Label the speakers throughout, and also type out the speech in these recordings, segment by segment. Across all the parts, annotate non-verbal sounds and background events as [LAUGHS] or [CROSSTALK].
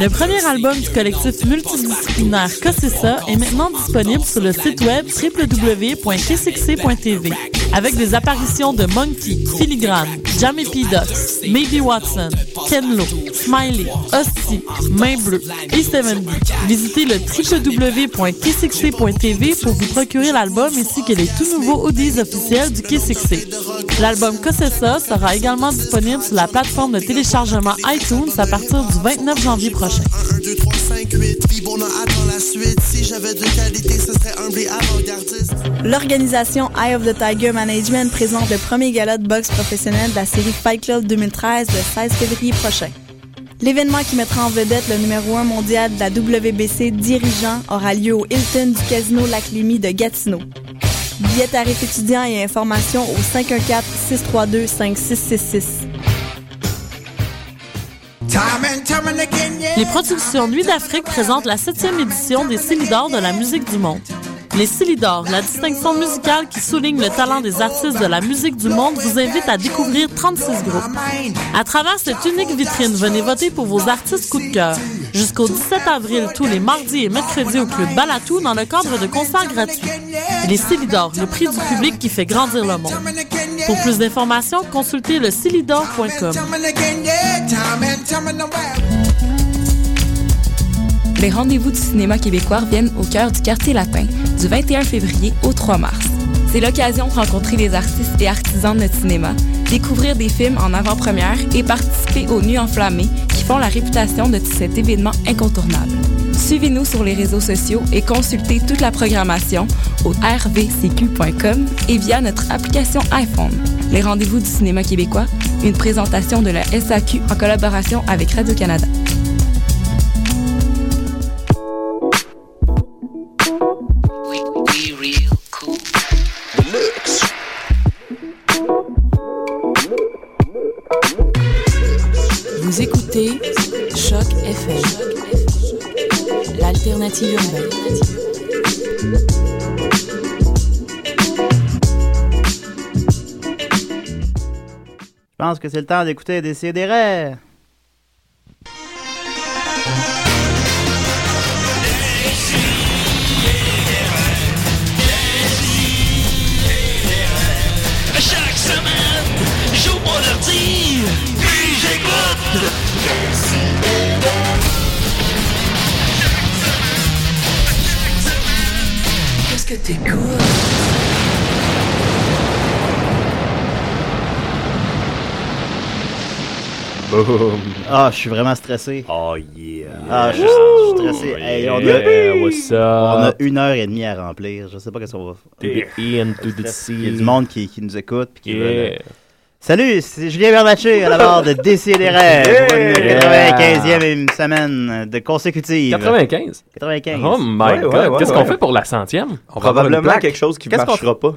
Speaker 1: Le premier album du collectif multidisciplinaire Cossessa est maintenant disponible sur le site web www.kcxc.tv avec des apparitions de Monkey, Filigrane, Jamie P. Ducks, Maybe Watson, Kenlo, Smiley, Hostie, Main Bleue et 70. Visitez le www.kcxc.tv pour vous procurer l'album ainsi que les tout nouveaux audios officiels du KCXC. L'album Cossessa sera également disponible sur la plateforme de téléchargement iTunes à partir du 29 janvier prochain.
Speaker 2: 1, 2, 3, 5, 8, puis bon, on attend la suite. Si j'avais deux qualités, ce serait un blé avant-gardiste.
Speaker 3: L'organisation Eye of the Tiger Management présente le premier gala de boxe professionnelle de la série Fight Club 2013 le 16 février prochain. L'événement qui mettra en vedette le numéro 1 mondial de la WBC dirigeant aura lieu au Hilton du Casino L'Aclémie de Gatineau. Billets tarifs étudiants et informations au 514-632-5666.
Speaker 1: Les productions Nuit d'Afrique présentent la septième édition des Célidors de la musique du monde. Les Célidors, la distinction musicale qui souligne le talent des artistes de la musique du monde, vous invite à découvrir 36 groupes. À travers cette unique vitrine, venez voter pour vos artistes coup de cœur. Jusqu'au 17 avril, tous les mardis et mercredis au Club Balatou dans le cadre de concerts gratuits. Les Célidors, le prix du public qui fait grandir le monde. Pour plus d'informations, consultez le célidor.com.
Speaker 4: Les rendez-vous du cinéma québécois viennent au cœur du quartier latin, du 21 février au 3 mars. C'est l'occasion de rencontrer les artistes et artisans de notre cinéma, découvrir des films en avant-première et participer aux Nuits enflammées qui font la réputation de cet événement incontournable. Suivez-nous sur les réseaux sociaux et consultez toute la programmation au rvcq.com et via notre application iPhone. Les rendez-vous du cinéma québécois, une présentation de la SAQ en collaboration avec Radio-Canada.
Speaker 5: Vous écoutez Choc FM, l'alternative urbaine.
Speaker 6: Je pense que c'est le temps d'écouter Décidérez.
Speaker 7: Chaque semaine, j'ouvre mon ordi, puis j'écoute. Qu'est-ce que t'écoutes?
Speaker 6: Ah, je suis vraiment stressé.
Speaker 8: Oh yeah.
Speaker 6: Ah, je suis je suis stressé. Hey, on, a,
Speaker 8: Yeah, what's up?
Speaker 6: on a une heure et demie à remplir. Je sais pas qu'est-ce qu'on va
Speaker 8: To the E and to the C.
Speaker 6: Il y a du monde qui, qui nous écoute. puis qui veulent-
Speaker 8: Yeah.
Speaker 6: Salut, c'est Julien Bernatchez à la barre de Décidérez pour une
Speaker 8: Yeah.
Speaker 6: 95e semaine de consécutive.
Speaker 9: 95.
Speaker 6: 95.
Speaker 9: Oh my
Speaker 10: Ouais,
Speaker 9: god.
Speaker 10: ouais, ouais,
Speaker 9: Qu'est-ce
Speaker 10: ouais.
Speaker 9: qu'on fait pour la centième?
Speaker 10: On Probablement quelque chose qui ne
Speaker 6: Qu'est-ce qu'on
Speaker 10: marchera pas.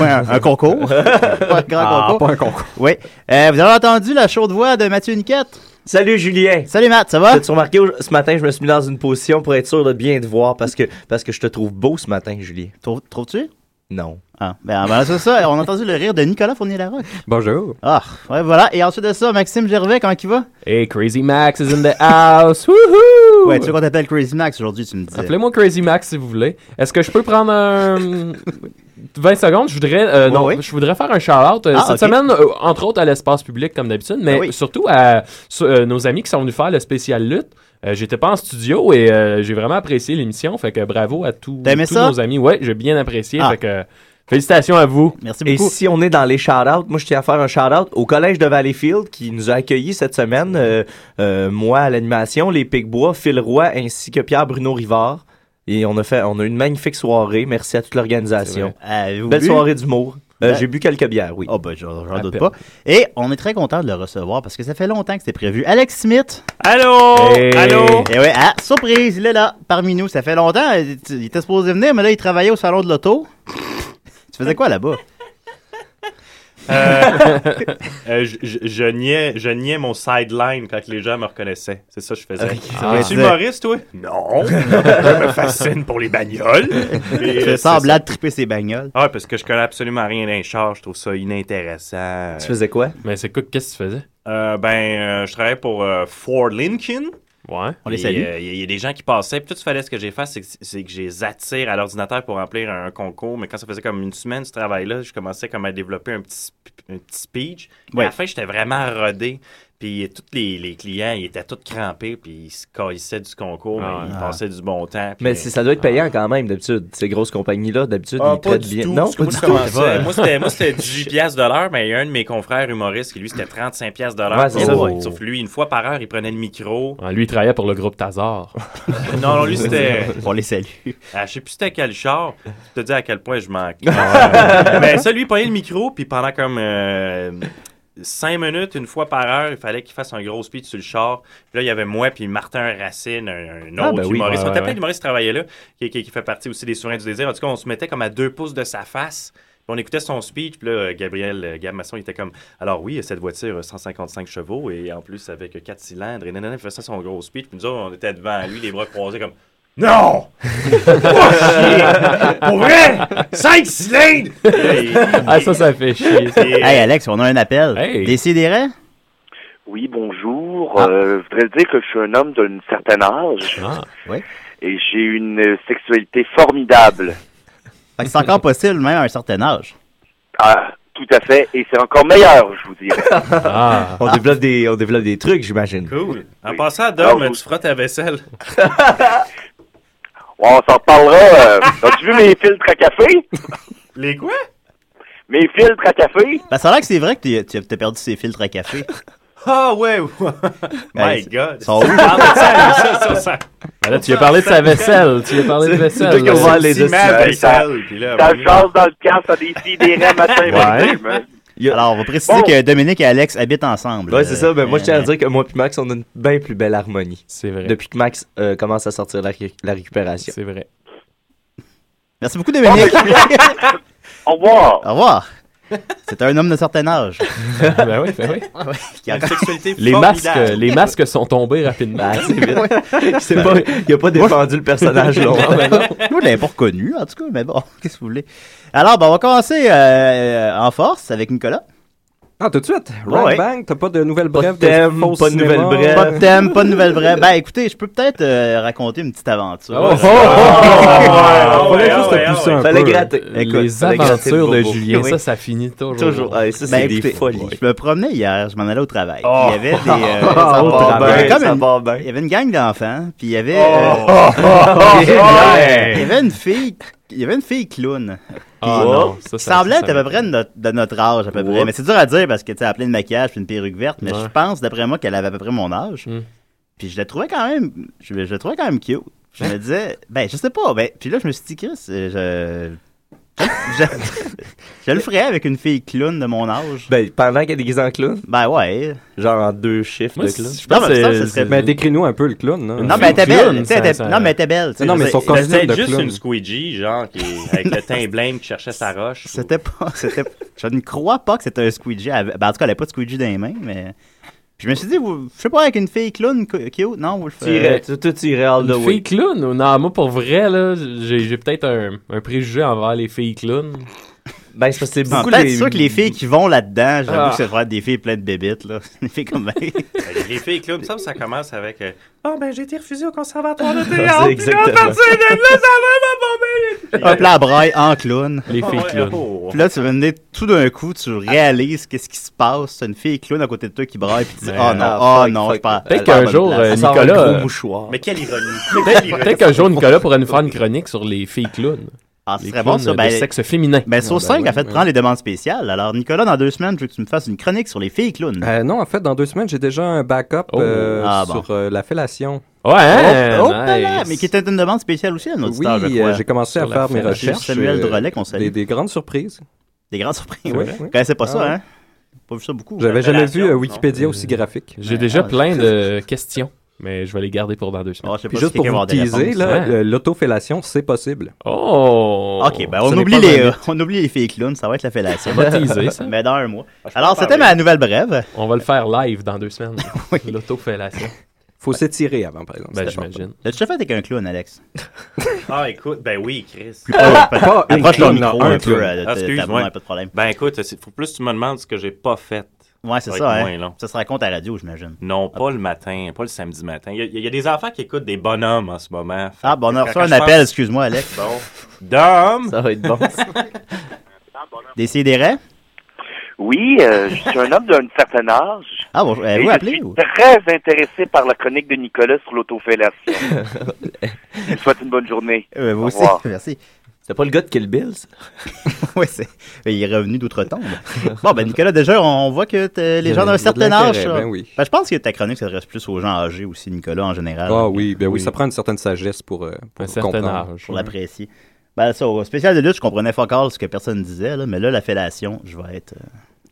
Speaker 6: Ouais, un, un concours. [LAUGHS] pas un grand
Speaker 9: Ah,
Speaker 6: concours.
Speaker 9: pas un concours.
Speaker 6: Oui. Euh, vous avez entendu la chaude voix de Mathieu Niquette?
Speaker 10: Salut Julien!
Speaker 6: Salut Matt, ça va?
Speaker 10: T'as-tu remarqué, au- ce matin, je me suis mis dans une position pour être sûr de bien te voir parce que, parce que je te trouve beau ce matin, Julien.
Speaker 6: Trou- Trouves-tu?
Speaker 10: Non.
Speaker 6: Ah, ben, ben, c'est ça. On a entendu le rire de Nicolas Fournier-Larocque.
Speaker 9: Bonjour.
Speaker 6: Ah, ouais, voilà. Et ensuite de ça, Maxime Gervais, comment il va?
Speaker 9: Hey, Crazy Max is in the house. Wouhou!
Speaker 6: Ouais, tu sais qu'on t'appelle Crazy Max aujourd'hui, tu me dis.
Speaker 9: Appelez-moi Crazy Max si vous voulez. Est-ce que je peux prendre
Speaker 6: [LAUGHS]
Speaker 9: un 20 secondes? Je voudrais euh,
Speaker 6: Oui,
Speaker 9: non,
Speaker 6: oui.
Speaker 9: je voudrais faire un shout-out euh,
Speaker 6: Ah,
Speaker 9: cette
Speaker 6: ok.
Speaker 9: semaine, euh, entre autres à l'espace public comme d'habitude, mais
Speaker 6: Ah oui.
Speaker 9: surtout à sur- euh, nos amis qui sont venus faire le spécial lutte. Euh, J'étais pas en studio et euh, j'ai vraiment apprécié l'émission. Fait que bravo à tous,
Speaker 6: T'as aimé
Speaker 9: tous
Speaker 6: ça?
Speaker 9: nos amis. Ouais, j'ai bien apprécié.
Speaker 6: Ah.
Speaker 9: Fait que félicitations à vous.
Speaker 6: Merci
Speaker 10: Et
Speaker 6: beaucoup.
Speaker 10: si on est dans les shout-outs, moi je tiens à faire un shout-out au collège de Valleyfield qui nous a accueillis cette semaine, euh, euh, moi à l'animation, les Picbois, Phil Roy ainsi que Pierre Bruno Rivard. Et on a fait, on a eu une magnifique soirée. Merci à toute l'organisation.
Speaker 6: Avez-vous
Speaker 10: Belle
Speaker 6: bu?
Speaker 10: soirée d'humour. Euh,
Speaker 6: Ben-
Speaker 10: J'ai bu quelques bières, oui.
Speaker 6: Oh, ben, j'en j'en
Speaker 9: À
Speaker 6: doute
Speaker 9: peine.
Speaker 6: pas. Et on est très content de le recevoir parce que ça fait longtemps que c'était prévu. Alex Smith.
Speaker 10: Allô?
Speaker 9: Hey.
Speaker 6: Et ouais, ah, surprise, il est là, parmi nous. Ça fait longtemps. Il il était supposé venir, mais là, il travaillait au salon de l'auto. tu faisais quoi là-bas? [LAUGHS]
Speaker 11: Euh, je, je- je niais, je niais mon sideline quand les gens me reconnaissaient. C'est ça que je faisais.
Speaker 6: Ah.
Speaker 11: tu es humoriste, toi? Non. je me fascine pour les bagnoles. Et, euh,
Speaker 6: Tu
Speaker 11: c'est
Speaker 6: sembles
Speaker 11: ça.
Speaker 6: à triper ses bagnoles.
Speaker 11: Ah, parce que je connais absolument rien d'un char. Je trouve ça inintéressant.
Speaker 9: euh,
Speaker 10: Tu faisais quoi?
Speaker 9: Mais c'est quoi qu'est-ce que tu faisais?
Speaker 11: Euh, ben, euh, je travaillais pour euh, Ford Lincoln.
Speaker 9: Ouais.
Speaker 11: Et, euh, Il y, a- il y a des gens qui passaient. Puis tout ce qu'il fallait ce que j'ai fait, c'est que, c'est que je les attire à l'ordinateur pour remplir un concours. Mais quand ça faisait comme une semaine ce travail-là, je commençais comme à développer un petit, sp- un petit speech. Puis
Speaker 6: Ouais.
Speaker 11: à la fin, j'étais vraiment rodé. Puis euh, tous les, les clients, ils étaient tous crampés. Puis ils se caillissaient du concours.
Speaker 10: Ah.
Speaker 11: mais ils passaient du bon temps. puis-
Speaker 10: Mais c'est- ça doit être
Speaker 12: ah.
Speaker 10: payant quand même, d'habitude. Ces grosses compagnies-là, d'habitude,
Speaker 11: Ah,
Speaker 10: ils traitent
Speaker 11: du
Speaker 10: bien.
Speaker 11: tout,
Speaker 10: non,
Speaker 11: parce que
Speaker 10: pas du
Speaker 11: moi,
Speaker 10: tout.
Speaker 11: je commençais- Moi, c'était, moi, c'était 18 [LAUGHS] piastres de l'heure, mais il y a un de mes confrères humoristes qui, lui, c'était 35 piastres de l'heure.
Speaker 9: Ouais, c'est ça,
Speaker 11: Oh.
Speaker 9: ouais.
Speaker 11: Sauf que lui, une fois par heure, il prenait le micro.
Speaker 9: Ah, lui, il travaillait pour le groupe Tazar.
Speaker 11: [LAUGHS] Non,
Speaker 6: [LAUGHS]
Speaker 11: non, lui, [LAUGHS] c'était-
Speaker 6: On les salue.
Speaker 11: Ah, je sais plus c'était quel char. Je te dis à quel point je manque. [LAUGHS] Euh, mais ça, lui, il prenait le micro, puis pendant comme... euh, Cinq minutes, une fois par heure, il fallait qu'il fasse un gros speech sur le char. Puis là, il y avait moi, puis Martin Racine, un, un autre
Speaker 10: Ah, ben oui.
Speaker 11: humoriste.
Speaker 10: Ouais,
Speaker 11: On
Speaker 10: ouais,
Speaker 11: était plein
Speaker 10: ouais.
Speaker 11: d'humoristes qui travaillaient là, qui, qui- qui fait partie aussi des Souriants du Désir. En tout cas, on se mettait comme à deux pouces de sa face. Puis on écoutait son speech, puis là, euh, Gabriel euh, Gab Masson, il était comme Alors, oui, cette voiture, euh, 155 chevaux, et en plus, avec euh, quatre cylindres, et nanana, il faisait son gros speech. Puis nous autres, on était devant lui, les bras croisés, comme Non
Speaker 13: [LAUGHS]
Speaker 11: chier! Pour vrai? Cinq cylindres!
Speaker 10: [LAUGHS]
Speaker 6: Ah, ça, ça fait chier. Hey, Alex, on a un appel.
Speaker 13: Hey.
Speaker 6: Décidérez?
Speaker 13: Oui, bonjour. Euh, je voudrais dire que je suis un homme d'un certain âge. Et j'ai une euh, sexualité formidable.
Speaker 6: Fait que c'est encore possible, même à un certain âge.
Speaker 13: Ah, tout à fait. Et c'est encore meilleur, je vous dirais.
Speaker 10: On, développe des, on développe des trucs, j'imagine.
Speaker 11: Cool. En passant à
Speaker 13: Ah,
Speaker 11: Dom, tu frottes
Speaker 13: [LAUGHS]
Speaker 11: ta vaisselle.
Speaker 13: Ouais, on s'en parlera. euh. As-tu vu mes filtres à café?
Speaker 11: [LAUGHS] Les quoi?
Speaker 13: Mes filtres à café?
Speaker 6: Ben, ça a l'air que c'est vrai que tu- tu as perdu ces filtres à café.
Speaker 11: Ah ouais!
Speaker 6: [LAUGHS]
Speaker 11: ouais. My
Speaker 6: Hey,
Speaker 11: God! [LAUGHS]
Speaker 6: ils sont où?
Speaker 11: Ah, mais ça, ça, ça, ça.
Speaker 9: Ben là, tu lui as parlé de sa vaisselle. Tu lui as parlé de
Speaker 11: C'est-
Speaker 9: vaisselle.
Speaker 11: c'est toi qui as ouvert les
Speaker 9: C'est-
Speaker 11: yeux. Ma
Speaker 9: c'est-
Speaker 11: vaisselle, puis là,
Speaker 13: Ça
Speaker 11: oui.
Speaker 13: jase dans le casque, ça décide des rêves matin
Speaker 6: Ouais.
Speaker 13: matin.
Speaker 6: Alors, on va préciser
Speaker 13: Bon.
Speaker 6: que Dominique et Alex habitent ensemble.
Speaker 10: Ouais, c'est ça. Ben, moi, je tiens à
Speaker 6: Euh,
Speaker 10: dire que moi puis Max, on a une bien plus belle harmonie.
Speaker 9: C'est vrai.
Speaker 10: Depuis que Max euh, commence à sortir la, ré- la récupération.
Speaker 9: C'est vrai.
Speaker 6: Merci beaucoup,
Speaker 10: Oh,
Speaker 6: Dominique.
Speaker 13: Au revoir.
Speaker 6: Au revoir. C'est un homme d'un certain âge.
Speaker 9: [LAUGHS] ben oui, ben oui.
Speaker 6: Qui a-
Speaker 11: Une sexualité
Speaker 9: [LAUGHS] Les masques,
Speaker 11: formidable.
Speaker 9: euh, les masques sont tombés rapidement. [LAUGHS]
Speaker 6: Ben,
Speaker 10: C'est pas- il a pas défendu le personnage long.
Speaker 6: Non, ben non. Moi, je l'avais pas reconnu, en tout cas, mais bon, [LAUGHS] qu'est-ce que vous voulez. Alors, ben, on va commencer euh, en force avec Nicolas.
Speaker 12: Ah, tout de suite.
Speaker 6: Ouais.
Speaker 12: Right bang, t'as pas de nouvelles brèves de
Speaker 6: thème,
Speaker 12: faux
Speaker 6: pas de
Speaker 12: cinéma.
Speaker 6: nouvelles brèves. Pas de thème, pas de nouvelles brèves. Ben, écoutez, je peux peut-être euh, raconter une petite aventure.
Speaker 12: Oh, oh, oh, oh, oh, Fallait oh, juste oh, le pousser oh, un
Speaker 9: Fallait peu. gratter. Les
Speaker 6: fallait gratter le
Speaker 9: aventures de
Speaker 6: bobo.
Speaker 9: Julien, ça, ça finit toujours.
Speaker 6: Ah, ça, c'est
Speaker 9: Ben,
Speaker 6: des
Speaker 9: écoutez,
Speaker 6: folies. Je me promenais hier, je m'en allais au travail.
Speaker 9: Oh.
Speaker 6: Il y avait des. euh,
Speaker 9: Ça
Speaker 6: ça
Speaker 9: va
Speaker 6: part
Speaker 9: bien,
Speaker 6: bien, comme
Speaker 9: ça
Speaker 6: une- Il y avait une gang d'enfants, puis il y avait. euh,
Speaker 9: [LAUGHS] Oh.
Speaker 6: il y avait- il y avait une fille. Il y avait une fille clown.
Speaker 9: Ah,
Speaker 6: Puis,
Speaker 9: non, ça,
Speaker 6: qui
Speaker 9: ça-
Speaker 6: semblait
Speaker 9: ça,
Speaker 6: être à peu près de notre, de notre âge, à peu près.
Speaker 9: Oups.
Speaker 6: Mais c'est dur à dire parce que tu sais, elle a plein de maquillage puis une perruque verte. Mais
Speaker 9: Ouais. Hmm.
Speaker 6: je pense, d'après moi, qu'elle avait à peu près mon âge. Puis je la trouvais quand même. Je, je la trouvais quand même cute. Je
Speaker 9: Hein?
Speaker 6: me disais, ben, je sais pas. Ben, puis là, je me suis dit, Chris, euh, je. Je, je le ferais avec une fille clown de mon âge.
Speaker 10: Ben, pendant qu'elle est déguisée en clown?
Speaker 6: Ben ouais.
Speaker 10: Genre en deux chiffres
Speaker 6: Moi,
Speaker 10: de
Speaker 6: c'est-
Speaker 10: clown.
Speaker 6: je pense Non, mais que ça, c'est- ce serait-
Speaker 12: Mais Euh, décris-nous un peu le clown. là. Euh,
Speaker 6: Non, mais elle était belle. tu sais, elle était- Non, mais elle était belle. tu sais,
Speaker 12: Non, mais
Speaker 6: je
Speaker 12: son
Speaker 6: veux dire,
Speaker 12: costume
Speaker 11: C'était
Speaker 12: de
Speaker 11: juste
Speaker 12: clown.
Speaker 11: une squeegee, genre, qui, avec le teint blême qui cherchait sa roche.
Speaker 6: C'était pas. [LAUGHS] C'était, je ne crois pas que c'était un squeegee. Elle- ben, en tout cas, elle n'avait pas de squeegee dans les mains, mais. Puis je me suis dit, vous, je sais pas, avec une fille clown co- cute, non, vous le
Speaker 10: Tu irais, tu- tu irais all the
Speaker 9: Euh, Une
Speaker 10: way.
Speaker 9: fille clown? ou- Non, moi, pour vrai, là, j'ai j'ai peut-être un, un préjugé envers les filles clowns.
Speaker 10: Ben, c'est parce que c'est
Speaker 6: En fait, c'est sûr que les filles qui vont là-dedans, j'avoue
Speaker 9: Ah.
Speaker 6: que ça devrait être des filles pleines de bébites, là. [LAUGHS] Des filles comme ben,
Speaker 11: Les filles clowns, ça, ça commence avec. euh, Ah, ben, j'ai été refusé au conservatoire
Speaker 6: [LAUGHS]
Speaker 11: de théâtre.
Speaker 6: C'est
Speaker 11: puis là, à
Speaker 6: exactement.
Speaker 11: partir de là, ça va, ma
Speaker 6: Hop là, braille en clown.
Speaker 9: euh, Les filles
Speaker 6: clowns.
Speaker 9: clowns. Ah.
Speaker 6: Puis là, tu venais tout d'un coup, tu réalises qu'est-ce qui se passe. C'est une fille clown à côté de toi qui braille, puis tu dis,
Speaker 9: Mais,
Speaker 6: oh non,
Speaker 9: ah,
Speaker 6: oh
Speaker 9: fuck,
Speaker 6: non,
Speaker 9: fuck.
Speaker 6: je parle.
Speaker 9: Peut-être qu'un jour, euh, Nicolas. euh,
Speaker 11: Mais quelle ironie. Quelle ironie.
Speaker 9: Peut-être qu'un jour, Nicolas pourrait nous faire une chronique sur les filles clowns.
Speaker 6: Ah,
Speaker 9: les
Speaker 6: ce serait bon,
Speaker 9: clowns,
Speaker 6: ça.
Speaker 9: euh,
Speaker 6: Ben,
Speaker 9: de sexe féminin.
Speaker 6: Ben, sur 5, en fait, prends les demandes spéciales. Alors, Nicolas, dans deux semaines, je veux que tu me fasses une chronique sur les filles clowns.
Speaker 12: Euh, non, en fait, dans deux semaines, j'ai déjà un backup
Speaker 9: Oh.
Speaker 12: euh,
Speaker 6: Ah, bon.
Speaker 12: sur euh, la fellation.
Speaker 9: Ouais, hein, euh,
Speaker 6: Oh, oh, ben là, mais qui était une demande spéciale aussi à notre
Speaker 12: Oui, euh, j'ai commencé à faire mes recherches.
Speaker 6: Samuel
Speaker 12: euh,
Speaker 6: Drolet, qu'on salue.
Speaker 12: Des, des grandes surprises.
Speaker 6: Des grandes surprises,
Speaker 12: C'est
Speaker 6: oui.
Speaker 12: vrai,
Speaker 6: Je
Speaker 12: oui.
Speaker 6: connaissais pas
Speaker 12: Ah
Speaker 6: ça,
Speaker 12: ouais.
Speaker 6: hein? Pas vu ça beaucoup.
Speaker 12: J'avais jamais vu euh, Wikipédia aussi graphique.
Speaker 9: J'ai
Speaker 6: Ah,
Speaker 9: déjà plein de questions, mais je vais les garder pour dans deux semaines.
Speaker 12: Puis juste pour vous teaser, là, euh, l'autofellation, c'est possible.
Speaker 9: Oh!
Speaker 6: Ok, ben on
Speaker 12: Ce n'est
Speaker 6: oublie,
Speaker 12: pas
Speaker 6: les,
Speaker 12: un
Speaker 6: euh, on oublie les filles clowns, ça va être la
Speaker 12: Ah,
Speaker 6: fellation.
Speaker 9: On va teaser, ça.
Speaker 6: [LAUGHS] Mais dans un mois. Alors, c'était ma nouvelle brève.
Speaker 9: On va le faire live dans deux
Speaker 6: [LAUGHS]
Speaker 9: semaines. L'autofellation.
Speaker 12: Faut s'étirer avant, par exemple.
Speaker 9: Ben, j'imagine.
Speaker 6: L'as-tu déjà fait avec un clown, Alex?
Speaker 11: Ah, écoute, ben oui, Chris.
Speaker 6: Plus proche, parce- Pas une approche ton clown, micro non, un un peu, clown. euh,
Speaker 11: Ah,
Speaker 6: t'as-
Speaker 11: excuse-moi.
Speaker 6: t'as vraiment pas de problème.
Speaker 11: Ben écoute, c'est- faut plus que tu me demandes ce que j'ai pas fait.
Speaker 6: Ouais, c'est
Speaker 11: va
Speaker 6: ça,
Speaker 11: être
Speaker 6: hein.
Speaker 11: moins long.
Speaker 6: Ça se raconte à la radio, j'imagine. Ah.
Speaker 11: Non, pas le matin, pas le samedi matin. Il y a- il y, a des enfants qui écoutent des bonhommes en ce moment.
Speaker 6: Ah, bon, on a
Speaker 11: Fait que
Speaker 6: reçu un
Speaker 11: je pense-
Speaker 6: appel, excuse-moi, Alex.
Speaker 11: Bon. Dom!
Speaker 10: Ça va
Speaker 6: [LAUGHS]
Speaker 10: être bon.
Speaker 6: Décidérez.
Speaker 13: Oui, euh, je suis un homme d'un certain âge.
Speaker 6: Ah, bonjour.
Speaker 13: et
Speaker 6: Avez-vous
Speaker 13: je
Speaker 6: appelé
Speaker 13: suis
Speaker 6: ou-
Speaker 13: très intéressé par la chronique de Nicolas sur l'autofellation. je vous souhaite une bonne journée.
Speaker 6: Euh, vous
Speaker 13: Au
Speaker 6: aussi,
Speaker 13: revoir.
Speaker 6: [LAUGHS] merci.
Speaker 10: C'est pas le gars de Kill Bill,
Speaker 6: [LAUGHS]
Speaker 10: ça?
Speaker 6: oui, c'est... il est revenu d'outre-tombe. bon, ben Nicolas, déjà, on voit que t'es-
Speaker 10: Il y
Speaker 6: les
Speaker 10: a- il y
Speaker 6: gens
Speaker 10: a
Speaker 6: d'un
Speaker 10: de
Speaker 6: certain
Speaker 10: l'intérêt,
Speaker 6: âge... ça.
Speaker 10: ben oui.
Speaker 6: Ben, je pense que ta chronique s'adresse plus aux gens âgés aussi, Nicolas, en général.
Speaker 12: Ah oui, ben oui,
Speaker 6: Oui.
Speaker 12: ça prend une certaine sagesse pour, euh, pour comprendre.
Speaker 6: Pour l'apprécier. Ben, ça, au spécial de lutte, je comprenais pas encore ce que personne disait, là, mais là, la fellation, je vais être.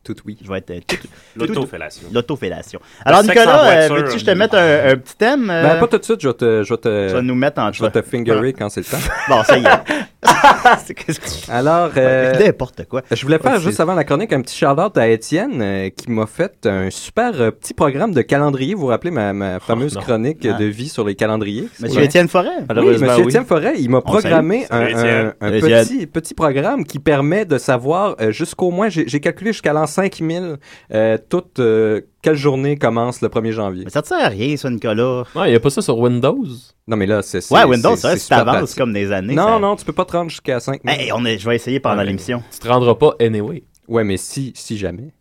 Speaker 12: tout oui.
Speaker 6: Je vais être.
Speaker 12: [LAUGHS]
Speaker 6: euh, tout-
Speaker 11: L'autofellation.
Speaker 6: tout- L'autofellation. Alors,
Speaker 12: sexe
Speaker 6: Nicolas,
Speaker 12: en
Speaker 6: euh,
Speaker 12: voiture.
Speaker 6: veux-tu que je te mette un, un petit thème euh,
Speaker 12: Ben, pas tout de suite, je vais te. Je vais te
Speaker 6: Tu vas nous mettre en
Speaker 12: Je vais te fingerer quand c'est le temps.
Speaker 6: Bon, ça y est.
Speaker 12: [LAUGHS]
Speaker 6: [LAUGHS]
Speaker 12: Alors. euh,
Speaker 6: N'importe quoi.
Speaker 12: Je voulais faire
Speaker 6: Ouais,
Speaker 12: juste
Speaker 6: c'est-
Speaker 12: avant la chronique un petit shout-out à Étienne euh, qui m'a fait un super euh, petit programme de calendrier. Vous vous rappelez ma, ma fameuse
Speaker 6: non.
Speaker 12: chronique
Speaker 6: Ah.
Speaker 12: de vie sur les calendriers?
Speaker 6: Monsieur Étienne Forêt.
Speaker 12: Oui,
Speaker 6: Malheureusement,
Speaker 12: Monsieur
Speaker 6: oui.
Speaker 12: Étienne Forêt, il m'a
Speaker 6: On le salue.
Speaker 12: programmé un,
Speaker 6: Salut, Étienne.
Speaker 12: un- un
Speaker 6: Salut,
Speaker 12: petit,
Speaker 6: Étienne.
Speaker 12: petit programme qui permet de savoir euh, jusqu'au moins, j'ai j'ai calculé jusqu'à l'an 5000, euh, toute euh, quelle journée commence le 1er janvier.
Speaker 6: Mais ça ne sert à rien, ça, Nicolas.
Speaker 12: Non, il n'y a pas ça sur Windows. Non, mais là, c'est...
Speaker 6: Ouais,
Speaker 12: c'est-
Speaker 6: Windows,
Speaker 12: c'est-
Speaker 6: ça,
Speaker 12: c'est
Speaker 6: si
Speaker 12: super
Speaker 6: t'avances
Speaker 12: pratique.
Speaker 6: comme des années,
Speaker 12: Non,
Speaker 6: ça-
Speaker 12: non, tu peux pas te rendre jusqu'à 5000.
Speaker 6: Hey, on est- je vais essayer pendant l'émission.
Speaker 12: Tu te rendras pas anyway. ben, Ouais, mais si, si jamais.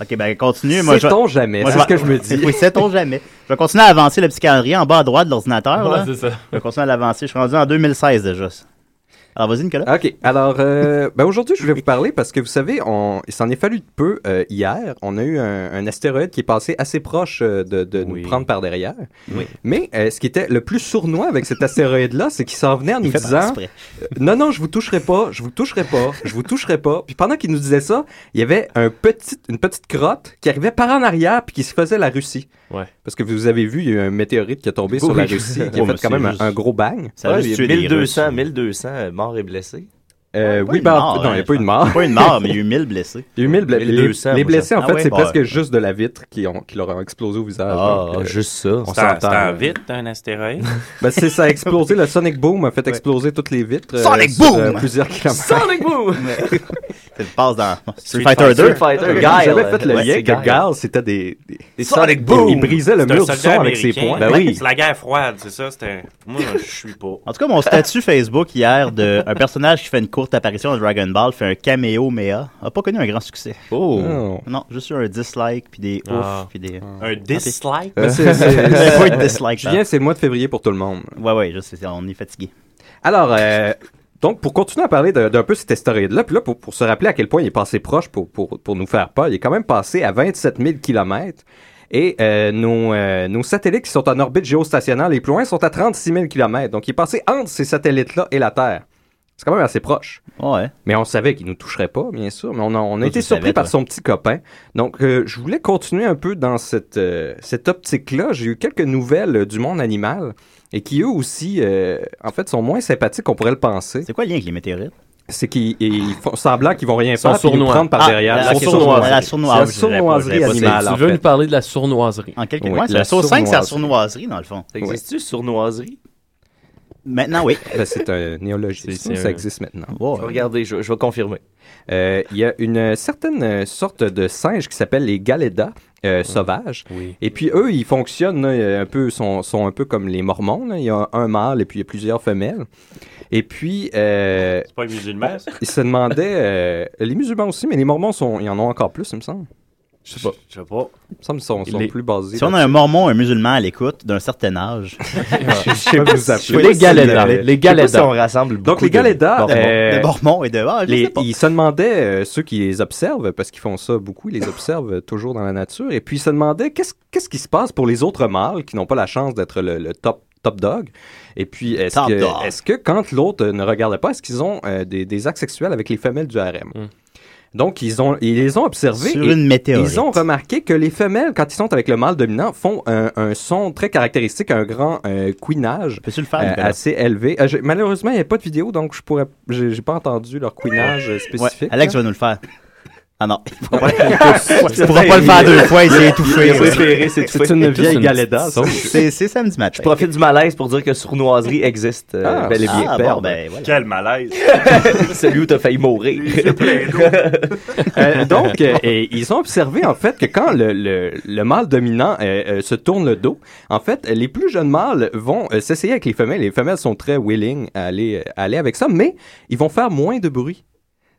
Speaker 6: Ok, ben continue. Moi, je vais-
Speaker 12: Sait-on jamais,
Speaker 6: Moi,
Speaker 12: c'est
Speaker 6: vais-
Speaker 12: ce que je me dis.
Speaker 6: oui, sait-on jamais. Je vais continuer à avancer le petit calendrier en bas à droite de l'ordinateur.
Speaker 12: Ouais,
Speaker 6: là.
Speaker 12: c'est ça.
Speaker 6: Je vais continuer à l'avancer. Je suis rendu en 2016 déjà. Alors, vas-y, Nicolas.
Speaker 12: OK. Alors, euh, ben aujourd'hui, je voulais vous parler parce que vous savez, on, il s'en est fallu de peu euh, hier. On a eu un, un astéroïde qui est passé assez proche euh, de, de nous prendre par derrière.
Speaker 6: Oui.
Speaker 12: Mais euh, ce qui était le plus sournois avec cet astéroïde-là, c'est qu'il s'en venait en nous
Speaker 6: fait
Speaker 12: disant
Speaker 6: exprès.
Speaker 12: euh, Non, non, je vous toucherai pas, je vous toucherai pas, je vous toucherai pas. Puis pendant qu'il nous disait ça, il y avait un petit, une petite crotte qui arrivait par en arrière puis qui se faisait la Russie.
Speaker 9: Ouais.
Speaker 12: Parce que vous avez vu, il y a eu un météorite qui est tombé sur la
Speaker 10: Oui. [LAUGHS]
Speaker 12: Russie et qui a
Speaker 10: Ouais, mais
Speaker 12: fait quand
Speaker 10: c'est
Speaker 12: même un-
Speaker 10: juste-
Speaker 12: un gros bang.
Speaker 10: Ça a
Speaker 12: Ouais,
Speaker 10: juste
Speaker 12: il y
Speaker 10: tué
Speaker 12: a
Speaker 10: des
Speaker 12: 1200
Speaker 10: 1200, 1200 euh, morts et blessés.
Speaker 12: Euh,
Speaker 10: Pas
Speaker 12: oui,
Speaker 10: une
Speaker 12: ben,
Speaker 10: mort,
Speaker 12: non, il n'y
Speaker 10: hein,
Speaker 12: a pas eu de
Speaker 10: je
Speaker 12: mort.
Speaker 10: pense. Pas une mort, mais il y a eu
Speaker 6: 1000 blessés.
Speaker 12: Il y a eu 1000 blessés.
Speaker 10: 1200,
Speaker 12: Les,
Speaker 10: moi,
Speaker 12: blessés,
Speaker 10: ça.
Speaker 12: en
Speaker 10: Ah
Speaker 12: fait,
Speaker 10: ouais?
Speaker 12: c'est
Speaker 10: Bah,
Speaker 12: presque
Speaker 10: ouais.
Speaker 12: juste de la vitre qui, ont, qui leur ont explosé au visage.
Speaker 10: Ah,
Speaker 12: donc,
Speaker 10: juste ça.
Speaker 12: on
Speaker 11: C'est en-
Speaker 12: s'entend,
Speaker 11: c'est en
Speaker 12: euh.
Speaker 11: vite, un astéroïde.
Speaker 12: [LAUGHS] Ben, c'est
Speaker 11: [LAUGHS]
Speaker 12: ça a explosé. Le Sonic Boom a fait exploser toutes les vitres. euh,
Speaker 11: Sonic
Speaker 12: sur,
Speaker 11: Boom!
Speaker 12: euh, plusieurs kilomètres.
Speaker 11: Sonic
Speaker 10: [LAUGHS]
Speaker 11: Boom!
Speaker 6: Ça passe dans
Speaker 12: Street
Speaker 6: Street Fighter 2.
Speaker 12: Street Fighter, Guile. J'avais fait le lien que Guile, c'était des, des- des Sonic Boom. Il brisait le
Speaker 11: C'est un
Speaker 12: mur du son
Speaker 11: soldat
Speaker 12: avec ses
Speaker 11: américain.
Speaker 12: poings.
Speaker 11: [LAUGHS]
Speaker 12: Ben oui.
Speaker 11: C'est la guerre froide, c'est ça. C'était... Moi, je suis pas.
Speaker 6: En tout cas, mon statut Facebook hier de un personnage qui fait une courte apparition dans Dragon Ball fait un caméo méa a pas connu un grand succès.
Speaker 12: Oh.
Speaker 6: Non, juste eu un dislike puis des
Speaker 11: Ah.
Speaker 6: ouf puis des
Speaker 11: Un dislike?
Speaker 6: euh, Mais
Speaker 12: Euh,
Speaker 6: c'est
Speaker 12: c'est- c'est-
Speaker 6: pas eu de dislike.
Speaker 12: Julien, c'est le mois de février pour tout le monde.
Speaker 6: Ouais, ouais, je sais, on est fatigué.
Speaker 12: Alors, euh, donc, pour continuer à parler de- d'un peu cet astéroïde-là, puis là, pour, pour se rappeler à quel point il est passé proche pour, pour, pour nous faire peur, il est quand même passé à 27 000 kilomètres. Et euh, nos, euh, nos satellites qui sont en orbite géostationnaire les plus loin sont à 36 000 kilomètres. Donc, il est passé entre ces satellites-là et la Terre. C'est quand même assez proche.
Speaker 6: Ouais.
Speaker 12: Mais on savait qu'il nous toucherait pas, bien sûr. Mais on a, on a
Speaker 6: Toi, tu
Speaker 12: été
Speaker 6: le
Speaker 12: surpris
Speaker 6: savais,
Speaker 12: par
Speaker 6: toi.
Speaker 12: son petit copain. Donc, euh, je voulais continuer un peu dans cette, euh, cette optique-là. J'ai eu quelques nouvelles euh, du monde animal et qui, eux aussi, euh, en fait, sont moins sympathiques qu'on pourrait le penser. C'est
Speaker 6: quoi le lien avec les météorites?
Speaker 12: C'est qu'ils ils font semblant qu'ils vont rien
Speaker 9: Ils sont
Speaker 12: faire, puis ils nous
Speaker 9: sournois.
Speaker 12: prendre par
Speaker 9: Ah,
Speaker 12: derrière.
Speaker 9: la-
Speaker 12: Ils
Speaker 9: la
Speaker 12: sont
Speaker 9: sournoiserie.
Speaker 12: sournois.
Speaker 9: La
Speaker 12: C'est
Speaker 9: sournoiserie,
Speaker 12: la sournoiserie
Speaker 9: je dirais pas, je dirais pas.
Speaker 12: animale,
Speaker 9: Tu
Speaker 12: Ben, en
Speaker 9: veux
Speaker 12: fait.
Speaker 9: nous parler de la sournoiserie.
Speaker 6: En quelque
Speaker 12: Oui,
Speaker 6: ouais, c'est
Speaker 12: la
Speaker 6: la sauce 5, c'est la
Speaker 12: sournoiserie.
Speaker 6: sournoiserie, dans le fond.
Speaker 12: Ça existe-tu,
Speaker 6: sournoiserie? Maintenant, oui.
Speaker 12: Ben, c'est un néologisme.
Speaker 6: C'est- c'est
Speaker 12: Ça
Speaker 6: un-
Speaker 12: existe maintenant.
Speaker 6: Wow. Je vais
Speaker 12: regarder, je, vais confirmer. Il y a une euh, certaine euh, sorte de singe qui s'appelle les galédas euh, sauvages. Et puis eux, ils fonctionnent là, un peu, sont, sont un peu comme les mormons. là. Il y a un mâle et puis il y a plusieurs femelles. Et puis. euh,
Speaker 11: C'est pas un musulman, ça?
Speaker 12: ils se demandaient. euh, les musulmans aussi, mais les mormons, sont, ils en ont encore plus, il me semble.
Speaker 11: Je sais pas. Je sais pas.
Speaker 12: Il me semble qu'ils sont, sont
Speaker 6: Les-
Speaker 12: plus basés.
Speaker 6: Si on a un mormon, un musulman à l'écoute d'un certain âge.
Speaker 12: [LAUGHS] Je sais pas si- je sais pas si- je sais pas si on rassemble Donc, beaucoup les Galedas, de Mormons. euh,
Speaker 6: de Mormons et de. Ah, je
Speaker 12: Les-
Speaker 6: sais pas.
Speaker 12: Ils se demandaient, euh, ceux qui les observent, parce qu'ils font ça beaucoup, ils les observent toujours dans la nature, et puis ils se demandaient qu'est-ce qu'est-ce qui se passe pour les autres mâles qui n'ont pas la chance d'être le, le top, top dog. Et puis, est-ce
Speaker 6: Top dog.
Speaker 12: que, est-ce que quand l'autre ne regarde pas, est-ce qu'ils ont euh, des, des actes sexuels avec les femelles du harem? Donc, ils, ont, ils les ont observés.
Speaker 6: Sur
Speaker 12: et
Speaker 6: une météorite.
Speaker 12: Ils ont remarqué que les femelles, quand ils sont avec le mâle dominant, font un, un son très caractéristique, un grand euh, couinage euh,
Speaker 6: Nicolas?
Speaker 12: assez élevé. Euh, j'ai- malheureusement, il n'y a pas de vidéo, donc je pourrais, j'ai j'ai pas entendu leur couinage euh, spécifique.
Speaker 6: Alex
Speaker 12: là.
Speaker 6: va nous le faire. Ah non, [LAUGHS] il pourra pas, tu pourras pas le faire deux fois, il s'est étouffé.
Speaker 10: Il a préféré s'étouffer.
Speaker 6: C'est une vieille galetta, ça.
Speaker 10: C'est
Speaker 6: samedi matin.
Speaker 10: Je profite du malaise pour dire que sournoiserie existe euh,
Speaker 6: Ah,
Speaker 10: bel et bien.
Speaker 6: ah,
Speaker 10: Père,
Speaker 6: bon, ben, voilà.
Speaker 11: Quel malaise.
Speaker 10: [LAUGHS] Celui où t'as failli mourir.
Speaker 12: Euh, donc, euh, et ils ont observé en fait que quand le, le, le mâle dominant euh, euh, se tourne le dos, en fait, les plus jeunes mâles vont euh, s'essayer avec les femelles. Les femelles sont très willing à aller, à aller avec ça, mais ils vont faire moins de bruit.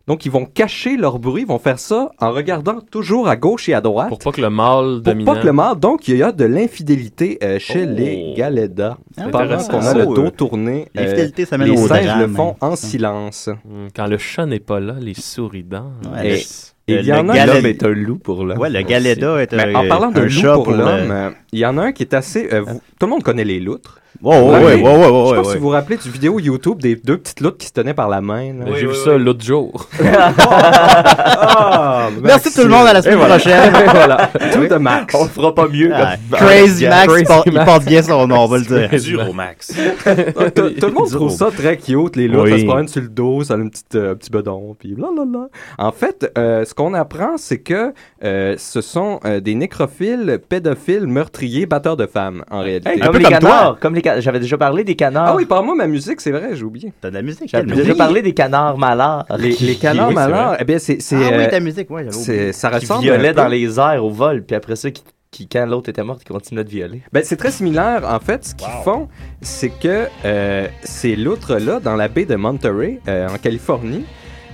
Speaker 12: Donc, ils vont cacher leur bruit, ils vont faire ça en regardant toujours à gauche et à droite. Pour
Speaker 9: pas que le mâle dominant...
Speaker 12: Pour pas que le mâle, donc, il y a de l'infidélité euh, chez les Galeda.
Speaker 6: Ah,
Speaker 12: Pendant
Speaker 6: Oh. intéressant.
Speaker 12: qu'on a le
Speaker 6: Oh,
Speaker 12: dos
Speaker 6: euh,
Speaker 12: tourné, euh,
Speaker 6: l'infidélité, ça mène
Speaker 12: les
Speaker 6: au
Speaker 12: singes
Speaker 6: drame,
Speaker 12: le font
Speaker 6: hein.
Speaker 12: en silence.
Speaker 9: Hmm, Quand le chat n'est pas là, les souris dansent.
Speaker 12: Et- et il y en a l'homme est un loup pour l'homme.
Speaker 6: Euh, Ouais, le galeda est
Speaker 12: Mais
Speaker 6: un-
Speaker 12: En parlant de
Speaker 6: un
Speaker 12: loup
Speaker 6: chat
Speaker 12: pour
Speaker 6: pour le-
Speaker 12: l'homme, euh, il y en a un qui est assez. euh, vous- Tout le monde connaît les loutres.
Speaker 6: Ouais, ouais,
Speaker 12: Vous vous
Speaker 6: ouais,
Speaker 12: rappelez-
Speaker 6: ouais, ouais, ouais,
Speaker 12: Je sais pas
Speaker 6: ouais.
Speaker 12: si vous vous rappelez du vidéo YouTube des deux petites loutres qui se tenaient par la main. là.
Speaker 9: Ben, j'ai vu ça l'autre jour.
Speaker 6: [LAUGHS]
Speaker 12: Ah,
Speaker 6: Merci tout le monde, à la semaine
Speaker 12: Et voilà. [LAUGHS]
Speaker 6: prochaine.
Speaker 12: Et voilà. Tout de Max. On fera pas mieux.
Speaker 6: Ah, Crazy Max, il porte- il porte bien son nom, on va le dire.
Speaker 11: Dur au max.
Speaker 12: [LAUGHS] tout, tout le monde trouve ça très cute, les loutres.
Speaker 6: Oui.
Speaker 12: Ça se promène sur le dos, ça a un petit, euh, petit bedon, puis blablabla. En fait, euh, ce qu'on apprend, c'est que euh, ce sont euh, des nécrophiles, pédophiles, meurtriers, batteurs de femmes, en réalité.
Speaker 10: Hey, comme les canards. Comme les can- J'avais déjà parlé des canards.
Speaker 12: Ah oui, par moi ma musique, c'est vrai, j'ai oublié.
Speaker 6: T'as de la musique,
Speaker 10: J'avais déjà parlé des canards malades.
Speaker 12: Les, les canards
Speaker 10: Oui, c'est
Speaker 12: malins,
Speaker 10: vrai.
Speaker 12: eh bien, c'est. c'est,
Speaker 10: Ah oui,
Speaker 12: euh,
Speaker 10: ta musique, ouais, j'avais
Speaker 12: c'est-
Speaker 10: oublié.
Speaker 12: Ça
Speaker 10: Qui
Speaker 12: ressemble.
Speaker 10: violait
Speaker 12: un peu-
Speaker 10: dans les airs au vol, puis après ça, qui, qui, quand l'autre était morte, qui continuait de violer.
Speaker 12: Ben, c'est très similaire. En fait, ce qu'ils font, c'est que euh, ces loutres-là, dans la baie de Monterey, euh, en Californie,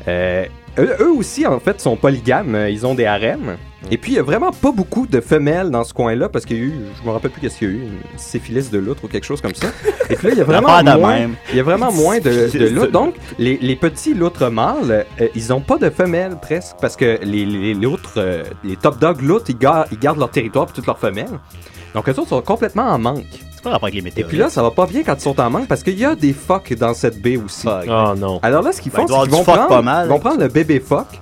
Speaker 12: euh, eux, eux aussi, en fait, sont polygames. Euh, Ils ont des harems. Et puis, il n'y a vraiment pas beaucoup de femelles dans ce coin-là parce qu'il y a eu, je me rappelle plus qu'est-ce qu'il y a eu, une syphilis de loutre ou quelque chose comme ça. Et puis là,
Speaker 10: [LAUGHS]
Speaker 12: il y a vraiment
Speaker 6: Pas de
Speaker 12: moins,
Speaker 6: même.
Speaker 12: il y a vraiment moins de, de
Speaker 6: Syphilis de
Speaker 12: loutres. Donc, les, les petits loutres mâles, euh, ils n'ont pas de femelles presque parce que les, les, les loutres, euh, les top dogs loutres, ils, gar- ils gardent leur territoire et toutes leurs femelles. Donc, eux autres sont complètement en manque.
Speaker 6: C'est pas rapport avec les
Speaker 12: Et
Speaker 6: météorites.
Speaker 12: puis là, ça va pas bien quand ils sont en manque parce qu'il y a des phoques dans cette baie aussi.
Speaker 9: Ah non.
Speaker 12: Alors là, ce qu'ils font,
Speaker 6: Ben, il doit
Speaker 12: c'est qu'ils
Speaker 6: y
Speaker 12: vont
Speaker 6: avoir du phoque
Speaker 12: prendre,
Speaker 6: pas mal.
Speaker 12: ils vont prendre le bébé phoque,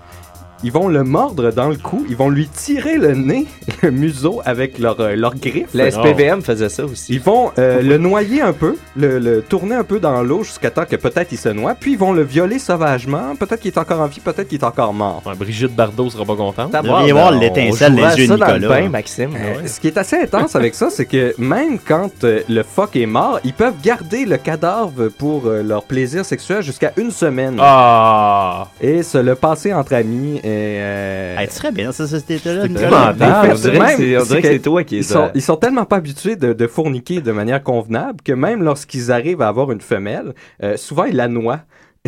Speaker 12: ils vont le mordre dans le cou, ils vont lui tirer le nez, [LAUGHS] le museau avec leur, euh, leur griffe.
Speaker 10: Le SPVM faisait ça aussi.
Speaker 12: Ils vont euh, le noyer un peu, le, le tourner un peu dans l'eau jusqu'à temps que peut-être il se noie, puis ils vont le violer sauvagement. Peut-être qu'il est encore en vie, peut-être qu'il est encore mort.
Speaker 9: Brigitte Bardot sera pas contente.
Speaker 12: Vous devriez voir l'étincelle des yeux de Nicolas.
Speaker 10: Maxime.
Speaker 12: Euh, Ce qui est assez intense avec ça, c'est que même quand euh, le phoque est mort, ils peuvent garder le cadavre pour euh, leur plaisir sexuel jusqu'à une semaine.
Speaker 9: Ah!
Speaker 12: Et se le passer entre amis et... Euh...
Speaker 6: Hey, tu serais bien dans cette société-là,
Speaker 12: C'est
Speaker 6: Nicolas.
Speaker 12: épouvantable.
Speaker 10: On dirait que
Speaker 12: Même,
Speaker 10: c'est- on dirait que c'est toi qui
Speaker 12: ils
Speaker 10: les
Speaker 12: sont,
Speaker 10: as-
Speaker 12: ils sont tellement pas habitués de, de fourniquer de manière convenable que même lorsqu'ils arrivent à avoir une femelle, euh, souvent ils la noient. [LAUGHS]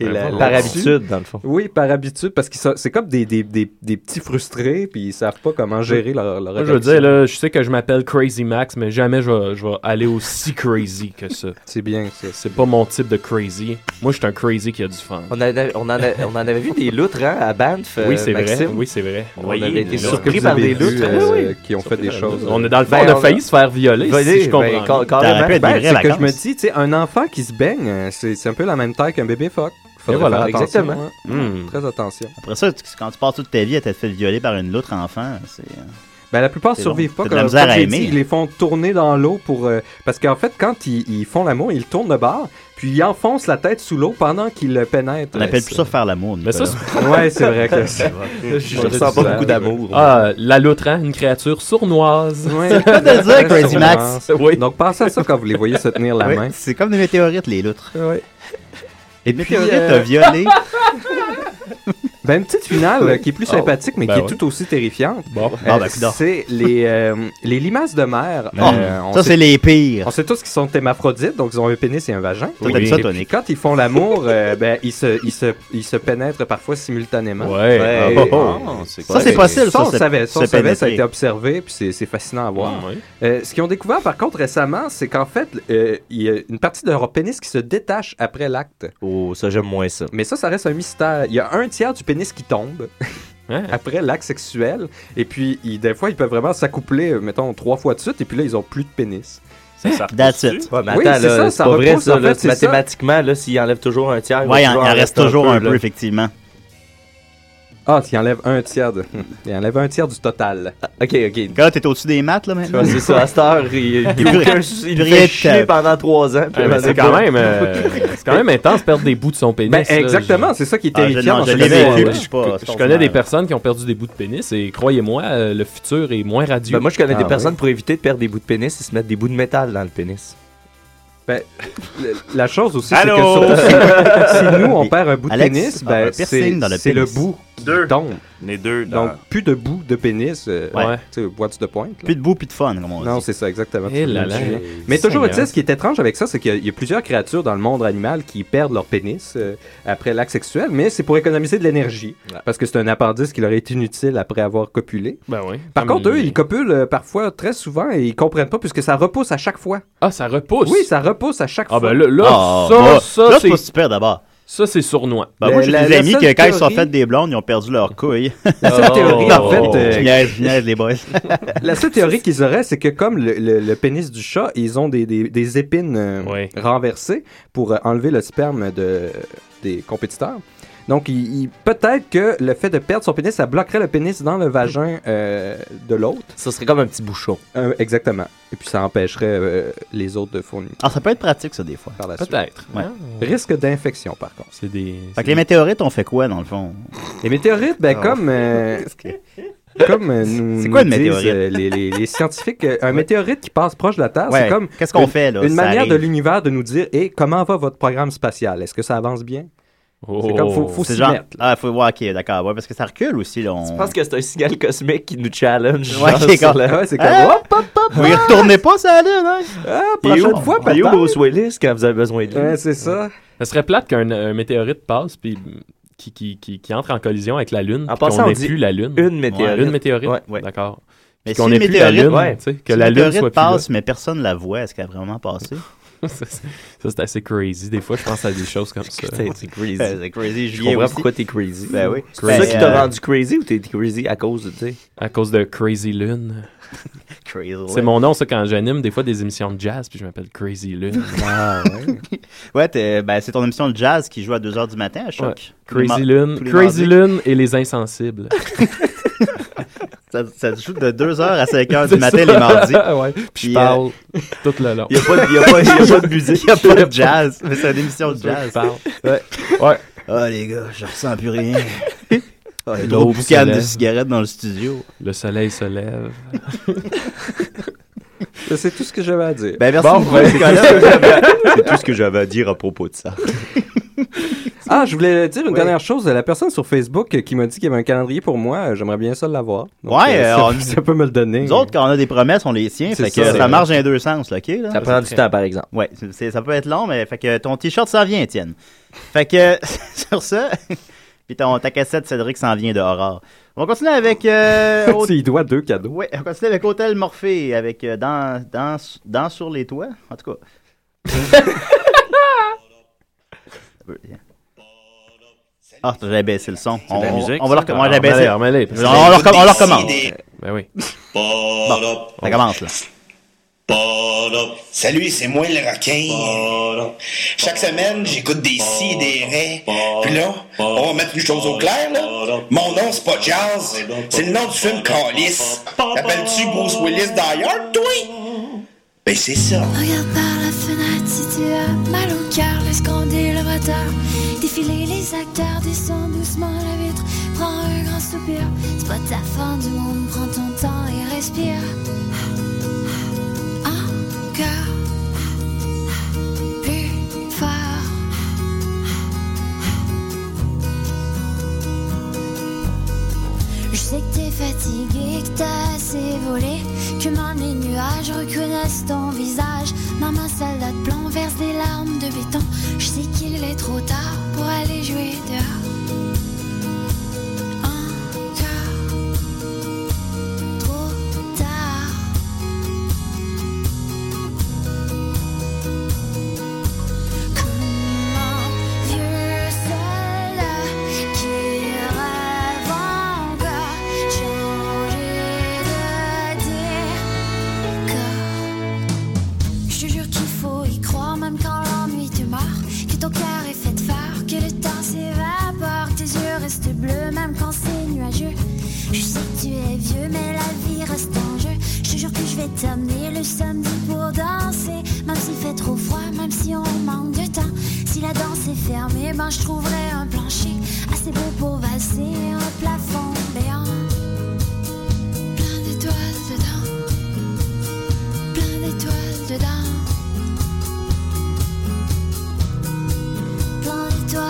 Speaker 12: Et la-
Speaker 10: Par
Speaker 12: là-dessus-
Speaker 10: habitude, dans le fond.
Speaker 12: Oui, par habitude, parce que c'est comme des, des, des, des petits frustrés, puis ils savent pas comment gérer leur, leur
Speaker 9: Moi, je veux
Speaker 12: affection.
Speaker 9: dire, là, je sais que je m'appelle Crazy Max, mais jamais je vais, je vais aller aussi crazy que ça.
Speaker 12: C'est bien, ça.
Speaker 9: C'est pas mon type de crazy. Moi, je suis un crazy qui a du fun.
Speaker 10: On, avait- on en a- on en avait vu des loutres hein, à Banff. euh,
Speaker 9: oui, c'est vrai.
Speaker 10: Maxime.
Speaker 9: Oui, c'est vrai.
Speaker 10: On avait été surpris par des loutres. euh, Oui, oui.
Speaker 12: qui ont fait des choses.
Speaker 10: euh.
Speaker 9: On est dans le
Speaker 10: Ben,
Speaker 9: fond, on a failli se faire violer, si je comprends. bien.
Speaker 12: Ben, c'est que je me dis, tu sais, un enfant qui se baigne, euh, c'est c'est un peu la même taille qu'un bébé phoque.
Speaker 6: Et
Speaker 12: Faudrait
Speaker 6: voilà,
Speaker 12: faire attention,
Speaker 6: exactement.
Speaker 12: hein.
Speaker 6: Mm.
Speaker 12: Très attention.
Speaker 6: Après ça, tu- quand tu passes toute ta vie à t'être fait violer par une autre enfant, c'est. euh,
Speaker 12: Ben, la plupart
Speaker 6: c'est
Speaker 12: survivent pas.
Speaker 6: long. T'as de la
Speaker 12: comme-
Speaker 6: misère
Speaker 12: comme
Speaker 6: à
Speaker 12: j'ai
Speaker 6: aimer. hein.
Speaker 12: dit, ils les font tourner dans l'eau pour. euh, parce qu'en fait, quand ils, ils font l'amour, ils tournent le bar, puis ils enfoncent la tête sous l'eau pendant qu'ils le pénètrent.
Speaker 6: On appelle plus ça faire l'amour.
Speaker 9: Mais ça,
Speaker 12: Nicolas. Ouais, c'est vrai que c'est- Je ressens pas beaucoup d'amour.
Speaker 9: Ah, la loutre, hein, une créature sournoise.
Speaker 6: C'est pas de dire, Crazy Max.
Speaker 12: Oui. Donc, pensez à ça quand vous les voyez se tenir la
Speaker 6: Oui,
Speaker 12: main.
Speaker 6: C'est comme des météorites, les loutres.
Speaker 12: Oui.
Speaker 6: Les
Speaker 12: puis,
Speaker 6: météorites
Speaker 12: euh,
Speaker 11: [LAUGHS]
Speaker 6: t'as violé.
Speaker 12: Ben, une petite finale
Speaker 6: Oui.
Speaker 12: euh, qui est plus
Speaker 6: Ah ouais.
Speaker 12: sympathique, mais
Speaker 6: Ben
Speaker 12: qui
Speaker 6: ouais.
Speaker 12: est tout aussi terrifiante.
Speaker 6: Bon.
Speaker 12: Euh,
Speaker 6: Ah, ben, coudonc.
Speaker 12: c'est les, euh, les limaces de mer. euh,
Speaker 6: Ah,
Speaker 12: on
Speaker 6: ça,
Speaker 12: sait-
Speaker 6: c'est les pires.
Speaker 12: On sait tous qu'ils sont hémaphrodites, donc ils ont un pénis et un vagin.
Speaker 6: Toi, t'aimes ça,
Speaker 12: Et
Speaker 6: toi,
Speaker 12: puis,
Speaker 6: Nick.
Speaker 12: quand ils font l'amour, euh, ben, ils, se, ils, se, ils se pénètrent parfois simultanément.
Speaker 9: Ouais.
Speaker 12: Et-
Speaker 9: Oh, oh, oh.
Speaker 12: Ah,
Speaker 9: Ça, c'est
Speaker 12: ouais.
Speaker 9: possible,
Speaker 12: Ça,
Speaker 9: ça,
Speaker 12: on
Speaker 9: se-
Speaker 12: savait. Ça, on
Speaker 9: se
Speaker 12: savait, ça a
Speaker 9: pénétrer.
Speaker 12: été observé, puis c'est- c'est fascinant à
Speaker 10: Mm,
Speaker 12: voir.
Speaker 9: Ah, oui.
Speaker 12: Euh, ce qu'ils ont découvert, par contre, récemment, c'est qu'en fait, euh, il y a une partie de leur pénis qui se détache après l'acte.
Speaker 10: Oh, ça, j'aime moins ça.
Speaker 12: Mais ça, ça reste un mystère. Il y a un tiers du pénis
Speaker 10: [LAUGHS]
Speaker 12: qui tombe après l'acte sexuel. Et puis, ils- des fois, ils peuvent vraiment s'accoupler, euh, mettons, trois fois de suite. Et puis là, ils ont plus de pénis.
Speaker 11: C'est ça.
Speaker 6: That's it.
Speaker 10: Ouais, mais
Speaker 12: Oui,
Speaker 10: ben, attends,
Speaker 12: c'est
Speaker 10: là,
Speaker 12: ça,
Speaker 10: c'est
Speaker 12: ça
Speaker 10: pas vrai,
Speaker 12: repousse,
Speaker 10: ça.
Speaker 12: en
Speaker 10: là,
Speaker 12: fait, c'est ça.
Speaker 10: mathématiquement, là, s'il enlève toujours un tiers,
Speaker 6: Ouais, il
Speaker 10: va
Speaker 6: en- il en reste toujours un peu, effectivement.
Speaker 12: Ah, tu enlèves un tiers de. [LAUGHS] Il enlève un tiers du total. ok, [LAUGHS] ok.
Speaker 6: Quand t'es au-dessus des maths, là, maintenant.
Speaker 12: C'est ça, à cette heure, il, il,
Speaker 6: Rien-
Speaker 12: il
Speaker 6: rien
Speaker 12: fait
Speaker 6: de
Speaker 12: chier
Speaker 10: euh,
Speaker 6: tel.
Speaker 12: pendant trois ans. puis
Speaker 10: ben,
Speaker 9: Ah, mais
Speaker 12: avant
Speaker 9: c'est
Speaker 12: des
Speaker 9: quand
Speaker 12: fois-
Speaker 9: même, euh, c'est quand même intense perdre des bouts de son pénis.
Speaker 12: Ben,
Speaker 9: là.
Speaker 12: exactement, c'est ça qui est
Speaker 9: Ah, je-
Speaker 12: terrifiant
Speaker 9: non,
Speaker 12: dans
Speaker 9: je
Speaker 12: ce
Speaker 9: l'ai
Speaker 12: domaine-là.
Speaker 9: vécu,
Speaker 12: Ouais.
Speaker 9: puis je, pas-
Speaker 12: C'est
Speaker 9: je connais des
Speaker 12: ordinaire.
Speaker 9: personnes qui ont perdu des bouts de pénis et croyez-moi, euh, le futur est moins radieux. Ah,
Speaker 12: Ben, moi, je connais des personnes pour éviter de perdre des bouts de pénis, ils se mettent des bouts de métal dans le pénis. Ben, le- la chose aussi, c'est que
Speaker 9: Allô?
Speaker 12: surtout, si,
Speaker 6: [LAUGHS]
Speaker 12: si nous, on
Speaker 9: Et
Speaker 12: perd un bout de
Speaker 9: Alex
Speaker 12: pénis,
Speaker 6: ah,
Speaker 9: a un
Speaker 12: ben, c'est
Speaker 9: piercing dans le
Speaker 12: c'est le
Speaker 9: pénis.
Speaker 12: bout.
Speaker 11: Deux.
Speaker 12: Donc,
Speaker 11: Les deux. dans-
Speaker 12: donc, plus de bout de pénis, euh,
Speaker 11: Ouais.
Speaker 12: tu sais, what's the point? là?
Speaker 6: Plus de bout, plus de fun, comme on dit.
Speaker 12: Non, c'est ça, exactement.
Speaker 9: Eh là
Speaker 12: Tu-
Speaker 9: là.
Speaker 12: tu-
Speaker 9: Eh,
Speaker 12: Mais toujours
Speaker 9: Seigneur.
Speaker 12: est-il, ce qui est étrange avec ça, c'est qu'il y a- il y a plusieurs créatures dans le monde animal qui perdent leur pénis euh, après l'acte sexuel, mais c'est pour économiser de l'énergie, parce que c'est un appendice qui leur est inutile après avoir copulé.
Speaker 9: Ben oui.
Speaker 12: Par
Speaker 9: Comme
Speaker 12: contre, eux,
Speaker 9: les-
Speaker 12: ils copulent euh, parfois, très souvent, et ils comprennent pas, puisque ça repousse à chaque fois.
Speaker 9: Ah, ça repousse?
Speaker 12: Oui, ça repousse à chaque
Speaker 9: Ah,
Speaker 12: fois.
Speaker 9: ben là, là,
Speaker 6: Ah,
Speaker 9: ça,
Speaker 6: bah,
Speaker 9: ça,
Speaker 6: là,
Speaker 9: c'est.
Speaker 6: c'est pas super d'abord.
Speaker 9: Ça, c'est sournois.
Speaker 6: Ben,
Speaker 9: Le-
Speaker 6: moi, j'ai
Speaker 9: la-
Speaker 6: des
Speaker 9: la
Speaker 6: amis
Speaker 9: seule
Speaker 6: que quand ils se sont
Speaker 9: théorie-
Speaker 6: fait des blondes, ils ont
Speaker 12: [LAUGHS]
Speaker 6: perdu leur couille. Oh.
Speaker 12: La
Speaker 6: [LAUGHS]
Speaker 12: seule théorie, en fait, euh,
Speaker 6: Je niaise,
Speaker 12: [LAUGHS]
Speaker 6: je niaise, les boys.
Speaker 12: La seule théorie qu'ils auraient, c'est que comme le, le- le pénis du chat, ils ont des, des- des épines euh, renversées pour euh, enlever le sperme de, des compétiteurs. Donc, il- il- peut-être que le fait de perdre son pénis, ça bloquerait le pénis dans le vagin euh, de l'autre. Euh,
Speaker 10: Ça serait comme un petit bouchon.
Speaker 12: exactement. Et puis, ça empêcherait euh, les autres de fournir.
Speaker 6: Ah, ça peut être pratique, ça, des fois.
Speaker 12: Par la suite.
Speaker 9: Peut-être.
Speaker 6: Ouais.
Speaker 10: Ah.
Speaker 12: Risque d'infection, par contre.
Speaker 9: C'est des.
Speaker 6: Fait que les météorites ont fait quoi, dans le fond?
Speaker 12: Les météorites, ben,
Speaker 6: Ah.
Speaker 12: comme. euh, [LAUGHS] comme euh, nous,
Speaker 6: C'est quoi
Speaker 12: nous
Speaker 6: une
Speaker 12: disent,
Speaker 6: météorite?
Speaker 12: euh, les, les- les scientifiques, euh, un météorite qui passe proche de la Terre, c'est
Speaker 6: Ouais,
Speaker 12: comme
Speaker 6: qu'est-ce qu'on
Speaker 12: une-
Speaker 6: fait, là,
Speaker 12: une
Speaker 6: ça
Speaker 12: manière
Speaker 6: arrive.
Speaker 12: de l'univers de nous dire et comment va votre programme spatial Est-ce que ça avance bien euh, C'est comme faut, faut
Speaker 6: C'est
Speaker 12: s'y
Speaker 6: genre-
Speaker 12: mettre.
Speaker 6: Ah, faut voir, ok, d'accord. Ouais, parce que ça recule aussi, là.
Speaker 10: [LAUGHS]
Speaker 6: On...
Speaker 10: Je pense que c'est un signal cosmique qui nous challenge.
Speaker 6: Ouais,
Speaker 10: genre,
Speaker 6: c'est
Speaker 10: sur
Speaker 6: comme-
Speaker 10: la-
Speaker 6: Ouais, c'est comme,
Speaker 10: Hein?
Speaker 6: hop, hop, hop, Vous y retournez pas, ça, là,
Speaker 12: Ah,
Speaker 10: Et où,
Speaker 12: prochaine fois,
Speaker 10: et où
Speaker 12: peut-être.
Speaker 10: Bruce Willis quand vous avez besoin de lui?
Speaker 12: Ouais, c'est ça.
Speaker 9: Ça serait plate qu'un euh, météorite passe puis mm, qui, qui, qui, qui entre en collision avec la Lune.
Speaker 10: En
Speaker 9: puis
Speaker 10: passant,
Speaker 9: qu'on
Speaker 10: on
Speaker 9: n'ait
Speaker 10: dit
Speaker 9: plus la Lune.
Speaker 10: une météorite.
Speaker 9: Ouais, une météorite.
Speaker 10: Ouais,
Speaker 9: D'accord.
Speaker 6: Mais
Speaker 9: Puis
Speaker 6: si
Speaker 9: qu'on
Speaker 6: une
Speaker 9: n'ait plus la
Speaker 6: météorite,
Speaker 9: Lune,
Speaker 6: ouais.
Speaker 9: tu sais, que
Speaker 6: Si
Speaker 9: la
Speaker 6: une
Speaker 9: Lune
Speaker 6: météorite
Speaker 9: soit
Speaker 6: passe,
Speaker 9: plus
Speaker 6: mais personne la voit. Est-ce qu'elle a vraiment passé?
Speaker 9: là.
Speaker 6: [LAUGHS]
Speaker 9: ça, [LAUGHS] c'est- ça, c'est assez crazy. Des fois, je pense à des choses comme ça.
Speaker 10: Putain, c'est crazy.
Speaker 6: Euh, c'est crazy,
Speaker 10: Je
Speaker 6: Julien
Speaker 10: comprends
Speaker 6: aussi.
Speaker 10: pourquoi t'es crazy.
Speaker 6: Ben oui.
Speaker 10: C'est ça
Speaker 6: Ben,
Speaker 10: qui t'a
Speaker 6: euh,
Speaker 10: rendu crazy ou t'es crazy à cause de, tu sais?
Speaker 9: À cause de Crazy Lune.
Speaker 6: [LAUGHS] Crazy
Speaker 9: C'est mon nom, ça, quand j'anime des fois des émissions de jazz, puis je m'appelle Crazy Lune.
Speaker 6: [LAUGHS] Ah, ouais. ouais, t'es- ben, c'est ton émission de jazz qui joue à 2h du matin à
Speaker 9: Ouais.
Speaker 6: choc. Tous les
Speaker 9: Crazy
Speaker 6: mar-
Speaker 9: Lune,
Speaker 6: tous les
Speaker 9: Crazy
Speaker 6: mardis.
Speaker 9: Lune et les
Speaker 6: [LAUGHS]
Speaker 9: insensibles.
Speaker 6: Ça, ça se joue de 2h à 5h
Speaker 9: C'est [LAUGHS]
Speaker 6: du matin
Speaker 9: ça.
Speaker 6: les [LAUGHS] mardis. euh,
Speaker 9: Ouais, puis je parle tout le long.
Speaker 6: Il n'y a, pas de- y a pas- [LAUGHS] y a pas de
Speaker 9: [LAUGHS]
Speaker 6: musique, il n'y a pas de jazz. Mais c'est une émission de
Speaker 9: C'est ça que
Speaker 6: jazz.
Speaker 9: je parle.
Speaker 6: Ouais.
Speaker 9: ouais.
Speaker 6: Ah, les gars, je ressens plus rien. Ah, il y a
Speaker 9: L'aube
Speaker 6: L'autre boucane
Speaker 9: se
Speaker 6: de
Speaker 9: lève.
Speaker 6: cigarettes dans le studio.
Speaker 9: Le soleil se lève.
Speaker 12: C'est tout ce que j'avais à dire.
Speaker 6: Ben, merci
Speaker 12: Bon,
Speaker 6: beaucoup,
Speaker 12: ben, [LAUGHS]
Speaker 6: Nicolas. [LAUGHS]
Speaker 10: C'est tout ce que j'avais à dire à propos de ça.
Speaker 12: Ah, je voulais dire une dernière chose. La personne sur Facebook euh, qui m'a dit qu'il y avait un calendrier pour moi, euh, j'aimerais bien ça l'avoir. Donc,
Speaker 6: Ouais,
Speaker 12: euh,
Speaker 6: euh,
Speaker 12: ça-
Speaker 6: on-
Speaker 12: ça peut me le donner.
Speaker 6: Nous autres, quand on a des promesses, on les tient.
Speaker 12: C'est ça,
Speaker 6: Fait que ça,
Speaker 12: c'est vrai.
Speaker 6: marche dans les deux sens, là, OK? Là?
Speaker 10: Ça prend du temps, par exemple.
Speaker 6: Ouais, c'est- c'est- ça peut être long, mais fait que ton t-shirt s'en vient, Étienne. Fait que [LAUGHS] sur ça, puis ton, ta cassette Cédric s'en vient de Aurore. On continue
Speaker 9: [LAUGHS]
Speaker 6: avec.
Speaker 12: [LAUGHS]
Speaker 6: euh, au-
Speaker 12: Il doit deux cadeaux.
Speaker 6: ouais, on continue avec Hôtel Morphée, avec euh, dans, dans, dans sur les toits, en tout cas. Ah, j'avais baissé le son. On,
Speaker 9: de la
Speaker 6: on-
Speaker 9: musique,
Speaker 6: on va
Speaker 9: ça?
Speaker 6: leur on
Speaker 9: Ah,
Speaker 6: l'a baissé.
Speaker 9: remets-les, remets-les, parce que-
Speaker 6: On- on leur com- on leur recommence.
Speaker 9: Ben oui.
Speaker 6: Bon, ça commence, là.
Speaker 14: Salut, c'est moi le requin. Chaque semaine, j'écoute des si et des ré. Puis là, on va mettre une chose au clair, là. Mon nom, c'est pas Jazz. C'est le nom du film Calis. T'appelles-tu Bruce Willis d'ailleurs, toi? Ben, c'est ça.
Speaker 15: Regarde par la fenêtre si tu as mal au cœur, laisse grandir le moteur. Défiler les acteurs, descends doucement la vitre, prends un grand soupir. C'est pas ta fin du monde, prends ton temps et respire. Encore plus fort. Je sais que t'es fatigué, que t'as assez volé, que même les nuages reconnaissent ton visage. Dans ma salade blanc verse des larmes de béton. Je sais qu'il est trop tard pour aller jouer dehors. Encore trop tard. Vieux seul qui rêve encore, changer de décor. Je te jure qu'il faut y croire, même quand l'ennui te mord. Que ton cœur est fait de phare, que le temps s'évapore, tes yeux restent bleus, même quand c'est vieux, mais la vie reste en jeu. Je te jure que je vais t'amener le samedi pour danser. Même s'il fait trop froid, même si on manque de temps. Si la danse est fermée, ben je trouverai un plancher assez beau pour valser un plafond béant. Plein d'étoiles dedans, plein d'étoiles dedans, plein d'étoiles dedans.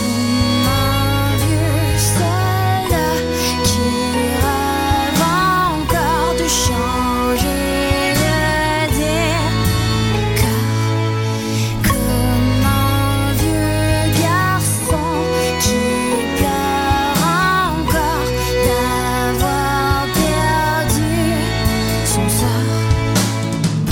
Speaker 15: Un vieux soldat qui rêve encore de changer le décor Comme un vieux garçon qui pleure encore d'avoir perdu son sort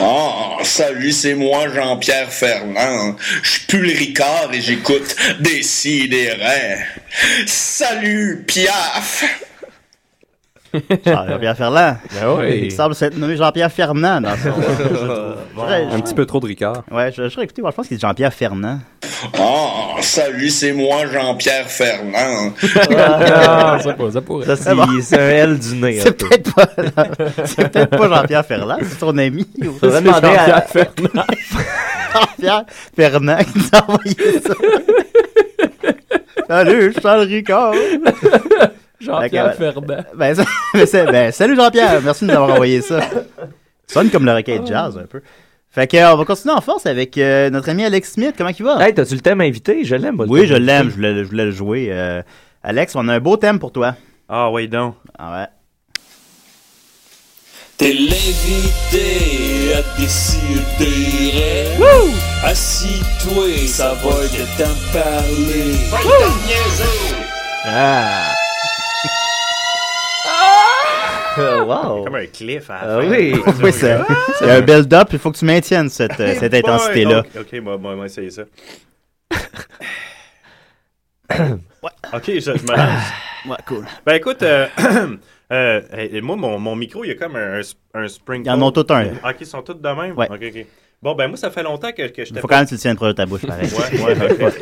Speaker 14: Ah, salut, c'est moi, Jean-Pierre Ferland. Je suis plus le Ricard et j'écoute des si des reins. Salut, Piaf!
Speaker 6: Jean-Pierre [LAUGHS] Ferland.
Speaker 12: Ben oui.
Speaker 6: Il semble s'être nommé Jean-Pierre Fernand dans
Speaker 12: [LAUGHS]
Speaker 6: son.
Speaker 12: Un petit peu trop de Ricard.
Speaker 6: Ouais, je, je serais écouté, moi, je pense qu'il est Jean-Pierre Fernand.
Speaker 14: Ah, salut, c'est moi, Jean-Pierre Ferland.
Speaker 12: [LAUGHS]
Speaker 6: [LAUGHS] Ah,
Speaker 9: ça, pour- ça pourrait.
Speaker 6: Ça, c'est- c'est un L
Speaker 10: du nez,
Speaker 6: C'est peut-être pas, c'est peut-être pas Jean-Pierre Ferland, c'est ton ami. ou-
Speaker 10: Faudrait
Speaker 6: C'est
Speaker 10: demander à-
Speaker 6: Jean-Pierre Fernand. [LAUGHS] Jean-Pierre Fernand qui nous a envoyé ça. Salut, je suis Charles Ricard.
Speaker 9: Jean-Pierre
Speaker 6: Fait que,
Speaker 9: Fernand.
Speaker 6: Ben, ça- [LAUGHS] ben, c'est- ben, salut Jean-Pierre, merci de nous avoir envoyé ça. Ça Sonne comme le requête jazz un peu. Fait que, euh, on va continuer en force avec euh, notre ami Alex Smith. Comment il va?
Speaker 10: Hey, t'as-tu le thème invité? Je l'aime, moi, le
Speaker 6: Oui,
Speaker 10: thème
Speaker 6: je
Speaker 10: invité.
Speaker 6: l'aime, je voulais, je voulais le jouer. euh, Alex, on a un beau thème pour toi.
Speaker 11: Ah, oui, donc.
Speaker 6: Ah ouais.
Speaker 7: T'es l'invité à décider. Assis-toi, ça va que t'en parler.
Speaker 10: Ah!
Speaker 11: Ah!
Speaker 6: [LAUGHS] Oh, wow!
Speaker 11: Comme un cliff à
Speaker 6: Ah
Speaker 11: la fin. [LAUGHS]
Speaker 6: [LAUGHS] oui,
Speaker 11: Ouais,
Speaker 6: oui c'est
Speaker 11: ouais.
Speaker 6: c'est un build-up, il faut que tu maintiennes cette, euh,
Speaker 11: Hey
Speaker 6: cette
Speaker 11: boy!
Speaker 6: intensité-là.
Speaker 11: Ok, ok, moi, moi, moi essayer
Speaker 6: [COUGHS]
Speaker 11: ça. Ouais. Ok, je, je me lance.
Speaker 6: [COUGHS] Ouais, cool.
Speaker 11: Ben écoute, euh, [COUGHS] euh, hey, moi, mon, mon micro, il y a comme un, un spring.
Speaker 6: Ils en ont tous un.
Speaker 11: Ok, ils sont tous de même.
Speaker 6: Ouais.
Speaker 11: Ok, ok. Bon, ben moi, ça fait longtemps que, que je
Speaker 6: Il faut quand même que tu le tiennes proche de ta bouche, pareil. [LAUGHS]
Speaker 11: Ouais, ouais, ok.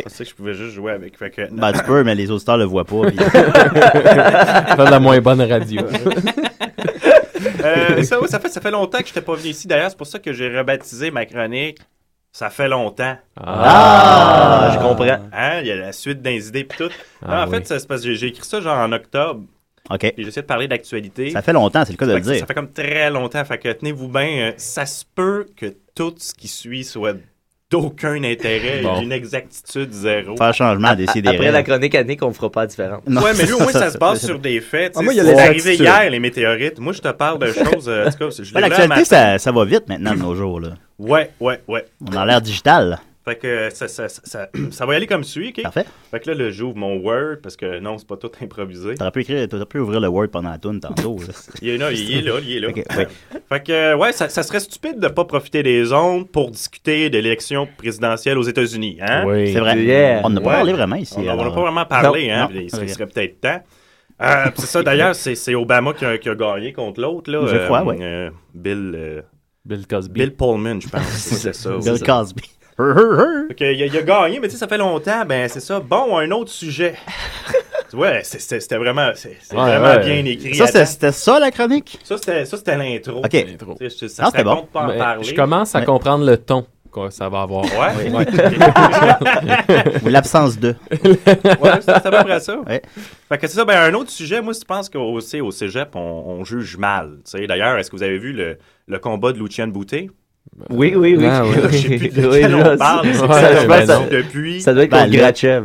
Speaker 11: Je pensais que je pouvais juste jouer avec. Fait que-
Speaker 6: Ben, tu peux, mais les auditeurs le voient pas.
Speaker 10: [LAUGHS]
Speaker 6: puis-
Speaker 9: [LAUGHS] Faire de la moins bonne radio.
Speaker 11: [LAUGHS]
Speaker 9: [LAUGHS]
Speaker 11: Euh, ça, ouais, ça, fait, ça fait longtemps que je n'étais pas venu ici. D'ailleurs, c'est pour ça que j'ai rebaptisé ma chronique. Ça fait longtemps.
Speaker 10: Ah! Je comprends.
Speaker 11: Hein, Il y a la suite des idées et tout. Non,
Speaker 6: Ah
Speaker 11: en
Speaker 6: oui.
Speaker 11: fait, ça, c'est parce que j'ai- j'ai écrit ça genre en octobre.
Speaker 6: OK.
Speaker 11: Puis j'essaie de parler d'actualité.
Speaker 6: Ça fait longtemps, c'est le cas de
Speaker 11: Fait
Speaker 6: le
Speaker 11: que ça-
Speaker 6: dire.
Speaker 11: Ça fait comme très longtemps. Fait que tenez-vous bien. euh, ça se peut que tout ce qui suit soit d'aucun intérêt,
Speaker 6: Bon.
Speaker 11: d'une exactitude zéro.
Speaker 6: Faire changement à décider. hein.
Speaker 10: Après la chronique année qu'on fera pas différente.
Speaker 11: Ouais, mais lui, au moins, ça se base sur des faits.
Speaker 10: Ah,
Speaker 11: tu
Speaker 10: moi, il y
Speaker 11: sais,
Speaker 10: a
Speaker 11: c'est
Speaker 10: les
Speaker 11: arrivé
Speaker 10: attitudes.
Speaker 11: hier, les météorites. Moi, je te parle
Speaker 10: [LAUGHS]
Speaker 11: de choses. euh, en tout cas, je l'ai
Speaker 6: Ben,
Speaker 11: lu à
Speaker 6: L'actualité,
Speaker 11: matin.
Speaker 6: ça, ça va vite maintenant de nos jours. Là.
Speaker 11: Ouais, ouais, ouais.
Speaker 6: On a l'air digital.
Speaker 11: Fait que euh, ça, ça, ça, ça- [CLEARS THROAT] ça va y aller comme suit, OK?
Speaker 6: Parfait.
Speaker 11: Fait que là, là, j'ouvre mon Word parce que non, c'est pas tout improvisé.
Speaker 6: T'aurais pu, écrire- t'aurais pu ouvrir le Word pendant la toune tantôt. là.
Speaker 11: Il est là, il est là, il est là.
Speaker 6: Ok, ouais.
Speaker 11: Fait que, euh, ouais, ça, ça serait stupide de ne pas profiter des ondes pour discuter de l'élection présidentielle aux États-Unis. Hein?
Speaker 6: Oui. C'est vrai. Yeah. On n'a pas parlé vraiment ici,
Speaker 11: On n'a
Speaker 6: alors.
Speaker 11: pas vraiment parlé.
Speaker 6: Non.
Speaker 11: Hein?
Speaker 6: Non.
Speaker 11: Il serait,
Speaker 6: Ok.
Speaker 11: il serait peut-être temps. Euh, c'est ça, d'ailleurs, c'est c'est Obama qui a, qui a gagné contre l'autre. là.
Speaker 6: Je
Speaker 11: euh,
Speaker 6: crois, ouais.
Speaker 11: euh, Bill, euh,
Speaker 9: Bill Cosby.
Speaker 11: Bill Pullman,
Speaker 6: [LAUGHS]
Speaker 11: je pense. c'est ça.
Speaker 6: Bill
Speaker 11: c'est ça. [LAUGHS]
Speaker 6: Cosby. Hur, hur, hur.
Speaker 11: Fait que, il, a, il a gagné, mais tu sais, ça fait longtemps. Ben, c'est ça. Bon, un autre
Speaker 6: [LAUGHS]
Speaker 11: sujet. Tu vois, c'est- c'est- c'était vraiment, c'est c'est
Speaker 6: Ouais,
Speaker 11: vraiment
Speaker 6: ouais.
Speaker 11: bien écrit.
Speaker 6: Ça, c'était-
Speaker 11: Attends.
Speaker 6: c'était ça, la chronique?
Speaker 11: Ça, c'était ça, c'était l'intro.
Speaker 6: Ok. L'intro.
Speaker 11: Tu sais, je-
Speaker 6: Non,
Speaker 11: Ça serait
Speaker 6: c'était bon.
Speaker 11: bon de pas en
Speaker 9: Mais
Speaker 11: parler.
Speaker 9: je commence à
Speaker 6: Ouais.
Speaker 9: comprendre le ton que ça va avoir.
Speaker 11: Ouais?
Speaker 10: [LAUGHS]
Speaker 11: [LAUGHS]
Speaker 6: Ou l'absence de.
Speaker 11: ouais, c'est à peu près ça.
Speaker 6: Ouais.
Speaker 11: Fait que c'est ça, ben, un autre sujet, moi, je pense qu'au c'est au cégep, on, on juge mal. tu sais. D'ailleurs, est-ce que vous avez vu le, le combat de Lucien Bouté?
Speaker 10: Oui, oui, oui.
Speaker 11: Ah, ouais. [LAUGHS] Je sais plus de
Speaker 10: Oui,
Speaker 11: quel
Speaker 10: là,
Speaker 11: on parle.
Speaker 10: c'est-
Speaker 11: c'est
Speaker 10: ouais,
Speaker 11: que ça,
Speaker 10: je pense
Speaker 11: ben
Speaker 10: ça-
Speaker 11: non. depuis...
Speaker 10: ça doit être Ben, contre le- Grachev.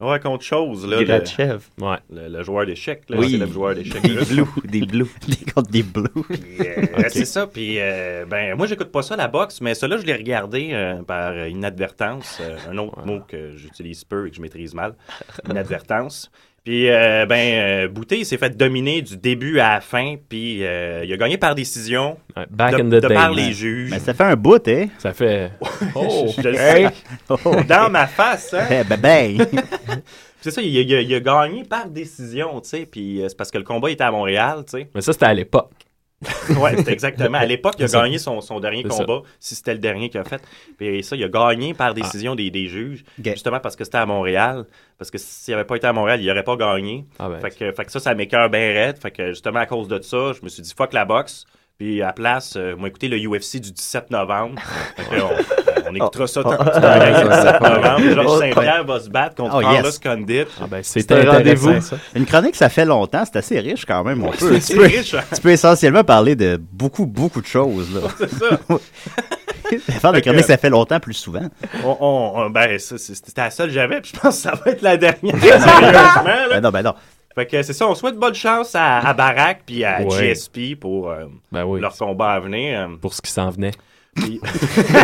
Speaker 11: Ouais, contre chose, là. le-
Speaker 10: Grachev.
Speaker 9: Ouais.
Speaker 11: Le, le joueur d'échecs, là.
Speaker 10: Oui.
Speaker 11: C'est le joueur d'échecs.
Speaker 10: Des
Speaker 11: russe.
Speaker 10: blues, des
Speaker 11: [LAUGHS]
Speaker 10: blues.
Speaker 6: Des contre des [LAUGHS] blues.
Speaker 9: [LAUGHS]
Speaker 11: Euh, C'est ça, puis euh, ben moi j'écoute pas ça la boxe, mais cela je l'ai regardé euh, par euh, inadvertance, euh, un autre mot que j'utilise peu et que je maîtrise mal, inadvertance. Puis euh, ben euh, Bouté il s'est fait dominer du début à la fin, puis euh, il a gagné par décision
Speaker 9: back
Speaker 11: de,
Speaker 9: in the
Speaker 11: de
Speaker 9: day,
Speaker 11: par
Speaker 9: man. [LAUGHS]
Speaker 11: les juges.
Speaker 6: Mais ça fait un bout, hein?
Speaker 9: Ça fait.
Speaker 11: Oh, [LAUGHS] je le
Speaker 6: Hey.
Speaker 9: [LAUGHS]
Speaker 6: Oh.
Speaker 11: sais. Dans ma face, hein?
Speaker 6: Eh, ben, ben.
Speaker 11: c'est ça, il, a- il a- il a gagné par décision, tu sais, puis euh, c'est parce que le combat était à Montréal, tu sais.
Speaker 9: Mais ça, c'était à l'époque. [LAUGHS]
Speaker 11: Ouais, c'est exactement. À l'époque, il a
Speaker 9: C'est ça.
Speaker 11: gagné son, son dernier
Speaker 9: C'est ça. Ah.
Speaker 11: combat, si c'était le dernier qu'il a fait. Puis ça, il a gagné par décision des, des juges, justement parce que c'était à Montréal. Parce que s'il n'avait pas été à Montréal, il n'aurait pas gagné.
Speaker 9: Ah ben.
Speaker 11: fait, que, fait que ça, ça m'écœure bien raide. Fait que justement, à cause de ça, je me suis dit fuck la boxe. Puis à place, euh, moi, écouter le UFC du
Speaker 9: [LAUGHS]
Speaker 11: 17 novembre. Fait que on, on écoutera
Speaker 6: Ah,
Speaker 11: ça tantôt. le 17 novembre. Georges Saint-Pierre va se battre contre
Speaker 6: Oh, yes.
Speaker 11: Carlos Condit.
Speaker 6: Ah,
Speaker 9: Ah ben,
Speaker 6: C'est un rendez-vous. Une chronique, ça fait longtemps. C'est assez riche quand même. On
Speaker 11: Ouais,
Speaker 6: peut,
Speaker 11: [LAUGHS] c'est
Speaker 6: tu, peux,
Speaker 11: riche, hein.
Speaker 6: tu peux essentiellement parler de beaucoup, beaucoup de choses. Là.
Speaker 11: [LAUGHS] [LAUGHS] C'est ça.
Speaker 6: Faire des
Speaker 11: Fait que-
Speaker 6: chroniques, ça [LAUGHS] fait longtemps plus souvent.
Speaker 11: On, on- on- ben, ça, c'est- c'était la seule que j'avais, puis je pense que ça va être la dernière. sérieusement, là.
Speaker 6: Ben non, ben non.
Speaker 11: Fait que c'est ça, on souhaite bonne chance à, à Barack puis à
Speaker 9: Ouais.
Speaker 11: GSP pour euh,
Speaker 9: Ben oui.
Speaker 11: leur combat à venir. euh.
Speaker 9: Pour ce qui s'en
Speaker 6: [LAUGHS]
Speaker 9: venait.
Speaker 11: Puis-
Speaker 9: [LAUGHS]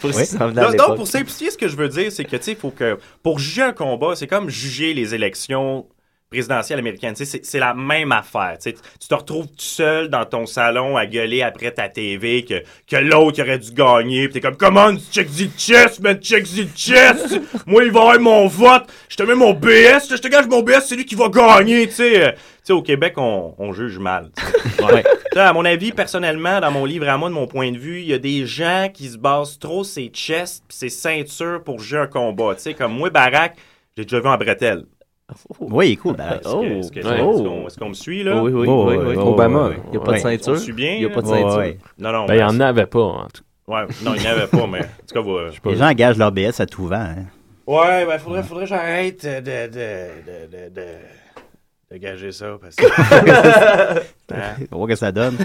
Speaker 9: Pour ce qui s'en venait à
Speaker 11: donc,
Speaker 9: l'époque.
Speaker 11: donc, pour simplifier, ce que je veux dire, c'est que, tu sais, faut que, pour juger un combat, c'est comme juger les élections présidentielles américaines. Tu sais, c'est- c'est la même affaire. Tu sais, tu te retrouves tout seul dans ton salon à gueuler après ta TV que, que l'autre aurait dû gagner. Puis t'es comme, comment, check the chest, man, check the chest. Moi, il va avoir mon vote. Je te mets mon BS. Je te gage mon BS, c'est lui qui va gagner, tu sais. Euh, Tu sais, au Québec, on, on juge mal. tu sais.
Speaker 9: Ouais.
Speaker 11: Tu sais, à mon avis, personnellement, dans mon livre à moi, de mon point de vue, il y a des gens qui se basent trop ses chests pis ses ceintures pour jouer un combat. Tu sais, comme moi, Barack, j'ai déjà vu en bretelle.
Speaker 6: Oui, cool. Ben,
Speaker 11: Est-ce que- est-ce que- est-ce
Speaker 6: Oh.
Speaker 11: qu'on est-ce qu'on me suit, là?
Speaker 10: Oui, oui,
Speaker 6: Oh,
Speaker 10: oui,
Speaker 6: oui,
Speaker 10: oui.
Speaker 6: oui,
Speaker 10: Obama,
Speaker 6: oui,
Speaker 10: il n'y a pas de
Speaker 6: oui.
Speaker 10: ceinture.
Speaker 11: On se souvient,
Speaker 10: Il n'y a pas de
Speaker 11: là?
Speaker 10: ceinture.
Speaker 6: Ouais, ouais.
Speaker 11: Non, non.
Speaker 9: Ben, il n'y en avait pas, en tout
Speaker 11: Ouais, non, il n'y en avait pas, mais en tout cas, euh, voilà.
Speaker 6: Les gens engagent leur BS à tout vent. hein.
Speaker 11: Ouais, ben, faudrait, faudrait que j'arrête de, de, de, de, de, de gager ça, parce [LAUGHS]
Speaker 6: [LAUGHS]
Speaker 11: que... Hein?
Speaker 6: On va voir que
Speaker 11: [LAUGHS]
Speaker 6: ça donne.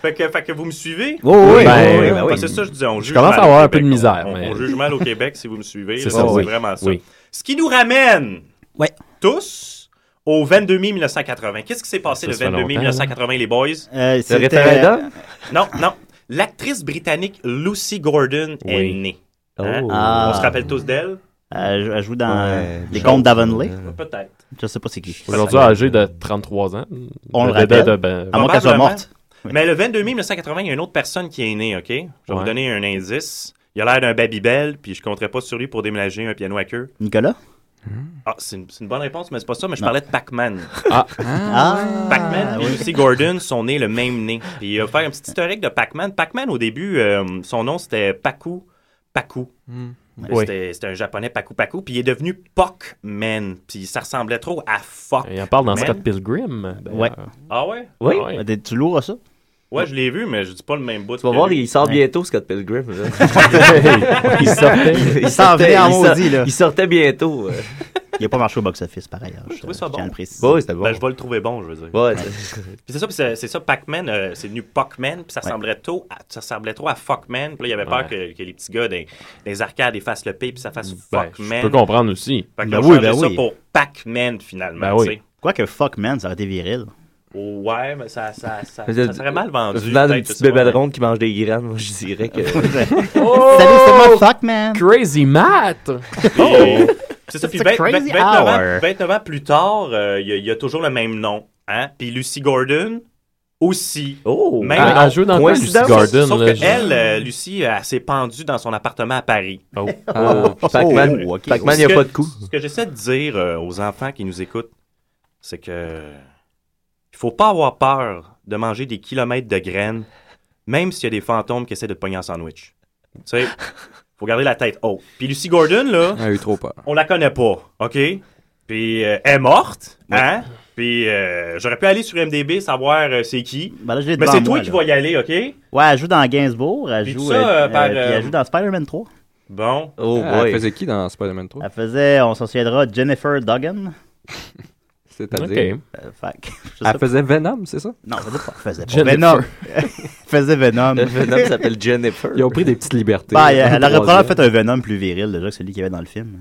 Speaker 11: fait, que, fait que vous me suivez? Ben,
Speaker 6: Oui, oui, oui, oui,
Speaker 11: Parce
Speaker 6: oui.
Speaker 11: que C'est ça, je disais, on
Speaker 9: Ben, Je
Speaker 11: juge
Speaker 9: commence
Speaker 11: mal
Speaker 9: à
Speaker 11: au
Speaker 9: avoir un
Speaker 11: Québec.
Speaker 9: peu de misère,
Speaker 11: On, on-
Speaker 9: mais-
Speaker 11: on juge mal au Québec, si vous me suivez. là,
Speaker 9: C'est
Speaker 11: C'est
Speaker 9: ça, oui.
Speaker 11: vraiment ça.
Speaker 9: Oui.
Speaker 11: Ce qui nous ramène
Speaker 6: ouais.
Speaker 11: tous au 22 mai 1980. Qu'est-ce qui s'est passé
Speaker 9: Ça,
Speaker 11: le
Speaker 9: ça fait
Speaker 11: 22 mai
Speaker 9: longtemps,
Speaker 11: 1980, les boys?
Speaker 6: Euh, Le c'était- euh, référendum?
Speaker 11: Non, non. L'actrice britannique Lucy Gordon est
Speaker 6: Oui.
Speaker 11: née. Hein?
Speaker 6: Oh.
Speaker 11: On se rappelle tous d'elle?
Speaker 6: Elle jou- elle joue dans euh, Les
Speaker 11: Chose.
Speaker 6: Contes d'Avonlea.
Speaker 9: euh,
Speaker 11: Peut-être.
Speaker 6: Je sais pas c'est qui.
Speaker 9: Aujourd'hui, âgé de 33 ans.
Speaker 6: On le
Speaker 9: De- de- de-
Speaker 6: rappelle.
Speaker 9: ben-
Speaker 6: À moins qu'elle soit
Speaker 11: Probablement.
Speaker 6: morte.
Speaker 11: Mais le 22 mai 1980, il y a une autre personne qui est née, OK? Je vais vous
Speaker 9: Ouais.
Speaker 11: donner un indice. Il a l'air d'un Babybel, puis je compterai pas sur lui pour déménager un piano à queue.
Speaker 6: Nicolas?
Speaker 11: Ah, c'est une, c'est une bonne réponse, mais c'est pas ça, mais je
Speaker 6: Non.
Speaker 11: parlais de Pac-Man.
Speaker 9: Ah!
Speaker 6: Ah.
Speaker 11: Pac-Man
Speaker 6: Ah,
Speaker 11: et
Speaker 6: oui.
Speaker 11: Lucy Gordon sont nés le même nez. Puis il va faire un petit historique de Pac-Man. Pac-Man, au début, euh, son nom, c'était Paku. Paku.
Speaker 9: Hmm.
Speaker 11: Ben,
Speaker 9: Oui.
Speaker 11: C'était c'était un japonais Paku Paku. Puis il est devenu Pac-Man. Puis ça ressemblait trop à Fuck.
Speaker 9: Il en parle dans Scott Pilgrim. d'ailleurs.
Speaker 6: Ouais.
Speaker 11: Ah ouais?
Speaker 10: Oui.
Speaker 9: Ouais.
Speaker 6: T'es- Tu lourdes ça?
Speaker 11: Ouais, je l'ai vu, mais je dis pas le même bout.
Speaker 10: Tu vas voir, il sort bientôt, Scott
Speaker 11: [LAUGHS]
Speaker 10: Pilgrim. là.
Speaker 11: Il sortait.
Speaker 10: Il
Speaker 11: Il s'en
Speaker 10: [LAUGHS] sortait-
Speaker 11: venait en
Speaker 10: il sort-
Speaker 11: maudit, là.
Speaker 10: Il sortait bientôt. euh.
Speaker 6: Il n'a pas marché au box-office, par ailleurs.
Speaker 11: Je trouvais ça bon.
Speaker 6: le préciser.
Speaker 11: Ben,
Speaker 6: Ouais, c'était bon.
Speaker 11: je vais le trouver bon, je veux dire.
Speaker 6: Ouais,
Speaker 11: puis c'est ça, puis c'est c'est ça, Pac-Man, euh, c'est devenu Pac-Man, puis ça ressemblait tôt à- ça ressemblait trop à Fuckman. Puis là, il y avait peur que, que les petits gars des, des arcades ils fassent le P, puis ça fasse
Speaker 9: Ben,
Speaker 11: Fuckman.
Speaker 9: je peux comprendre aussi.
Speaker 11: Fait que là,
Speaker 6: Ben oui,
Speaker 11: oui,
Speaker 6: ben
Speaker 11: ça
Speaker 6: oui.
Speaker 11: pour Pac-Man, finalement.
Speaker 6: Ben
Speaker 11: tu sais.
Speaker 6: oui. Quoique Fuckman, ça aurait été viril.
Speaker 11: Ouais, mais ça, ça, ça, ça serait mal vendu.
Speaker 10: Venant d'une
Speaker 11: peut-être, je
Speaker 10: petite
Speaker 11: sais pas.
Speaker 10: bébelle ronde qui mange des graines, moi, je dirais que. [LAUGHS]
Speaker 6: Fuckman!
Speaker 9: Oh! Crazy Matt! Oh!
Speaker 11: Puis- [LAUGHS] C'est ça, puis
Speaker 9: It's a
Speaker 11: vingt- vingt-
Speaker 9: crazy
Speaker 11: 29, ans,
Speaker 9: hour.
Speaker 11: 29 ans plus tard, euh, il y, a- il y a toujours le même nom. Hein? Puis Lucy Gordon aussi.
Speaker 9: Oh,
Speaker 11: même
Speaker 9: elle-
Speaker 11: nom.
Speaker 9: elle joue dans quoi, Lucy
Speaker 11: Coïncidence?
Speaker 9: Gordon,
Speaker 11: Sauf
Speaker 9: là,
Speaker 11: que
Speaker 9: je-
Speaker 11: elle, euh, Lucy, elle s'est pendue dans son appartement à Paris. Oh.
Speaker 10: [LAUGHS] Ah, Pac-Man,
Speaker 11: ok.
Speaker 10: Pac-Man, il y a
Speaker 11: Ce que-
Speaker 10: pas de coup.
Speaker 11: Ce que j'essaie de dire euh, aux enfants qui nous écoutent, c'est que il faut pas avoir peur de manger des kilomètres de graines, même s'il y a des fantômes qui essaient de te pogner en sandwich. Tu
Speaker 10: [LAUGHS]
Speaker 11: sais, faut garder la tête haute. Puis Lucy Gordon, là,
Speaker 10: Ah
Speaker 12: Elle a eu trop peur.
Speaker 11: on la connaît pas, OK? Puis euh, elle est morte, hein? Puis euh, j'aurais pu aller sur MDB savoir euh, c'est qui.
Speaker 6: l'ai
Speaker 11: Mais
Speaker 6: devant
Speaker 11: c'est toi
Speaker 6: moi,
Speaker 11: qui
Speaker 6: Ben là.
Speaker 11: vas y aller, OK?
Speaker 6: Ouais, elle joue dans Gainsbourg, elle
Speaker 11: Puis
Speaker 6: joue,
Speaker 11: ça, euh, par,
Speaker 6: puis
Speaker 11: euh,
Speaker 6: elle joue dans Spider-Man 3.
Speaker 11: Bon.
Speaker 10: Oh,
Speaker 12: Ah,
Speaker 10: boy.
Speaker 12: Elle faisait qui dans Spider-Man
Speaker 10: Oh.
Speaker 12: 3
Speaker 6: Elle faisait, on s'en souviendra,
Speaker 10: [LAUGHS]
Speaker 6: Jennifer Duggan.
Speaker 12: C'est-à-dire.
Speaker 6: Euh, fait que, je sais
Speaker 12: Elle
Speaker 6: pas.
Speaker 12: faisait Venom, c'est ça
Speaker 6: Non, elle faisait pas. Faisait pas.
Speaker 12: Jennifer.
Speaker 6: Venom. [LAUGHS] elle faisait Venom.
Speaker 10: Venom
Speaker 6: [LAUGHS]
Speaker 10: s'appelle Jennifer.
Speaker 12: Ils ont pris des petites libertés.
Speaker 6: Bah, elle, elle aurait probablement
Speaker 12: Troisième.
Speaker 6: fait un Venom plus viril déjà que celui qu'il y avait dans le film.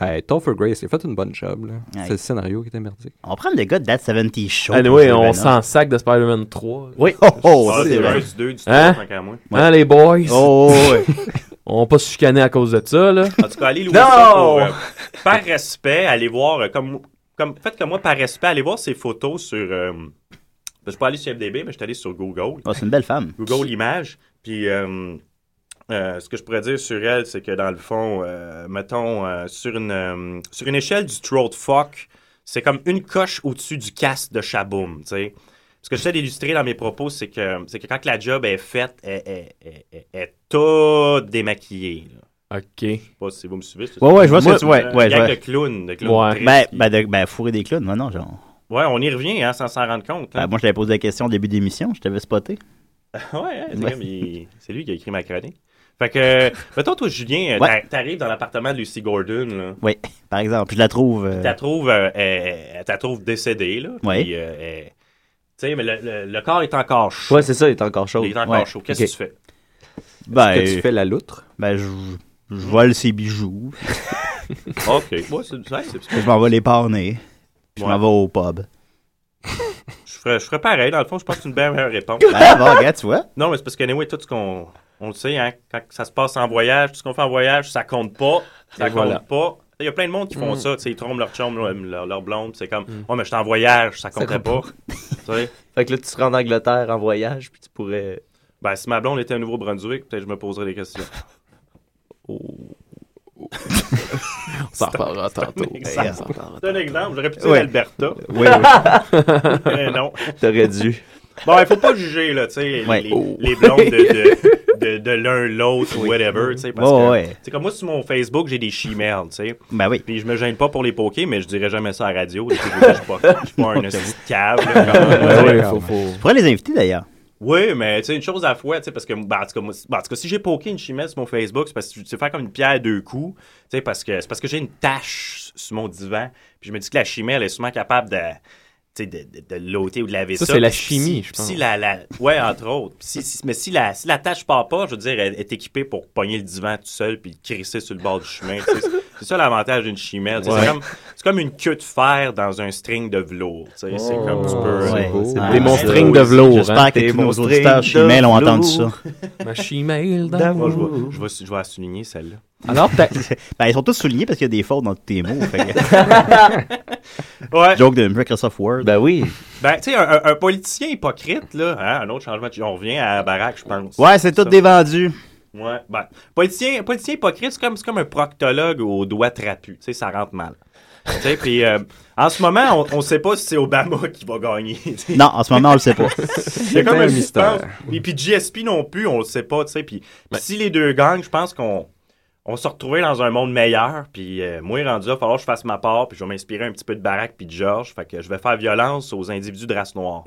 Speaker 12: Hey, Topher Grace, il a fait une bonne job. là.
Speaker 6: Ouais.
Speaker 12: C'est le scénario qui était merdique.
Speaker 6: On prend le gars de That 70 Show.
Speaker 9: Anyway,
Speaker 6: pour jouer
Speaker 9: on
Speaker 6: Venom.
Speaker 9: s'en sac de Spider-Man 3.
Speaker 6: ben Oui, oh, oh,
Speaker 11: Ah,
Speaker 6: ça,
Speaker 11: c'est
Speaker 6: c'est
Speaker 11: vrai.
Speaker 6: vrai.
Speaker 11: Du deux, du
Speaker 9: Hein?
Speaker 11: trois, tant qu'à moi.
Speaker 9: Hein, les boys?
Speaker 6: Oh,
Speaker 9: [LAUGHS] on va pas se chicaner à cause de ça, là.
Speaker 11: En tout cas, allez louer ça pour, euh, par respect, allez voir, euh, comme, comme, faites comme moi, par respect, allez voir ses photos sur, euh, ben, je suis pas allé sur FDB, mais je suis allé sur Google.
Speaker 6: Oh, c'est une belle femme.
Speaker 11: Google Images, puis euh, euh, ce que je pourrais dire sur elle, c'est que dans le fond, euh, mettons, euh, sur, une, euh, sur une échelle du Throat Fuck, c'est comme une coche au-dessus du casque de Shaboom, tu sais. Ce que j'essaie d'illustrer dans mes propos, c'est que, c'est que quand la job est faite, elle elle- elle- elle- elle est tout démaquillée.
Speaker 9: OK. Je sais
Speaker 11: pas si vous me suivez. c'est
Speaker 6: Ouais,
Speaker 11: ça?
Speaker 6: ouais, je vois ce que tu
Speaker 11: Moi,
Speaker 6: ouais,
Speaker 11: euh,
Speaker 6: ouais, je
Speaker 11: gang
Speaker 6: vois.
Speaker 11: de clowns, de clowns tristes
Speaker 6: Ben,
Speaker 11: qui- Hein?
Speaker 6: ben, de, ben, fourrer des clowns, non, non, genre.
Speaker 11: Ouais, on y revient hein, sans s'en rendre compte.
Speaker 6: Ben,
Speaker 11: hein.
Speaker 6: moi, je t'avais posé la question au début d'émission, je t'avais spoté.
Speaker 11: [LAUGHS] Ouais, hein, c'est
Speaker 6: Ouais.
Speaker 11: comme il- c'est lui qui a écrit ma chronique. Fait que, euh, mettons, toi, Julien, euh,
Speaker 6: Ouais.
Speaker 11: t'a- t'arrives dans l'appartement de Lucy Gordon, là.
Speaker 6: [LAUGHS] Oui, par exemple, je la trouve. euh,
Speaker 11: Tu la trouves, euh, elle- elle la trouve décédée, là.
Speaker 6: Ouais.
Speaker 11: Puis, euh, elle- tu sais, mais le, le- le corps est encore chaud.
Speaker 10: Ouais, c'est ça, il est encore chaud.
Speaker 11: Il est encore
Speaker 10: Ouais.
Speaker 11: chaud. Qu'est-ce
Speaker 10: Ok.
Speaker 11: que tu fais?
Speaker 6: Ben,
Speaker 10: Est-ce que tu fais la loutre?
Speaker 6: Ben, je, je vole ses
Speaker 11: [LAUGHS]
Speaker 6: bijoux.
Speaker 11: OK. Ouais, c'est ouais, c'est-
Speaker 6: [LAUGHS] je m'en vais les parner.
Speaker 11: [LAUGHS]
Speaker 6: Puis
Speaker 11: Ouais.
Speaker 6: je m'en vais au pub.
Speaker 11: Je ferais, je ferais pareil, dans le fond, je pense que c'est une belle
Speaker 10: [LAUGHS]
Speaker 11: meilleure réponse.
Speaker 6: Ah, bon, regarde, tu vois.
Speaker 11: Non, mais c'est parce que, anyway, tout ce qu'on on le sait, hein, quand ça se passe en voyage, tout ce qu'on fait en voyage, ça compte pas. Ça
Speaker 9: Et
Speaker 11: compte
Speaker 9: voilà.
Speaker 11: pas. Il y a plein de monde qui font
Speaker 9: Mm.
Speaker 11: ça, tu sais, ils trompent leur chum, leur, leur- leur blonde, c'est comme, ouais, mais je suis en voyage, ça compterait pas.
Speaker 10: Mm. compte
Speaker 11: [LAUGHS] Tu sais.
Speaker 10: Fait que là, tu seras en Angleterre en voyage, puis tu pourrais.
Speaker 11: Ben, si ma blonde était au Nouveau-Brunswick, peut-être que je me poserais
Speaker 10: [LAUGHS]
Speaker 11: des questions.
Speaker 9: On s'en reparlera tantôt.
Speaker 11: Oh. C'est
Speaker 9: On s'en reparlera
Speaker 11: un exemple, j'aurais pu dire
Speaker 9: Ouais.
Speaker 11: Alberta.
Speaker 9: Oui, oui.
Speaker 11: [LAUGHS] Mais non.
Speaker 10: T'aurais dû.
Speaker 11: Bon, il faut pas juger, là, tu sais,
Speaker 10: Ouais.
Speaker 11: les,
Speaker 10: Oh.
Speaker 11: les blondes de, de, de, de l'un l'autre ou whatever, tu sais, parce
Speaker 6: Ouais,
Speaker 11: que,
Speaker 6: ouais.
Speaker 11: tu sais, comme moi, sur mon Facebook, j'ai des chimères, tu sais.
Speaker 6: Ben oui.
Speaker 11: Puis je me gêne pas pour les poker, mais je dirais jamais ça à la radio, là, parce que je suis pas, je suis pas un esti de
Speaker 6: [LAUGHS]
Speaker 11: cave, là, comme-
Speaker 6: Tu pourrais les inviter d'ailleurs.
Speaker 11: Oui, mais tu sais, une chose à la fois, tu sais, parce que, ben, en tout cas, moi, ben, en tout cas, si j'ai poké une chimère sur mon Facebook, c'est parce que tu sais faire comme une pierre à deux coups, tu sais, parce que c'est parce que j'ai une tache sur mon divan, puis je me dis que la chimère, elle est souvent capable de, tu sais, de, de, de l'ôter ou de laver ça.
Speaker 9: Ça, c'est la
Speaker 11: Puis si-
Speaker 9: chimie, je
Speaker 11: puis Si
Speaker 9: pense.
Speaker 11: la, la, ouais, entre autres. Puis Si, si- mais si la, si la tache part pas, je veux dire, elle est équipée pour pogner le divan tout seul puis le crisser sur le bord du chemin. tu sais. C'est ça l'avantage d'une chimère. tu sais.
Speaker 9: Ouais.
Speaker 11: C'est comme, c'est comme une queue de fer dans un string de velours. tu sais. C'est comme tu peux.
Speaker 9: Ouais, c'est
Speaker 11: euh, ah,
Speaker 9: beau.
Speaker 11: c'est
Speaker 9: Des mon
Speaker 11: ça.
Speaker 9: string de velours. hein.
Speaker 6: J'espère que
Speaker 9: Des
Speaker 6: tous nos
Speaker 9: mon string
Speaker 6: auditeurs
Speaker 9: de
Speaker 6: chimelles ont entendu
Speaker 9: velours. [LAUGHS]
Speaker 6: ça.
Speaker 9: Ma chimelle
Speaker 11: Moi, je
Speaker 9: d'amour.
Speaker 11: vais, je, vais, je vais la souligner celle-là.
Speaker 6: Alors, [LAUGHS] ben, ils sont tous soulignés parce qu'il y a des fautes dans tous tes mots. fait que-
Speaker 11: Ouais.
Speaker 6: Joke de Microsoft Word.
Speaker 10: Ben oui.
Speaker 11: Ben, tu sais, un, un- un politicien hypocrite, là, hein, un autre changement. de- On revient à la baraque, je pense.
Speaker 6: Ouais, c'est tout
Speaker 11: Ça.
Speaker 6: des vendus.
Speaker 11: Ouais, ben, politicien, politicien hypocrite, c'est comme, c'est comme un proctologue aux doigts trapus. Tu sais, ça rentre mal. tu sais, puis euh, en ce moment, on ne sait pas si c'est Obama [LAUGHS] qui va gagner. tu sais.
Speaker 6: Non, en ce moment, on le
Speaker 11: [LAUGHS]
Speaker 6: sait pas.
Speaker 11: Il y a comme un mystère. Ben, Ben. Et puis GSP non plus, on le sait pas, tu sais. Puis puis si les deux gangs, je pense qu'on on se retrouver dans un monde meilleur. Puis euh, moi, rendu, il va falloir que je fasse ma part. Puis je vais m'inspirer un petit peu de Barack puis de George. Fait que je vais faire violence aux individus de race [LAUGHS] noire.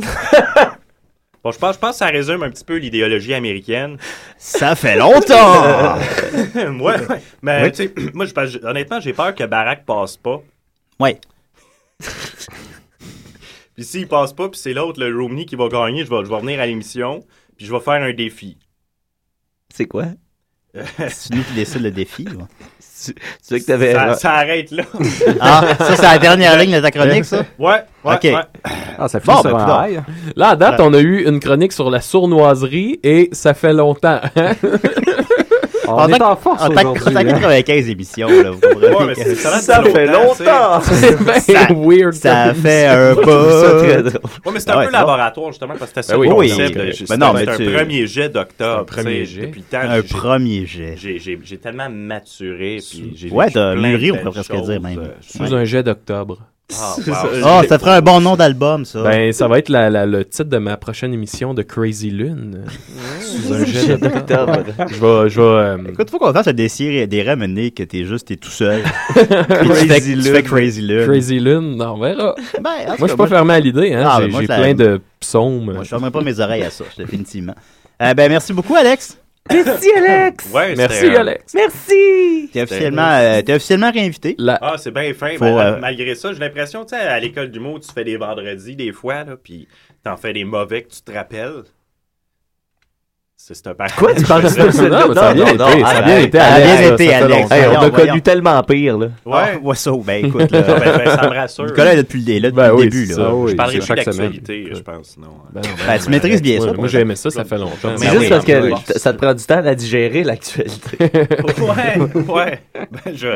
Speaker 11: bon, je pense, je pense que ça résume un petit peu l'idéologie américaine.
Speaker 6: Ça fait longtemps!
Speaker 11: [LAUGHS] ouais, ouais. Mais [CLEARS THROAT]
Speaker 6: Oui.
Speaker 11: tu sais, moi, je, pense- honnêtement, j'ai peur que Barack passe pas.
Speaker 6: Ouais.
Speaker 11: [LAUGHS] Puis s'il passe pas, puis c'est l'autre, le Romney, qui va gagner, je vais, je vais venir à l'émission, puis je vais faire un défi.
Speaker 6: C'est quoi? C'est nous qui décide le défi. là.
Speaker 10: C'est que t'avais-
Speaker 11: Ça, ça arrête là.
Speaker 6: Ah, ça, c'est la dernière ligne de ta chronique, ça?
Speaker 11: Ouais, ouais,
Speaker 6: OK.
Speaker 11: ouais.
Speaker 12: Ah, ça
Speaker 9: Bon, ben,
Speaker 6: un
Speaker 9: putain.
Speaker 6: high. hein.
Speaker 9: Là, à date,
Speaker 6: Ouais.
Speaker 9: on a eu une chronique sur la sournoiserie et ça fait longtemps.
Speaker 6: [LAUGHS]
Speaker 9: hein?
Speaker 6: En hein. tant que- en tant que- En tant que 95 émissions, là, vous comprenez?
Speaker 9: Ouais, mais c'est- ça
Speaker 6: que-
Speaker 9: Ça fait longtemps,
Speaker 6: [LAUGHS]
Speaker 11: Ah,
Speaker 9: longtemps. c'est bien
Speaker 6: Ça-
Speaker 9: weird,
Speaker 6: Ça [LAUGHS]
Speaker 9: comme
Speaker 6: fait
Speaker 9: ça.
Speaker 6: un Ah
Speaker 9: Je trouve ça très
Speaker 6: peu.
Speaker 9: drôle.
Speaker 11: Ouais, mais c'est un peu laboratoire, justement, parce que c'était ça
Speaker 6: Ben oui,
Speaker 11: le
Speaker 6: oui,
Speaker 11: concept.
Speaker 6: oui,
Speaker 11: de-
Speaker 6: oui.
Speaker 11: c'était
Speaker 6: Ben non, mais
Speaker 11: un
Speaker 6: tu-
Speaker 11: premier jet d'octobre.
Speaker 6: C'est un premier
Speaker 11: tu sais,
Speaker 6: jet.
Speaker 11: Depuis le temps,
Speaker 6: Un
Speaker 11: j'ai-
Speaker 6: premier jet.
Speaker 11: J'ai, j'ai, j'ai tellement maturé. Puis j'ai
Speaker 6: Ouais,
Speaker 11: vécu
Speaker 6: t'as
Speaker 11: plein
Speaker 6: mûri, on
Speaker 11: plein de
Speaker 6: pourrait presque
Speaker 11: choses,
Speaker 6: dire, même.
Speaker 11: euh,
Speaker 9: Sous
Speaker 11: ouais.
Speaker 9: un jet
Speaker 6: [LAUGHS]
Speaker 9: d'octobre.
Speaker 11: Ah,
Speaker 6: wow. Ah, ça ferait un bon nom d'album, ça.
Speaker 9: Ben, ça va être la- la- le titre de ma prochaine émission de Crazy Lune. Sous un jet d'octobre. Je vais. Je vais euh,
Speaker 6: Écoute, faut qu'on fasse le défi des ramener que t'es juste, t'es tout
Speaker 9: [LAUGHS]
Speaker 6: seul. Puis tu fais, tu fais Crazy Lune.
Speaker 9: Crazy Lune, non, on verra.
Speaker 6: Ben, en tout cas,
Speaker 9: moi, je suis pas
Speaker 6: moi, je-
Speaker 9: fermé à l'idée. Hein.
Speaker 6: Ah,
Speaker 9: J'ai
Speaker 6: ben, moi,
Speaker 9: j'ai
Speaker 6: ça-
Speaker 9: plein de psaumes.
Speaker 6: Moi, je fermerai pas mes oreilles à ça, définitivement. Euh, ben, merci beaucoup, Alex.
Speaker 10: Merci, Alex!
Speaker 11: Ouais,
Speaker 9: Merci,
Speaker 11: c'était, euh,
Speaker 9: Alex.
Speaker 10: Merci!
Speaker 6: T'es officiellement, euh, t'es officiellement réinvité.
Speaker 11: Ah, c'est bien fin.
Speaker 6: Faut,
Speaker 11: mal-
Speaker 6: euh,
Speaker 11: Malgré ça, j'ai l'impression, tu sais, à l'école du mot, tu fais des vendredis des fois, là, puis t'en fais des mauvais que tu te rappelles. C'est c'est un parcours.
Speaker 10: Quoi, tu parles de ça?
Speaker 11: Non, mais ça a bien été, ça a bien été,
Speaker 10: ça Ah, a bien
Speaker 11: Alex, là,
Speaker 10: été,
Speaker 11: ça fait
Speaker 10: Alex.
Speaker 11: longtemps.
Speaker 10: Hey, on a
Speaker 11: Voyons,
Speaker 10: connu
Speaker 11: voyons.
Speaker 10: tellement pire, là.
Speaker 11: Ouais.
Speaker 6: Ah, ouais, ça, ben, écoute,
Speaker 11: [LAUGHS]
Speaker 6: là.
Speaker 11: Ben, ben, ça me rassure.
Speaker 6: Nicolas est là depuis le, dé- là, depuis
Speaker 9: Ben
Speaker 6: le
Speaker 9: oui,
Speaker 6: début,
Speaker 9: c'est
Speaker 6: là.
Speaker 9: ça, oui,
Speaker 11: Je parlerai
Speaker 9: c'est
Speaker 11: plus
Speaker 9: chaque semaine.
Speaker 11: d'actualité, je pense, non.
Speaker 9: Ben, non, ben,
Speaker 6: Ben, tu maîtrises bien
Speaker 9: moi,
Speaker 6: ça,
Speaker 9: Moi,
Speaker 6: pour
Speaker 9: j'ai aimé ça, ça fait longtemps.
Speaker 11: Ben
Speaker 9: Ben
Speaker 10: C'est juste parce que t- ça te prend du temps à la digérer,
Speaker 9: [LAUGHS]
Speaker 10: l'actualité.
Speaker 11: ouais, ouais. Ben, je...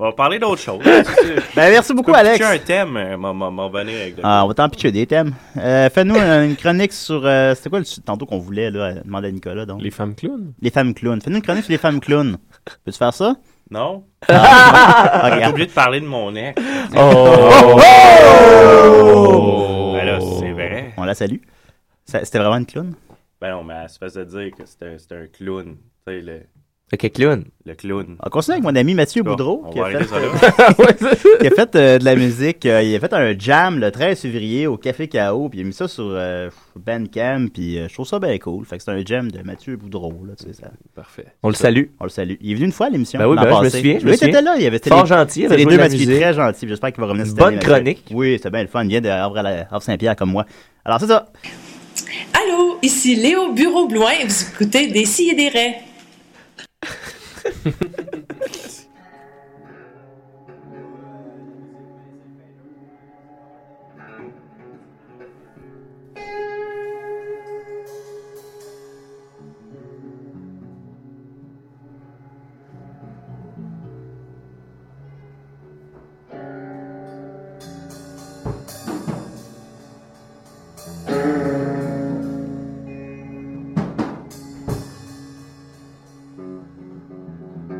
Speaker 11: On va parler
Speaker 9: [LAUGHS]
Speaker 11: d'autre chose. ben,
Speaker 6: merci beaucoup, Alex.
Speaker 11: un thème, euh, m'en- m'en m'en venir avec le-
Speaker 6: Ah, on va t'en pitcher des thèmes. Euh, Fais-nous un- une chronique sur. euh, C'était quoi le tantôt qu'on voulait, là, demander à Nicolas, donc Les
Speaker 9: femmes clowns
Speaker 6: Les femmes clowns. Fais-nous une chronique sur les femmes clowns. Peux-tu faire ça
Speaker 11: Non?
Speaker 6: Ah,
Speaker 11: J'ai
Speaker 6: ok.
Speaker 11: obligé de parler de mon ex.
Speaker 6: Oh!
Speaker 11: Ben là, c'est vrai.
Speaker 6: On la salue. Ça- C'était vraiment une clown
Speaker 11: Ben non, mais elle se faisait dire que c'était c'était un clown. Tu sais, le...
Speaker 10: Fait que clown.
Speaker 11: Le clown.
Speaker 6: On continue avec mon ami Mathieu
Speaker 11: Bon,
Speaker 6: Boudreau
Speaker 11: on
Speaker 6: qui
Speaker 11: va
Speaker 6: a,
Speaker 11: arrêter
Speaker 6: fait,
Speaker 11: ça là.
Speaker 10: [LAUGHS]
Speaker 6: euh, qui a fait, euh, de la musique. euh, il a fait un jam le 13 février au Café K.O. Puis il a mis ça sur euh, Bandcamp. Puis euh, je trouve ça bien cool. Fait que c'est un jam de Mathieu Boudreau. Là, tu sais, ça.
Speaker 9: Parfait.
Speaker 10: On le salue.
Speaker 6: On le salue. Il est venu une fois à l'émission.
Speaker 10: Ben oui,
Speaker 6: l'an
Speaker 10: ben, je me
Speaker 6: passé.
Speaker 10: souviens, je me
Speaker 6: Oui, t'étais
Speaker 10: souviens.
Speaker 6: là. Il y avait, c'était
Speaker 10: Fort
Speaker 6: les-
Speaker 10: gentil, il
Speaker 6: c'était
Speaker 10: avait
Speaker 6: les
Speaker 10: joué
Speaker 6: deux
Speaker 10: de la
Speaker 6: Mathieu
Speaker 10: musique.
Speaker 6: très gentil. J'espère qu'il va revenir cette
Speaker 10: Bonne
Speaker 6: année, Mathieu.
Speaker 10: chronique.
Speaker 6: Oui, c'était bien le fun. Il vient de Havre- Havre Saint-Pierre comme moi. Alors c'est ça.
Speaker 16: Allô, ici Léo Bureau-Blouin et vous écoutez Des Scies et des Raies.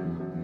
Speaker 17: Thank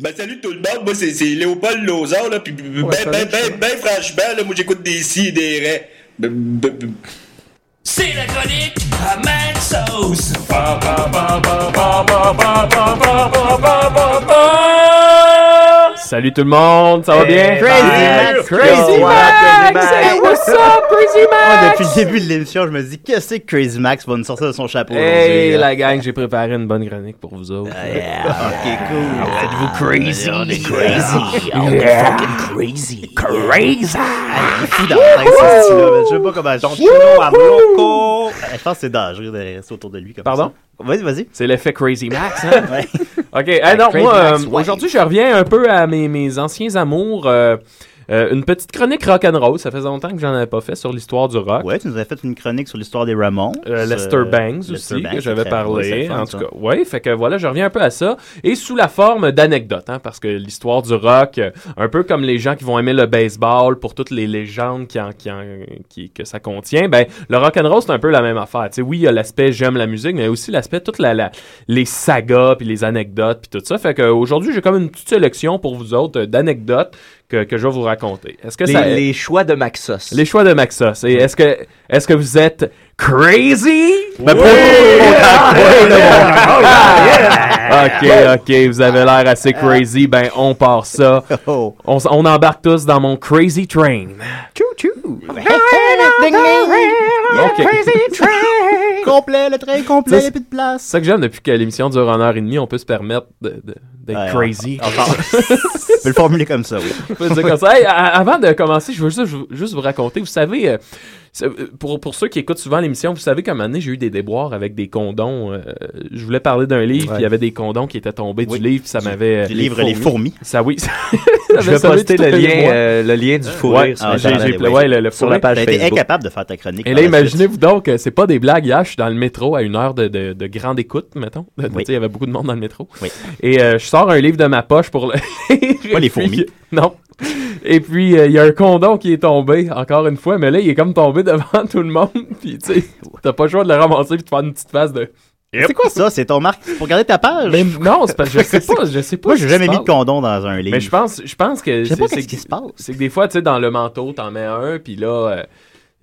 Speaker 14: Ben salut tout le monde, moi c'est c'est Léopold Lozard, là, puis ben, ben, ben, ben, franchement, là, moi j'écoute des si et des raies. Ben, ben, ben.
Speaker 7: C'est la chronique à Mad Sauce.
Speaker 9: Salut tout le monde, ça va bien?
Speaker 6: Crazy Max!
Speaker 9: Hey, what's up, Crazy Max?
Speaker 6: Moi, Ah, depuis le début de l'émission, je me dis, qu'est-ce que Crazy Max va nous sortir de son chapeau
Speaker 9: Hey
Speaker 6: aujourd'hui, là? Ah,
Speaker 9: la gang, j'ai préparé une bonne chronique pour vous autres.
Speaker 6: ok, cool.
Speaker 9: Êtes-vous crazy?
Speaker 6: On est
Speaker 9: crazy.
Speaker 6: On est fucking
Speaker 9: crazy.
Speaker 6: Crazy! Il est fou dans la tête, ce style-là, mais Je sais pas comment. Ton piano à bloco. Eh, Je pense que c'est dangereux de rester autour de lui comme
Speaker 9: Pardon?
Speaker 6: Vas-y, vas-y.
Speaker 9: C'est l'effet Crazy Max, hein?
Speaker 6: [LAUGHS] Ouais.
Speaker 9: OK. eh non,
Speaker 6: Crazy
Speaker 9: moi,
Speaker 6: Max
Speaker 9: euh,
Speaker 6: Wave.
Speaker 9: aujourd'hui, je reviens un peu à mes, mes anciens amours. euh, euh, une petite chronique rock'n'roll. Ça faisait longtemps que j'en avais pas fait sur l'histoire du rock.
Speaker 6: Ouais, tu nous avais fait une chronique sur l'histoire des Ramones.
Speaker 9: Euh, Lester
Speaker 6: Euh,
Speaker 9: Banks
Speaker 6: Lester
Speaker 9: aussi,
Speaker 6: Banks,
Speaker 9: que j'avais
Speaker 6: très bon, c'est
Speaker 9: parlé.
Speaker 6: le fun,
Speaker 9: en
Speaker 6: ça.
Speaker 9: tout cas, oui, fait que voilà, je reviens un peu à ça. Et sous la forme d'anecdotes, hein, parce que l'histoire du rock, euh, un peu comme les gens qui vont aimer le baseball pour toutes les légendes qui en- qui en- qui- que ça contient, ben, le rock and roll, c'est un peu la même affaire. Tu sais, oui, il y a l'aspect j'aime la musique, mais aussi l'aspect toute la, la- les sagas, puis les anecdotes, puis tout ça. Fait qu'aujourd'hui, j'ai comme une petite sélection pour vous autres euh, d'anecdotes que, que je vais vous raconter. Est-ce que
Speaker 10: les,
Speaker 9: ça...
Speaker 10: les choix de Maxos.
Speaker 9: Les choix de Maxos. Et est-ce que, est-ce que vous êtes crazy?
Speaker 10: Ben,
Speaker 9: Oui!
Speaker 7: Ah.
Speaker 9: Ok, ok, vous avez l'air assez crazy. Ben, on part ça. On, s- on embarque tous dans mon crazy train. Ok.
Speaker 6: Complet, le train complet, il n'y a plus de
Speaker 9: C'est
Speaker 6: place.
Speaker 9: ça que j'aime depuis que l'émission dure une heure et demie. On peut se permettre de- de- d'être
Speaker 6: Ouais,
Speaker 9: crazy.
Speaker 6: on- on- on peut le formuler comme ça, oui.
Speaker 9: [LAUGHS] On peut le dire comme ça. Hey, a- avant de commencer, je veux juste, je veux juste vous raconter. Vous savez, euh, c'est- euh, pour, pour ceux qui écoutent souvent l'émission, vous savez qu'à un moment donné, j'ai eu des déboires avec des condons. euh, je voulais parler d'un livre, puis il y avait des condons qui étaient tombés
Speaker 6: Oui.
Speaker 9: du livre, puis ça
Speaker 6: Du-
Speaker 9: m'avait. euh,
Speaker 6: du livre Les Fourmis.
Speaker 9: Ça, oui. [LAUGHS] ça
Speaker 10: Je
Speaker 9: m'avait
Speaker 10: vais
Speaker 9: sauvé
Speaker 10: poster
Speaker 9: tout
Speaker 10: le
Speaker 9: un
Speaker 10: lien,
Speaker 9: mois.
Speaker 10: euh, le lien du fou
Speaker 9: Ouais,
Speaker 10: rire sur Ben,
Speaker 9: ah,
Speaker 10: le
Speaker 9: j'ai-
Speaker 10: canal,
Speaker 9: j'ai-
Speaker 10: ouais.
Speaker 9: ouais, le- le
Speaker 10: Sur
Speaker 9: fou
Speaker 10: la
Speaker 9: rire.
Speaker 10: page
Speaker 9: T'as
Speaker 6: T'es
Speaker 9: été Facebook.
Speaker 6: incapable de faire ta chronique.
Speaker 9: Et
Speaker 6: par
Speaker 9: là,
Speaker 6: la suite.
Speaker 9: imaginez-vous donc, euh, c'est pas des blagues. Hier, je suis dans le métro à une heure de, de- de grande écoute, mettons. [LAUGHS] Tu sais, Il y avait beaucoup de monde dans le métro. Et euh, je sors un livre de ma poche pour le. [LAUGHS]
Speaker 6: Pas les
Speaker 9: Et puis,
Speaker 6: fourmis.
Speaker 9: [LAUGHS] Non. Et puis, euh, il y a un condom qui est tombé, encore une fois, mais là, il est comme tombé [LAUGHS] devant tout le monde. Puis, tu sais, t'as pas le choix de le ramasser puis de faire une petite face de.
Speaker 6: C'est quoi ça? C'est ton marque pour garder ta page?
Speaker 9: Mais non, c'est parce
Speaker 6: [LAUGHS]
Speaker 9: que je sais pas, je sais pas.
Speaker 6: Moi,
Speaker 9: ce
Speaker 6: j'ai
Speaker 9: qui
Speaker 6: jamais
Speaker 9: se
Speaker 6: mis de
Speaker 9: passe.
Speaker 6: condom dans un livre.
Speaker 9: Mais je pense, je pense que.
Speaker 6: Je sais pas
Speaker 9: c'est-
Speaker 6: qu'est-ce
Speaker 9: c'est-
Speaker 6: qui se passe.
Speaker 9: C'est que des fois, tu sais, dans le manteau, t'en mets un, puis là, euh,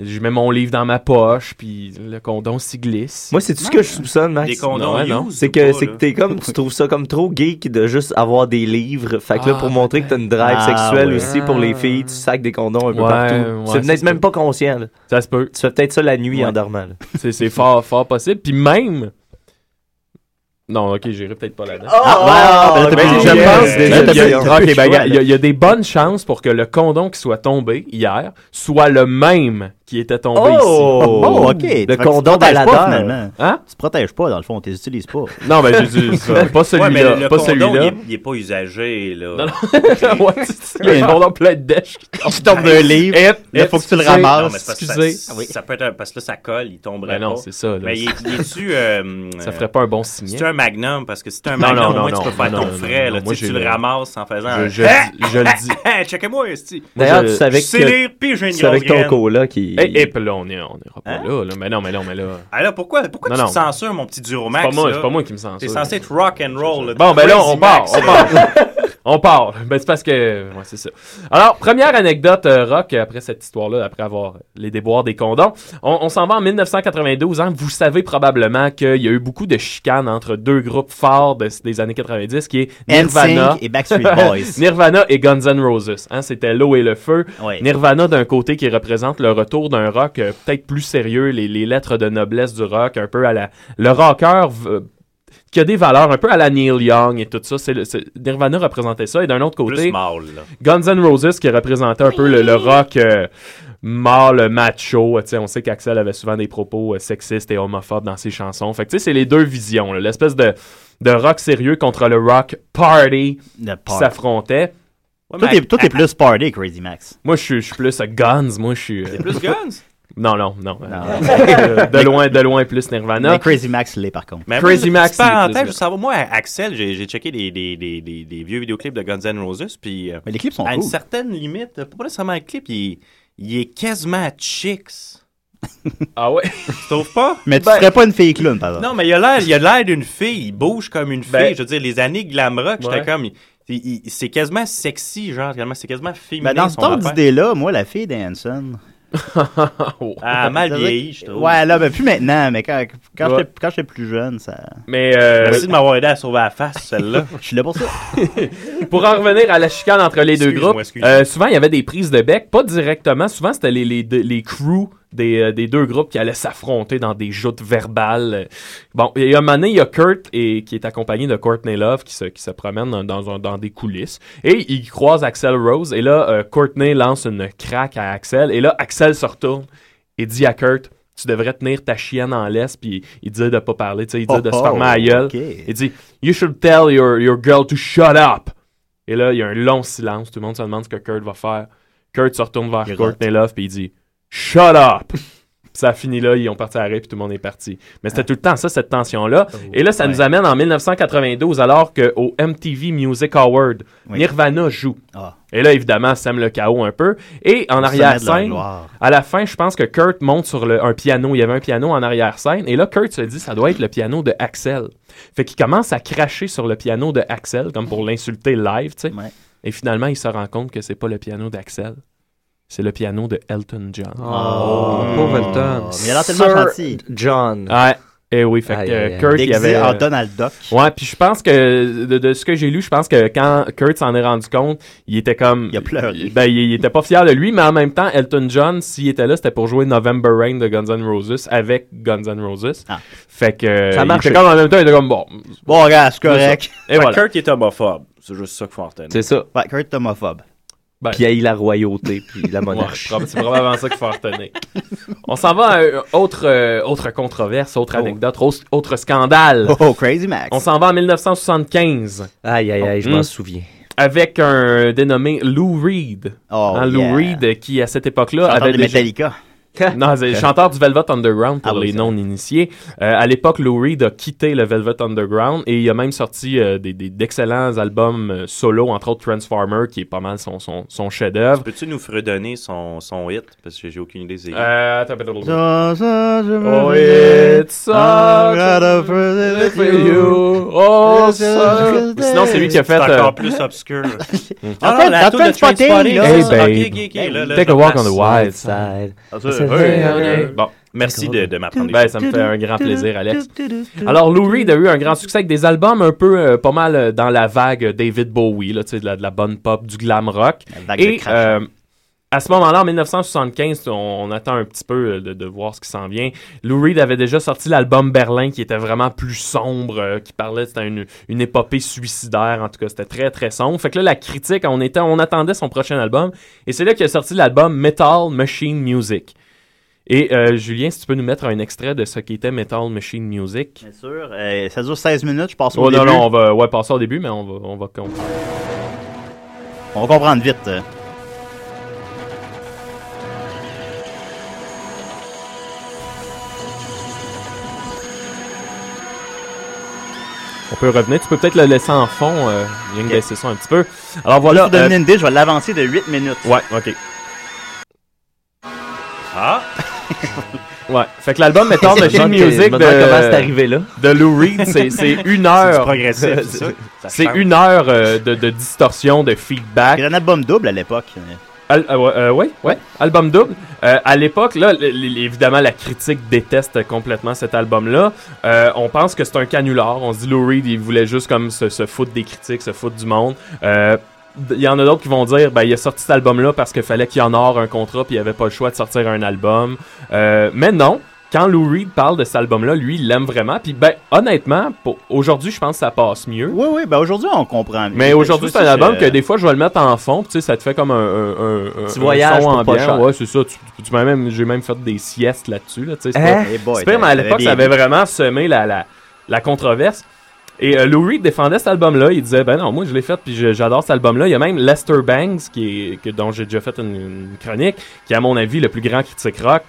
Speaker 9: je mets mon livre dans ma poche, puis le condom s'y glisse.
Speaker 10: Moi, c'est tout ce que je soupçonne, Max.
Speaker 9: Des condoms
Speaker 10: Ouais,
Speaker 9: used
Speaker 10: C'est
Speaker 9: ou
Speaker 10: que,
Speaker 9: pas,
Speaker 10: c'est
Speaker 9: là?
Speaker 10: que t'es comme, tu trouves ça comme trop geek de juste avoir des livres. Fait que là,
Speaker 9: Ah,
Speaker 10: pour montrer que t'as une drive
Speaker 9: Ah,
Speaker 10: sexuelle
Speaker 9: ouais.
Speaker 10: aussi pour les filles, tu sacs des condoms un peu
Speaker 9: Ouais,
Speaker 10: partout.
Speaker 9: ouais,
Speaker 10: tu
Speaker 9: ça
Speaker 10: n'es
Speaker 9: se
Speaker 10: même pas conscient, là.
Speaker 9: Ça se peut.
Speaker 10: Tu fais peut-être ça la nuit
Speaker 9: Ouais.
Speaker 10: en dormant, là.
Speaker 9: [LAUGHS] C'est, c'est fort, fort possible. Puis même. Non, ok, j'irai peut-être pas là-dedans.
Speaker 10: Ah,
Speaker 6: ah, ben là, t'as
Speaker 9: Mais
Speaker 6: plus le
Speaker 9: je
Speaker 6: choix.
Speaker 9: pense il
Speaker 6: Déjà,
Speaker 9: y a-
Speaker 6: t'as plus le
Speaker 9: ok, ben,
Speaker 6: choix,
Speaker 9: il y a-
Speaker 6: là.
Speaker 9: il y, a- il y a des bonnes chances pour que le condom qui soit tombé hier soit le même qui était tombé ici.
Speaker 6: Oh, ok. Fait que tu te protèges pas, finalement.
Speaker 9: Hein?
Speaker 6: Tu te protèges pas, dans le fond, tu les utilises pas.
Speaker 9: [LAUGHS] Non, mais je dis ça. Pas celui-là.
Speaker 11: Ouais, mais le
Speaker 9: pas
Speaker 11: condom,
Speaker 9: celui-là.
Speaker 11: il est- Il est pas usagé, là. Non,
Speaker 9: [LAUGHS] ouais, c'est ça. Il y a un condom plein de
Speaker 11: [LAUGHS]
Speaker 9: dèche
Speaker 11: Ah,
Speaker 9: qui
Speaker 6: tombe d'un livre.
Speaker 9: Hip,
Speaker 6: Là,
Speaker 9: hip,
Speaker 6: faut que tu le
Speaker 9: excusez.
Speaker 6: ramasses.
Speaker 11: ben, Non, mais c'est parce que
Speaker 9: Excusez. Ah
Speaker 11: Ça, ça peut être un- parce que là, ça colle, il tomberait
Speaker 9: Ben non,
Speaker 11: pas.
Speaker 9: c'est ça, là.
Speaker 11: Mais il est- il est-tu. euh,
Speaker 9: Ça
Speaker 11: euh,
Speaker 9: ferait pas un bon signal.
Speaker 11: C'est un magnum, parce que si c'est un
Speaker 9: Non,
Speaker 11: magnum,
Speaker 9: non,
Speaker 11: au moins,
Speaker 9: non,
Speaker 11: tu peux
Speaker 9: non,
Speaker 11: faire
Speaker 9: non,
Speaker 11: ton
Speaker 9: non,
Speaker 11: frais.
Speaker 9: non,
Speaker 11: là,
Speaker 9: moi,
Speaker 11: tu
Speaker 9: j'ai
Speaker 11: sais, tu le
Speaker 9: le-
Speaker 11: ramasses en
Speaker 9: Je-
Speaker 11: faisant. un-
Speaker 9: je le dis- je le dis.
Speaker 10: [LAUGHS]
Speaker 11: [LAUGHS] Hey, Checkez-moi, esti.
Speaker 10: D'ailleurs, tu savais
Speaker 11: Je sais lire,
Speaker 10: que.
Speaker 11: puis j'ai une
Speaker 10: tu savais que ton
Speaker 11: graine.
Speaker 10: cola qui.
Speaker 9: Hey, hip, Eh, là, on est- on ira pas là, là. Mais non, mais non, mais là.
Speaker 11: Ah là, pourquoi, pourquoi
Speaker 9: Non,
Speaker 11: tu
Speaker 9: non.
Speaker 11: te censures, mon petit Duromax?
Speaker 9: C'est pas moi-
Speaker 11: là?
Speaker 9: c'est pas moi qui me censure.
Speaker 11: T'es censé être rock and roll. là.
Speaker 9: Bon, ben là,
Speaker 11: Crazy
Speaker 9: on part,
Speaker 11: Max,
Speaker 9: on
Speaker 11: là.
Speaker 9: part. [LAUGHS] on part. Ben, c'est parce que. Ouais, c'est ça. Alors, première anecdote euh, rock euh, après cette histoire-là, après avoir les déboires des condons. On, on s'en va en 1992. Hein. Vous savez probablement qu'il y a eu beaucoup de chicanes entre deux groupes forts de- des années 90 qui est Nirvana
Speaker 6: NSYNC
Speaker 9: [LAUGHS]
Speaker 6: et Backstreet Boys.
Speaker 9: Nirvana et Guns N' Roses. Hein, C'était l'eau et le feu. Nirvana d'un côté qui représente le retour d'un rock euh, peut-être plus sérieux, les, les lettres de noblesse du rock, un peu à la... Le rocker v- qui a des valeurs un peu à la Neil Young et tout ça. C'est le- c'est- Nirvana représentait ça. Et d'un autre côté,
Speaker 11: Plus mâle, là.
Speaker 9: Guns N' Roses qui représentait un peu le, le rock euh, mâle, macho. Euh, tu sais, on sait qu'Axel avait souvent des propos euh, sexistes et homophobes dans ses chansons. Fait que tu sais, c'est les deux visions. là. L'espèce de, de rock sérieux contre le rock party
Speaker 6: Le
Speaker 9: qui
Speaker 6: party.
Speaker 9: s'affrontait.
Speaker 6: Toi, t'es- toi, t'es plus party, Crazy Max.
Speaker 9: Moi, je suis- je suis plus euh, Guns. Moi, je suis. euh,
Speaker 11: Plus guns?
Speaker 9: [LAUGHS] Non, non, non. Euh, de, de loin, de loin, plus Nirvana.
Speaker 6: Mais Crazy Max l'est, par contre.
Speaker 11: Ah, Mais
Speaker 9: Crazy
Speaker 11: moi,
Speaker 9: Max.
Speaker 11: petite
Speaker 9: il est plus
Speaker 11: Parenthèse, je
Speaker 9: là.
Speaker 11: veux savoir, moi, à Axel, j'ai j'ai checké des, des, des, des, des vieux vidéoclips de Guns N' Roses. Puis, euh,
Speaker 6: mais les clips sont
Speaker 11: À une
Speaker 6: cool.
Speaker 11: certaine limite, euh, pas nécessairement un clip, il, il est quasiment chicks.
Speaker 9: [LAUGHS] ah ouais? Ben,
Speaker 11: Tu trouves pas?
Speaker 6: Mais tu serais pas une fille clown, par exemple.
Speaker 11: Non, mais il a l'air, il a l'air d'une fille. Il bouge comme une fille.
Speaker 6: Ben-
Speaker 11: je veux dire, les années glam rock, j'étais
Speaker 6: Ouais.
Speaker 11: comme. il- Puis il- c'est quasiment sexy, genre, tellement- c'est quasiment féminin.
Speaker 6: Ben, dans ce
Speaker 11: son
Speaker 6: temps
Speaker 11: affaire.
Speaker 6: d'idée-là, moi, la
Speaker 9: [LAUGHS]
Speaker 6: fille d'Hanson.
Speaker 9: Oh.
Speaker 11: Ah, mal vieilli, je trouve.
Speaker 6: Ouais, là, ben plus maintenant, mais quand, quand
Speaker 11: Ouais.
Speaker 6: j'étais- quand j'étais plus jeune, ça.
Speaker 9: Mais, euh,
Speaker 11: Merci de m'avoir aidé à sauver la face, celle-là.
Speaker 6: Je suis là pour ça.
Speaker 9: [LAUGHS] pour en revenir à la chicane entre les deux
Speaker 11: Excuse-moi,
Speaker 9: groupes,
Speaker 11: excuse-moi.
Speaker 9: euh, souvent il y avait des prises de bec, pas directement, souvent c'était les, les, deux- les crews des, euh, des deux groupes qui allaient s'affronter dans des joutes verbales. Bon, et à un moment donné, il y a Kurt et, qui est accompagné de Courtney Love qui se, qui se promène dans, dans, un- dans des coulisses et il croise Axel Rose et là, euh, Courtney lance une craque à Axel et là, Axel se retourne et dit à Kurt, tu devrais tenir ta chienne en laisse puis il dit de pas parler, tu sais, il dit de
Speaker 6: Oh,
Speaker 9: se fermer
Speaker 6: oh,
Speaker 9: la gueule.
Speaker 6: ok.
Speaker 9: Il dit You should tell your, your girl to shut up. Et là, il y a un long silence. Tout le monde se demande ce que Kurt va faire. Kurt se retourne vers Courtney Love puis il dit Shut up. Puis ça finit là, ils ont parti à l'arrêt, puis tout le monde est parti. Mais
Speaker 6: Ah.
Speaker 9: c'était tout le temps ça, cette tension-là. Et là, ça nous amène en 1992, alors qu'au MTV Music Award,
Speaker 6: Oui.
Speaker 9: Nirvana joue.
Speaker 6: Ah.
Speaker 9: Et là, évidemment, ça me le chaos un peu. Et en
Speaker 6: Au sommet de leur
Speaker 9: arrière-scène,
Speaker 6: gloire.
Speaker 9: à la fin, je pense que Kurt monte sur le- un piano. Il y avait un piano en arrière-scène. Et là, Kurt se dit, ça doit être le piano de Axel. Fait qu'il commence à cracher sur le piano de Axel, comme pour l'insulter live, tu sais. Et finalement, il se rend compte que c'est pas le piano d'Axel. C'est le piano de Elton John.
Speaker 12: Oh, pauvre Elton.
Speaker 6: Mais il a l'air tellement
Speaker 12: Sir
Speaker 6: gentil.
Speaker 12: John.
Speaker 9: Ouais. Et oui, fait que
Speaker 12: Aïe, aïe,
Speaker 9: euh,
Speaker 12: aïe.
Speaker 9: Kurt, il y
Speaker 6: Déguisé
Speaker 9: avait.
Speaker 6: en
Speaker 9: euh,
Speaker 6: Donald Duck.
Speaker 9: Ouais, puis je pense que de, de ce que j'ai lu, je pense que quand Kurt s'en est rendu compte, il était comme. Il a pleuré. Ben, il, il était pas fier de lui, mais en même temps, Elton John, s'il était là, c'était pour jouer November Rain de Guns N' Roses avec Guns N' Roses.
Speaker 6: Ah.
Speaker 9: Fait que.
Speaker 11: Ça
Speaker 9: il
Speaker 11: marche.
Speaker 9: était comme en même temps, il était comme bon.
Speaker 6: Bon, regarde, c'est correct.
Speaker 9: Et voilà.
Speaker 11: Kurt il est homophobe. C'est juste ça qu'il faut en retenir.
Speaker 10: C'est ça.
Speaker 6: Ouais, Kurt est homophobe.
Speaker 10: Puis il haït la royauté, puis la monarchie.
Speaker 9: Ben.
Speaker 11: [LAUGHS]
Speaker 9: Ouais, c'est probablement ça qu'il faut
Speaker 12: [LAUGHS]
Speaker 9: retenir. On s'en va à une autre, euh, autre controverse, autre anecdote, autre, autre scandale.
Speaker 6: Oh, oh, Crazy Max.
Speaker 9: On s'en va en 1975.
Speaker 10: Aïe, aïe, aïe, je
Speaker 9: Mm.
Speaker 10: m'en souviens.
Speaker 9: Avec un dénommé Lou Reed. Hein, Lou
Speaker 6: yeah.
Speaker 9: Reed euh, qui, à cette époque-là,
Speaker 6: Chanteur
Speaker 9: avait
Speaker 6: de
Speaker 9: déjà-
Speaker 6: Metallica.
Speaker 9: [LAUGHS] non, c'est le chanteur du Velvet Underground pour
Speaker 6: Ah oui,
Speaker 9: les
Speaker 6: c'est
Speaker 9: non-initiés. Euh, à l'époque, Lou Reed a quitté le Velvet Underground et il a même sorti euh, des- des- d'excellents albums euh, solo, entre autres Transformer, qui est pas mal son, son, son chef-d'œuvre.
Speaker 11: Peux-tu nous fredonner son, son hit? Parce que j'ai aucune idée. c'est-
Speaker 9: Euh, attends, attends, attends.
Speaker 6: Oh,
Speaker 9: it's
Speaker 6: a-
Speaker 9: Oh, ça- Sinon, c'est lui qui a fait.
Speaker 11: C'est
Speaker 9: euh,
Speaker 11: encore plus obscur.
Speaker 9: Ah,
Speaker 11: Ah
Speaker 9: non,
Speaker 11: non,
Speaker 9: la
Speaker 11: la toune
Speaker 9: toune
Speaker 11: de
Speaker 9: Spotting,
Speaker 11: Trainspotting,
Speaker 9: là.
Speaker 11: là.
Speaker 9: Hey,
Speaker 11: Ok,
Speaker 9: babe.
Speaker 11: ok, ok, là, là,
Speaker 9: Take
Speaker 11: je
Speaker 9: a walk on
Speaker 11: place.
Speaker 9: the wild side.
Speaker 11: Ah, ça,
Speaker 9: I said,
Speaker 11: hey,
Speaker 9: hey,
Speaker 11: Bon, merci de, de m'apprendre des
Speaker 9: Ben,
Speaker 11: choses.
Speaker 9: ça me fait un grand plaisir, Alex. [LAUGHS]
Speaker 11: Mhm.
Speaker 9: Alors, Lou Reed a eu un grand succès avec des albums un peu euh, pas mal euh, dans la vague euh, David Bowie, là, tu sais, de, la, de la bonne pop, du glam rock.
Speaker 6: vague de hein.
Speaker 9: Et euh, à ce moment-là, en 1975, on, on attend un petit peu euh, de, de voir ce qui s'en vient. Lou Reed avait déjà sorti l'album Berlin qui était vraiment plus sombre, euh, qui parlait, c'était une, une épopée suicidaire, en tout cas, c'était très très sombre. Fait que là, la critique, on, était, on attendait son prochain album, et c'est là qu'il a sorti l'album Metal Machine Music. Et euh, Julien, si tu peux nous mettre un extrait de ce qu'était Metal Machine Music.
Speaker 6: Bien sûr. euh, ça dure 16 minutes, je passe au
Speaker 9: Oh non,
Speaker 6: début.
Speaker 9: non, on va ouais, passer au début, mais on va, on va comprendre.
Speaker 6: On va comprendre vite. euh.
Speaker 9: On peut revenir. Tu peux peut-être le laisser en fond. Euh, il y a une baisser ça un petit peu. Alors voilà. euh,
Speaker 6: Pour vous donner une idée, je vais l'avancer de 8 minutes.
Speaker 9: Ouais, ok. [LAUGHS]
Speaker 11: Ah!
Speaker 9: Ouais. Fait que l'album Metal
Speaker 10: Je me
Speaker 9: Machine
Speaker 10: demande que- je
Speaker 9: Music
Speaker 10: me
Speaker 9: de,
Speaker 10: demande comment c'est arrivé là.
Speaker 9: de Lou Reed,
Speaker 10: [LAUGHS]
Speaker 9: c'est c'est une
Speaker 10: C'est
Speaker 9: heure.
Speaker 10: du progressif,
Speaker 9: C'est-
Speaker 10: c'est ça. Ça
Speaker 9: C'est
Speaker 10: change.
Speaker 9: une heure euh, de, de distorsion, de feedback. Il y
Speaker 6: un album double à l'époque.
Speaker 9: Al euh, ouais, euh, ouais, ouais, album double. Euh, à l'époque, là, l- l- évidemment, la critique déteste complètement cet album-là. Euh, on pense que c'est un canular. On se dit Lou Reed, il voulait juste comme se, se foutre des critiques, se foutre du monde. Euh, d- il y en a d'autres qui vont dire, ben, il a sorti cet album-là parce qu'il fallait qu'il honore un contrat, puis il avait pas le choix de sortir un album. Euh, mais non, quand Lou Reed parle de cet album-là, lui, il l'aime vraiment. Puis, ben, honnêtement, pour- aujourd'hui, je pense que ça passe mieux.
Speaker 6: Oui, oui, ben aujourd'hui, on comprend mieux.
Speaker 9: Mais aujourd'hui,
Speaker 6: Je
Speaker 9: c'est
Speaker 6: trouve
Speaker 9: un
Speaker 6: ça,
Speaker 9: album
Speaker 6: euh,
Speaker 9: que ben, des fois, je vais le mettre en fond. puis Tu sais, ça te fait comme un, un, un-
Speaker 10: Petit
Speaker 9: un
Speaker 10: voyage
Speaker 9: son
Speaker 10: pour pas
Speaker 9: ambiant.
Speaker 10: cher.
Speaker 9: Ouais, c'est ça. Tu, tu m'as même, j'ai même fait des siestes là-dessus. Là, tu sais, c'est
Speaker 10: Hein?
Speaker 9: pas-
Speaker 10: Eh boy,
Speaker 9: c'est pire, mais à
Speaker 10: t'avais
Speaker 9: l'époque,
Speaker 10: bien
Speaker 9: ça avait
Speaker 10: vu.
Speaker 9: vraiment semé la, la, la controverse. Et euh, Lou Reed défendait cet album-là. Il disait, ben non, moi je l'ai fait, puis je- j'adore cet album-là. Il y a même Lester Bangs, qui est, que, dont j'ai déjà fait une, une chronique, qui est à mon avis le plus grand critique rock.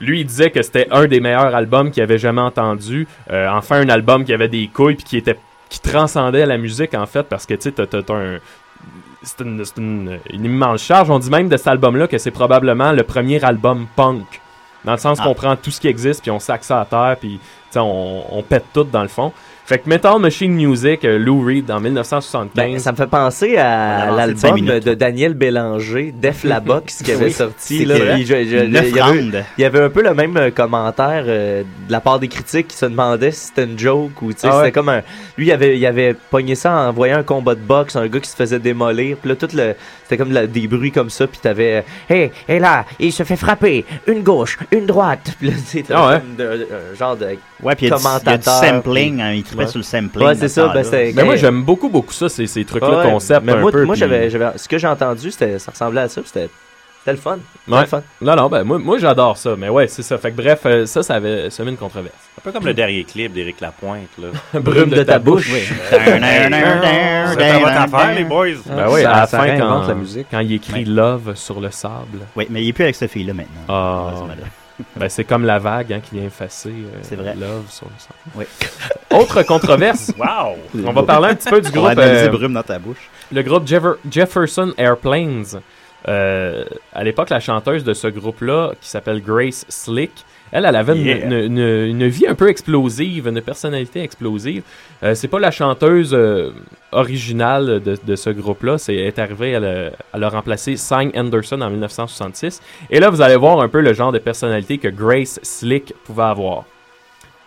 Speaker 9: Lui, il disait que c'était un des meilleurs albums qu'il avait jamais entendu. Euh, enfin, un album qui avait des couilles, puis qui était qui transcendait la musique en fait, parce que tu sais, t'as- t'as t'as un c'est une, c'est une- une immense charge. On dit même de cet album-là que c'est probablement le premier album punk. Dans le sens
Speaker 6: Ah.
Speaker 9: qu'on prend tout ce qui existe, puis on saxe ça à terre, puis tu sais, on, on pète tout dans le fond. Fait que Metal Machine Music, euh, Lou Reed, en 1975.
Speaker 10: Ben, ça me fait penser à
Speaker 9: On a avancé de cinq
Speaker 10: l'album
Speaker 9: minutes.
Speaker 10: de Daniel Bélanger, Def La Box, qui avait
Speaker 9: Oui,
Speaker 10: sorti.
Speaker 9: c'est
Speaker 10: Là,
Speaker 9: vrai.
Speaker 10: puis je- je-
Speaker 9: Une
Speaker 10: il, y avait,
Speaker 9: offrande.
Speaker 10: il y avait un peu le même euh, commentaire euh, de la part des critiques qui se demandaient si c'était une joke ou tu sais,
Speaker 9: Ah ouais.
Speaker 10: c'était comme un. Lui, il avait, il avait pogné ça en voyant un combat de boxe, un gars qui se faisait démolir. Puis là, tout le. C'était comme la- des bruits comme ça, puis t'avais. euh, Hey, hey là, il se fait frapper, une gauche, une droite. Puis là, tu sais, t'avais
Speaker 6: Ah ouais.
Speaker 10: comme de- un genre de.
Speaker 6: Ouais, puis il y a du- il y a du
Speaker 10: commentateur,
Speaker 6: sampling,
Speaker 10: puis-
Speaker 6: hein, il trippait sur le sampling
Speaker 10: Ouais,
Speaker 6: dans
Speaker 10: c'est
Speaker 6: ce
Speaker 10: ça.
Speaker 6: temps-là.
Speaker 10: Ben, c'était-
Speaker 9: Mais moi, j'aime beaucoup, beaucoup ça, ces, ces trucs-là,
Speaker 10: Ouais,
Speaker 9: concept
Speaker 10: mais
Speaker 9: un
Speaker 10: moi,
Speaker 9: peu.
Speaker 10: moi,
Speaker 9: puis-
Speaker 10: j'avais, j'avais- ce que j'ai entendu, c'était, ça ressemblait à ça, puis c'était, c'était le fun. C'était
Speaker 9: Ouais.
Speaker 10: le fun.
Speaker 9: Non, non, ben, moi, moi j'adore ça. Mais ouais, c'est ça. Fait que bref, euh, ça, ça avait semé une controverse.
Speaker 11: Un peu comme le dernier clip d'Éric Lapointe,
Speaker 9: [LAUGHS]
Speaker 11: là.
Speaker 9: Brume de ta bouche.
Speaker 11: Oui. C'est pas votre affaire, les boys.
Speaker 9: Ben oui, à la fin, quand,
Speaker 6: la musique.
Speaker 9: quand il écrit Love sur le sable.
Speaker 6: Oui, mais il est plus avec cette fille-là maintenant.
Speaker 9: Ah.
Speaker 6: Malheureusement,
Speaker 9: Ben, c'est comme la vague hein, qui vient effacer euh,
Speaker 6: C'est vrai.
Speaker 9: Love sur le sable. [LAUGHS]
Speaker 6: Oui.
Speaker 9: Autre [LAUGHS] controverse.
Speaker 11: Wow!
Speaker 9: On va parler un petit peu du
Speaker 6: On
Speaker 9: groupe. euh,
Speaker 6: va analyser Brume dans ta bouche.
Speaker 9: Le groupe Jever- Jefferson Airplanes. Euh, à l'époque, la chanteuse de ce groupe-là, qui s'appelle Grace Slick, elle, elle avait une-
Speaker 11: Yeah.
Speaker 9: une, une- une vie un peu explosive, une personnalité explosive. Euh, c'est pas la chanteuse euh, originale de, de ce groupe-là. C'est elle est arrivée, elle, a- elle a remplacé Sang Anderson en 1966. Et là, vous allez voir un peu le genre de personnalité que Grace Slick pouvait avoir.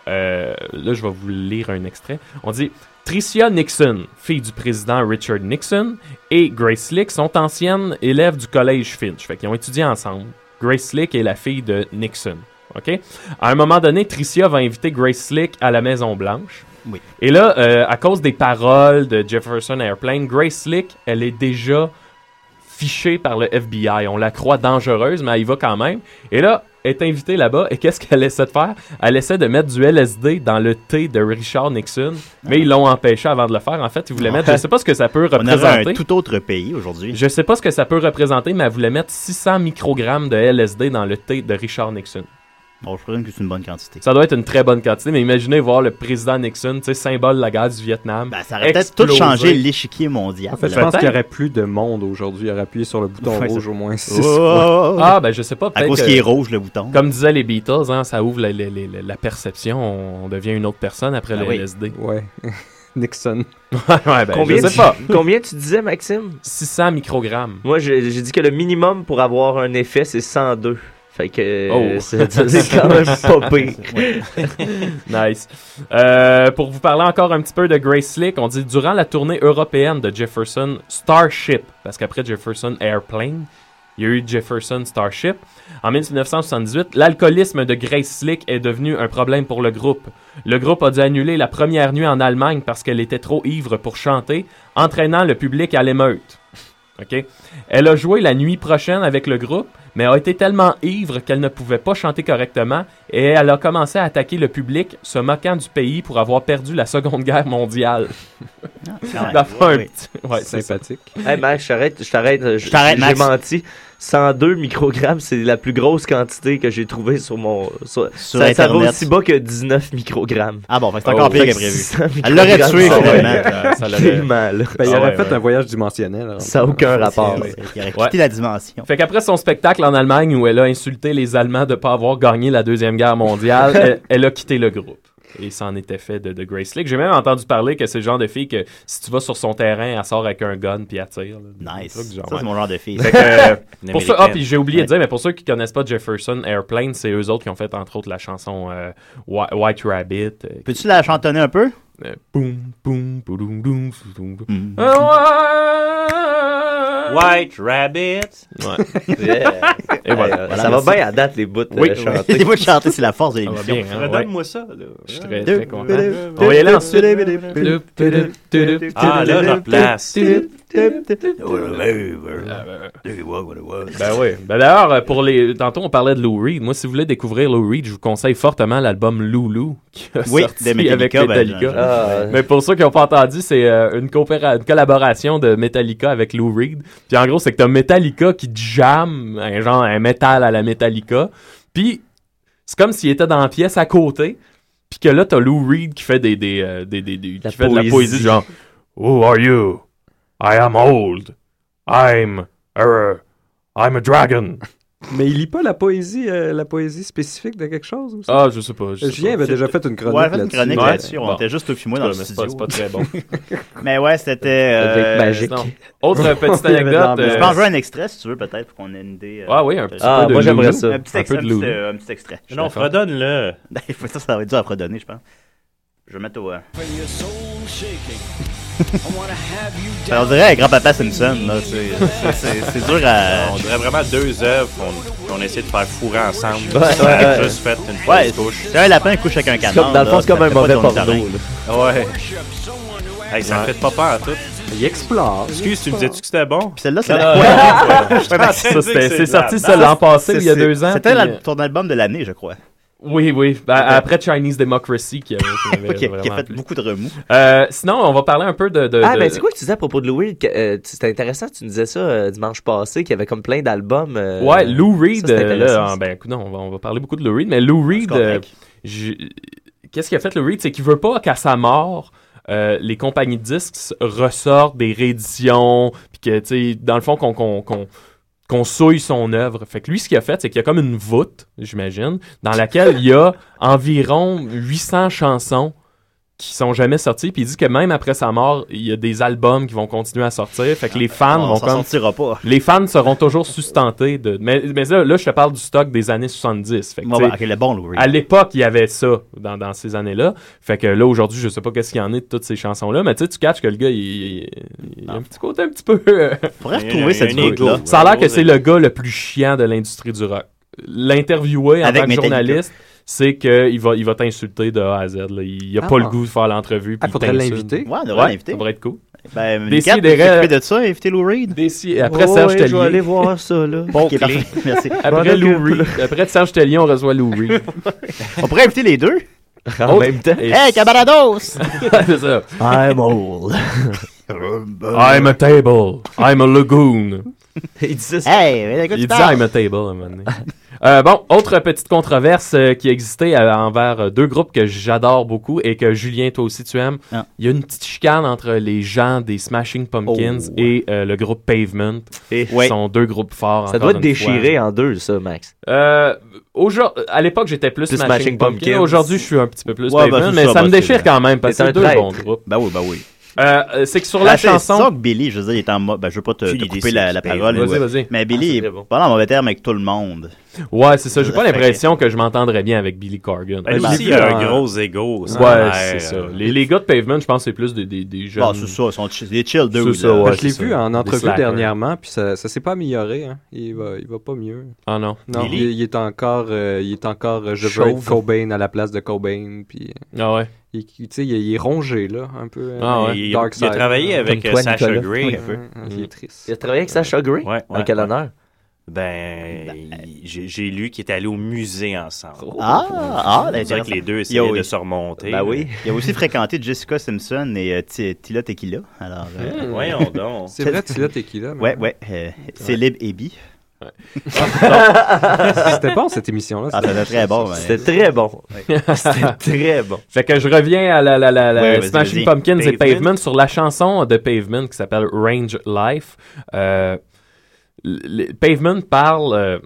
Speaker 9: Euh, là, je vais vous lire un extrait. On dit Tricia Nixon, fille du président Richard Nixon, et Grace Slick sont anciennes élèves du collège Finch. Fait qu'ils ont étudié ensemble. Grace Slick est la fille de Nixon. OK? À un moment donné, Tricia va inviter Grace Slick à la Maison-Blanche.
Speaker 6: Oui.
Speaker 9: Et là, euh, à cause des paroles de Jefferson Airplane, Grace Slick, elle est déjà fichée par le FBI. On la croit dangereuse, mais elle y va quand même. Et là, elle est invitée là-bas. Et qu'est-ce qu'elle essaie de faire? Elle essaie de mettre du LSD dans le thé de Richard Nixon. Mais ils l'ont empêché avant de le faire. En fait, ils voulaient mettre... Je sais pas ce que ça peut
Speaker 6: [LAUGHS] On aurait
Speaker 9: représenter.
Speaker 6: un tout autre pays aujourd'hui.
Speaker 9: Je sais pas ce que ça peut représenter, mais elle voulait mettre 600 microgrammes de LSD dans le thé de Richard Nixon.
Speaker 6: Bon, je présume que c'est une bonne quantité.
Speaker 9: Ça doit être une très bonne quantité, mais imaginez voir le président Nixon, tu sais, symbole de la guerre du Vietnam.
Speaker 6: Ben, Ça aurait peut-être tout changé l'échiquier mondial.
Speaker 12: En fait, je
Speaker 9: Peut-être.
Speaker 12: pense qu'il y aurait plus de monde aujourd'hui. Il aurait appuyé sur le bouton
Speaker 6: Ouais,
Speaker 12: rouge
Speaker 6: ça-
Speaker 12: au moins
Speaker 6: Ouais.
Speaker 12: six
Speaker 6: Oh, oh, oh.
Speaker 12: fois.
Speaker 9: Ah, ben je sais pas.
Speaker 6: À
Speaker 9: peut-être
Speaker 6: cause
Speaker 9: que-
Speaker 6: qu'il est rouge, le bouton.
Speaker 9: Comme disaient les Beatles, hein, ça ouvre la, la- la- la perception, on devient une autre personne après
Speaker 12: Ah
Speaker 9: le
Speaker 12: oui.
Speaker 9: LSD.
Speaker 12: Ouais. Nixon.
Speaker 9: ouais, ben,
Speaker 10: combien,
Speaker 9: je
Speaker 10: tu,
Speaker 9: sais pas.
Speaker 10: [LAUGHS] combien tu disais, Maxime
Speaker 9: 600 microgrammes.
Speaker 10: Moi, j'ai, j'ai dit que le minimum pour avoir un effet, c'est 102. Fait que euh,
Speaker 9: Oh.
Speaker 10: c'est, [LAUGHS] c'est quand même pas pire.
Speaker 9: [LAUGHS] nice. Euh, pour vous parler encore un petit peu de Grace Slick, on dit durant la tournée européenne de Jefferson Starship, parce qu'après Jefferson Airplane, il y a eu Jefferson Starship. En 1978, l'alcoolisme de Grace Slick est devenu un problème pour le groupe. Le groupe a dû annuler la première nuit en Allemagne parce qu'elle était trop ivre pour chanter, entraînant le public à l'émeute. OK? Elle a joué la nuit prochaine avec le groupe, mais a été tellement ivre qu'elle ne pouvait pas chanter correctement et elle a commencé à attaquer le public, se moquant du pays pour avoir perdu la Seconde Guerre mondiale.
Speaker 10: quand même.
Speaker 9: Dans le fond, un
Speaker 10: Oui.
Speaker 9: petit- ouais, c'est ça.
Speaker 10: Hey Max, ben, je t'arrête, je t'arrête, je-
Speaker 9: Je t'arrête,
Speaker 10: j'ai
Speaker 9: Max.
Speaker 10: menti. 102 microgrammes, c'est la plus grosse quantité que j'ai trouvée sur mon. Sur,
Speaker 6: Sur
Speaker 10: ça, ça va
Speaker 6: Internet.
Speaker 10: aussi bas que 19 microgrammes. Oh,
Speaker 6: Ah bon, fait que c'est
Speaker 9: Oh,
Speaker 6: encore pire que prévu. Elle l'aurait tué, finalement. Ça l'aurait-
Speaker 12: Ben, il
Speaker 9: Ah
Speaker 12: aurait
Speaker 9: ouais,
Speaker 12: fait
Speaker 9: ouais.
Speaker 12: un voyage dimensionnel. alors.
Speaker 10: Ça a aucun rapport.
Speaker 6: Il aurait quitté
Speaker 9: Ouais.
Speaker 6: la dimension.
Speaker 9: Fait qu'après son spectacle en Allemagne où elle a insulté les Allemands de ne pas avoir gagné la Deuxième Guerre
Speaker 6: [LAUGHS]
Speaker 9: mondiale, elle, elle a quitté le groupe. Et ça en était fait de, de Grace Slick. J'ai même entendu parler que c'est le genre de fille que si tu vas sur son terrain, elle sort avec un gun puis elle tire. là.
Speaker 6: Nice.
Speaker 9: Un truc du
Speaker 6: Ça, c'est mon genre de fille. [LAUGHS]
Speaker 9: Fait que, euh,
Speaker 6: Une
Speaker 9: pour ceux- ah,
Speaker 6: Américaine.
Speaker 9: puis j'ai oublié de
Speaker 6: Ouais.
Speaker 9: dire, mais pour ceux qui connaissent pas Jefferson Airplane, c'est eux autres qui ont fait entre autres la chanson euh, Whi- White Rabbit. euh,
Speaker 6: Peux-tu la chantonner un peu?
Speaker 9: euh, boum, boum, boum, boum, boum, Euh, boum.
Speaker 6: Mm.
Speaker 11: White Rabbit. [LAUGHS]
Speaker 9: Ouais.
Speaker 6: [LAUGHS]
Speaker 9: Et voilà. Voilà,
Speaker 10: ça va
Speaker 9: merci.
Speaker 10: bien à date, les bouts de
Speaker 9: Oui, [LAUGHS]
Speaker 10: chanter.
Speaker 6: Les bouts de chanter, c'est la force de
Speaker 9: Ça va
Speaker 6: l'émission.
Speaker 9: bien, hein,
Speaker 11: Redonne-moi ça, là.
Speaker 9: Je suis très,
Speaker 6: Deux.
Speaker 9: très content. On va y aller ensuite.
Speaker 11: Ah, là, je replace.
Speaker 9: Ben oui. Ben d'ailleurs, euh, pour les... tantôt, on parlait de Lou Reed. Moi, si vous voulez découvrir Lou Reed, je vous conseille fortement l'album Loulou qui a
Speaker 6: Oui,
Speaker 9: sorti
Speaker 6: de Metallica,
Speaker 9: avec
Speaker 6: ben,
Speaker 9: Metallica.
Speaker 6: j'en- Ah, ouais.
Speaker 9: Mais pour ceux qui n'ont pas entendu, c'est euh, une, coopéra- une collaboration de Metallica avec Lou Reed. Puis en gros, c'est que t'as Metallica qui jamme un genre un métal à la Metallica. Puis c'est comme s'il était dans la pièce à côté. Puis que là, t'as Lou Reed qui fait des, des, euh, des, des- des- qui fait de la poésie
Speaker 8: poésie.
Speaker 9: genre Who are you? I am old. I'm er, I'm a dragon.
Speaker 12: Mais il lit pas la poésie, euh, la poésie spécifique de quelque chose ou ça? Euh,
Speaker 9: Ah, je sais pas. je sais
Speaker 12: Julien
Speaker 9: pas.
Speaker 12: avait
Speaker 9: C'est-
Speaker 12: déjà fait une chronique
Speaker 6: Ouais, fait une
Speaker 12: là-dessus.
Speaker 6: chronique là-dessus. On
Speaker 9: Bon.
Speaker 6: était juste au fumoir dans
Speaker 9: Ouais,
Speaker 6: le
Speaker 9: mais c'est
Speaker 6: studio.
Speaker 9: pas- c'est pas très
Speaker 6: bon. [LAUGHS] mais ouais, c'était.
Speaker 9: Ça devait être
Speaker 6: euh,
Speaker 9: magique. Non. [LAUGHS] Autre petite
Speaker 6: Il y avait de
Speaker 9: anecdote,
Speaker 6: l'ambiance.
Speaker 9: euh,
Speaker 6: Je peux en jouer un extrait si tu veux, peut-être, pour qu'on ait une idée. euh,
Speaker 9: Ah oui, un
Speaker 6: de-
Speaker 9: petit Ah, peu de moi, j'aimerais Loulou. ça.
Speaker 6: Un petit,
Speaker 9: Un
Speaker 6: extrait,
Speaker 9: peu de
Speaker 6: un petit,
Speaker 9: Loulou.
Speaker 6: euh, un petit extrait.
Speaker 9: Je suis Non, d'accord.
Speaker 6: [LAUGHS] fredonne-le. ça, ça va être dur à fredonner, je pense. Je vais mettre au. euh, Alors, on dirait Grand-Papa Simpson, là. C'est c'est- c'est- c'est dur à.
Speaker 11: On dirait vraiment deux œuvres qu'on- qu'on essaie de faire fourrer ensemble.
Speaker 6: Ouais, ouais,
Speaker 11: Ça a
Speaker 6: [LAUGHS] ouais.
Speaker 11: juste fait une
Speaker 6: Ouais,
Speaker 11: fausse couche.
Speaker 6: c'est un lapin couche avec un
Speaker 11: C'est
Speaker 6: canard.
Speaker 11: comme- dans le fond,
Speaker 6: là,
Speaker 11: c'est comme
Speaker 6: ça
Speaker 11: un
Speaker 6: fait pas
Speaker 11: mauvais
Speaker 6: tourner
Speaker 11: porno,
Speaker 6: ta main.
Speaker 11: Ouais. Hey, ça me fait pas peur à tout.
Speaker 12: Il explore.
Speaker 11: Excuse, tu me disais-tu que c'était bon?
Speaker 6: Celle-là, c'est
Speaker 11: Non,
Speaker 6: la
Speaker 11: non,
Speaker 6: Ouais.
Speaker 11: [LAUGHS] non, ouais.
Speaker 6: Je suis en train de
Speaker 11: Ça,
Speaker 6: dire que
Speaker 11: c'était- c'est sorti,
Speaker 6: la-
Speaker 11: ça, l'an
Speaker 9: passé ou il y a
Speaker 6: c'est-
Speaker 9: deux ans,
Speaker 6: C'était
Speaker 9: puis,
Speaker 6: la-
Speaker 9: euh,
Speaker 6: ton album de l'année, je crois.
Speaker 9: Oui, oui. Ben, Après Chinese Democracy, qui, avait- qui [LAUGHS] m'avait
Speaker 6: Qui a- qui a
Speaker 9: vraiment
Speaker 6: fait
Speaker 9: appelé.
Speaker 6: beaucoup de remous.
Speaker 9: Euh, sinon, on va parler un peu de. de-
Speaker 10: Ah,
Speaker 9: de-
Speaker 10: ben c'est quoi que tu disais à propos de Louis? que, euh, tu- C'était intéressant, tu nous disais ça euh, dimanche passé, qu'il y avait comme plein d'albums. euh,
Speaker 9: Ouais, Lou Reed.
Speaker 10: ça, c'est
Speaker 9: euh,
Speaker 10: intéressant,
Speaker 9: là,
Speaker 10: ça.
Speaker 9: ben, écoute, non, on va, on va parler beaucoup de Lou Reed, mais Lou Reed, euh, j'ai- qu'est-ce qu'il a fait Lou Reed C'est qu'il veut pas qu'à sa mort, euh, les compagnies de disques s- ressortent des rééditions, puis que, tu sais, dans le fond, qu'on. qu'on- qu'on- qu'on souille son œuvre. Fait que lui, ce qu'il a fait, c'est qu'il y a comme une voûte, j'imagine, dans laquelle il
Speaker 10: [LAUGHS]
Speaker 9: y a environ 800 chansons qui sont jamais sorties. Puis il dit que même après sa mort, il y a des albums qui vont continuer à sortir. Fait que les fans
Speaker 6: On
Speaker 9: vont
Speaker 6: s'en
Speaker 9: comme...
Speaker 6: sortira pas.
Speaker 9: Les fans seront toujours sustentés de. Mais, mais là, là, je te parle du stock des années 70. Fait que,
Speaker 6: Ouais,
Speaker 9: tu sais,
Speaker 6: ouais, ok, le bon Lou Reed.
Speaker 9: À l'époque, il y avait ça dans, dans ces années-là. Fait que là, aujourd'hui, je sais pas qu'est-ce qu'il y en est de toutes ces chansons-là, mais tu sais, tu catches que le gars, il, il- il a un petit côté un petit peu.
Speaker 6: Faudrait retrouver cette voûte-là.
Speaker 9: Ça a l'air que c'est le gars le plus chiant de l'industrie du rock. L'interviewer en tant
Speaker 6: Avec
Speaker 9: que
Speaker 6: Metallica.
Speaker 9: journaliste, c'est qu'il va, il va t'insulter de A à Z. là. Il il a pas
Speaker 6: Ah.
Speaker 9: le goût de faire l'entrevue.
Speaker 6: Ah,
Speaker 9: puis il
Speaker 6: faudrait
Speaker 9: t'insulte.
Speaker 6: l'inviter. Ouais, on devrait l'inviter.
Speaker 9: Ça pourrait être cool.
Speaker 6: Ben,
Speaker 9: Des
Speaker 6: Nickel,
Speaker 9: sidérés-
Speaker 6: s'occuper de ça, inviter Lou Reed.
Speaker 9: et après
Speaker 6: Ouais,
Speaker 9: Serge
Speaker 6: ouais,
Speaker 9: Tellier.
Speaker 6: je vais
Speaker 9: [LAUGHS]
Speaker 6: aller voir ça, là.
Speaker 9: Bon
Speaker 6: Ok,
Speaker 9: clé.
Speaker 6: parfait, merci.
Speaker 9: Après, Lou Reed- après Serge Tellier, on reçoit Lou Reed.
Speaker 6: On pourrait inviter les deux.
Speaker 9: En même temps.
Speaker 6: Hey,
Speaker 9: [LAUGHS]
Speaker 6: camarados!
Speaker 9: C'est ça.
Speaker 10: I'm old.
Speaker 9: [LAUGHS] I'm a table. I'm a lagoon.
Speaker 10: Il disait
Speaker 6: ça. Hey, mais de quoi tu
Speaker 9: Il dit
Speaker 6: parles?
Speaker 9: I'm a table à un moment donné. [LAUGHS] Euh, bon, autre petite controverse euh, qui existait euh, envers euh, deux groupes que j'adore beaucoup et que Julien, toi aussi, tu aimes. Il y a une petite chicane entre les gens des Smashing Pumpkins
Speaker 10: Oh.
Speaker 9: et euh, le groupe Pavement, qui
Speaker 10: Ouais.
Speaker 9: sont deux groupes forts.
Speaker 10: Ça
Speaker 9: encore
Speaker 10: doit être
Speaker 9: une fois.
Speaker 10: déchiré en deux, ça, Max.
Speaker 9: Euh, aujourd'hui- à l'époque, j'étais plus,
Speaker 10: Plus
Speaker 9: Smashing
Speaker 10: Smashing
Speaker 9: Pumpkins.
Speaker 10: Pumpkins.
Speaker 9: Aujourd'hui, je suis un petit peu plus
Speaker 10: Ouais,
Speaker 9: Pavement,
Speaker 6: bah,
Speaker 10: ben, c'est
Speaker 9: mais
Speaker 10: ça,
Speaker 9: ça, me
Speaker 10: ben, c'est
Speaker 9: déchire
Speaker 10: vrai.
Speaker 9: quand même parce que
Speaker 6: C'est
Speaker 9: c'est
Speaker 6: un
Speaker 9: deux
Speaker 6: traître.
Speaker 9: bons groupes.
Speaker 6: Ben oui, ben oui.
Speaker 9: Euh, euh, c'est que sur la chanson.
Speaker 6: C'est ça que Billy, je veux dire, il est en mode. Ben, je veux pas te,
Speaker 9: Aucune
Speaker 6: te
Speaker 9: idée,
Speaker 6: couper
Speaker 9: c'est-
Speaker 6: la, la
Speaker 9: c'est-
Speaker 6: parole.
Speaker 9: vas-y,
Speaker 6: ouais.
Speaker 9: vas-y. Ah,
Speaker 6: Mais Billy,
Speaker 9: c'est
Speaker 6: est
Speaker 9: bon.
Speaker 6: pas en mauvais terme avec tout le monde.
Speaker 9: Ouais, c'est ça. J'ai pas
Speaker 6: Fait
Speaker 9: l'impression que je m'entendrais bien avec Billy Corgan.
Speaker 11: Ben, lui
Speaker 9: Je l'ai
Speaker 11: aussi,
Speaker 9: vu
Speaker 11: il a
Speaker 9: en-
Speaker 11: un gros ego, ça a
Speaker 9: euh, Ouais,
Speaker 11: l'air,
Speaker 9: c'est ça.
Speaker 11: euh,
Speaker 9: Les, les gars de Pavement, je pense que c'est plus des, des, des jeunes.
Speaker 6: Bon, Bah, c'est ça, ils sont chi- des chill dudes.
Speaker 9: C'est ça,
Speaker 6: là.
Speaker 9: ouais,
Speaker 12: je l'ai
Speaker 9: c'est
Speaker 12: vu
Speaker 9: ça.
Speaker 12: en
Speaker 9: Des
Speaker 12: entrevue
Speaker 9: slackers.
Speaker 12: dernièrement, puis ça, ça s'est pas amélioré. Hein. Il, va, il
Speaker 9: [LAUGHS]
Speaker 12: va pas mieux.
Speaker 9: Ah non.
Speaker 12: Non, il,
Speaker 9: Billy?
Speaker 12: il est encore, euh, il est encore euh, je veux être
Speaker 9: Chauve.
Speaker 12: Cobain à la place de Cobain. Puis, euh,
Speaker 9: Ah ouais.
Speaker 12: Il, il- tu sais, il, est- il est rongé, là, un peu. euh,
Speaker 9: Ah ouais.
Speaker 12: Il,
Speaker 9: Il-
Speaker 12: Dark
Speaker 11: il a
Speaker 12: Side.
Speaker 11: travaillé
Speaker 12: Comme
Speaker 11: avec, euh,
Speaker 12: toi,
Speaker 11: Sasha
Speaker 12: Nicolas.
Speaker 11: Grey.
Speaker 12: Ouais,
Speaker 11: Un peu.
Speaker 12: hein, Il est triste.
Speaker 10: Il a travaillé avec Sacha Gray.
Speaker 11: Ouais,
Speaker 10: En
Speaker 11: ouais,
Speaker 10: quel
Speaker 11: ouais.
Speaker 10: honneur?
Speaker 11: Ben, j'ai j'ai lu qu'ils étaient allés au musée ensemble.
Speaker 6: Ah, ah,
Speaker 11: C'est vrai
Speaker 6: l'intéressant.
Speaker 11: que les deux
Speaker 6: Il
Speaker 11: essayaient
Speaker 6: y a-
Speaker 11: de se remonter.
Speaker 6: Ben oui. Il a aussi fréquenté Jessica Simpson et euh, Ti- Tila Tequila. Alors, euh,
Speaker 11: Hmm, voyons donc. C'est vrai, Tila
Speaker 12: Tequila, mais-
Speaker 6: Ouais, ouais. euh, Célib et bi.
Speaker 12: C'était bon, cette émission-là.
Speaker 6: Ah, c'était très bon. ouais. [LAUGHS] Ouais.
Speaker 12: très bon.
Speaker 9: Fait que je reviens à la, la, la, la
Speaker 6: Ouais, vas-y,
Speaker 9: Smashing
Speaker 6: vas-y.
Speaker 9: Pumpkins et
Speaker 6: Pavement.
Speaker 9: Pavement sur la chanson de Pavement qui s'appelle Range Life. Euh, le- le- Pavement parle, euh,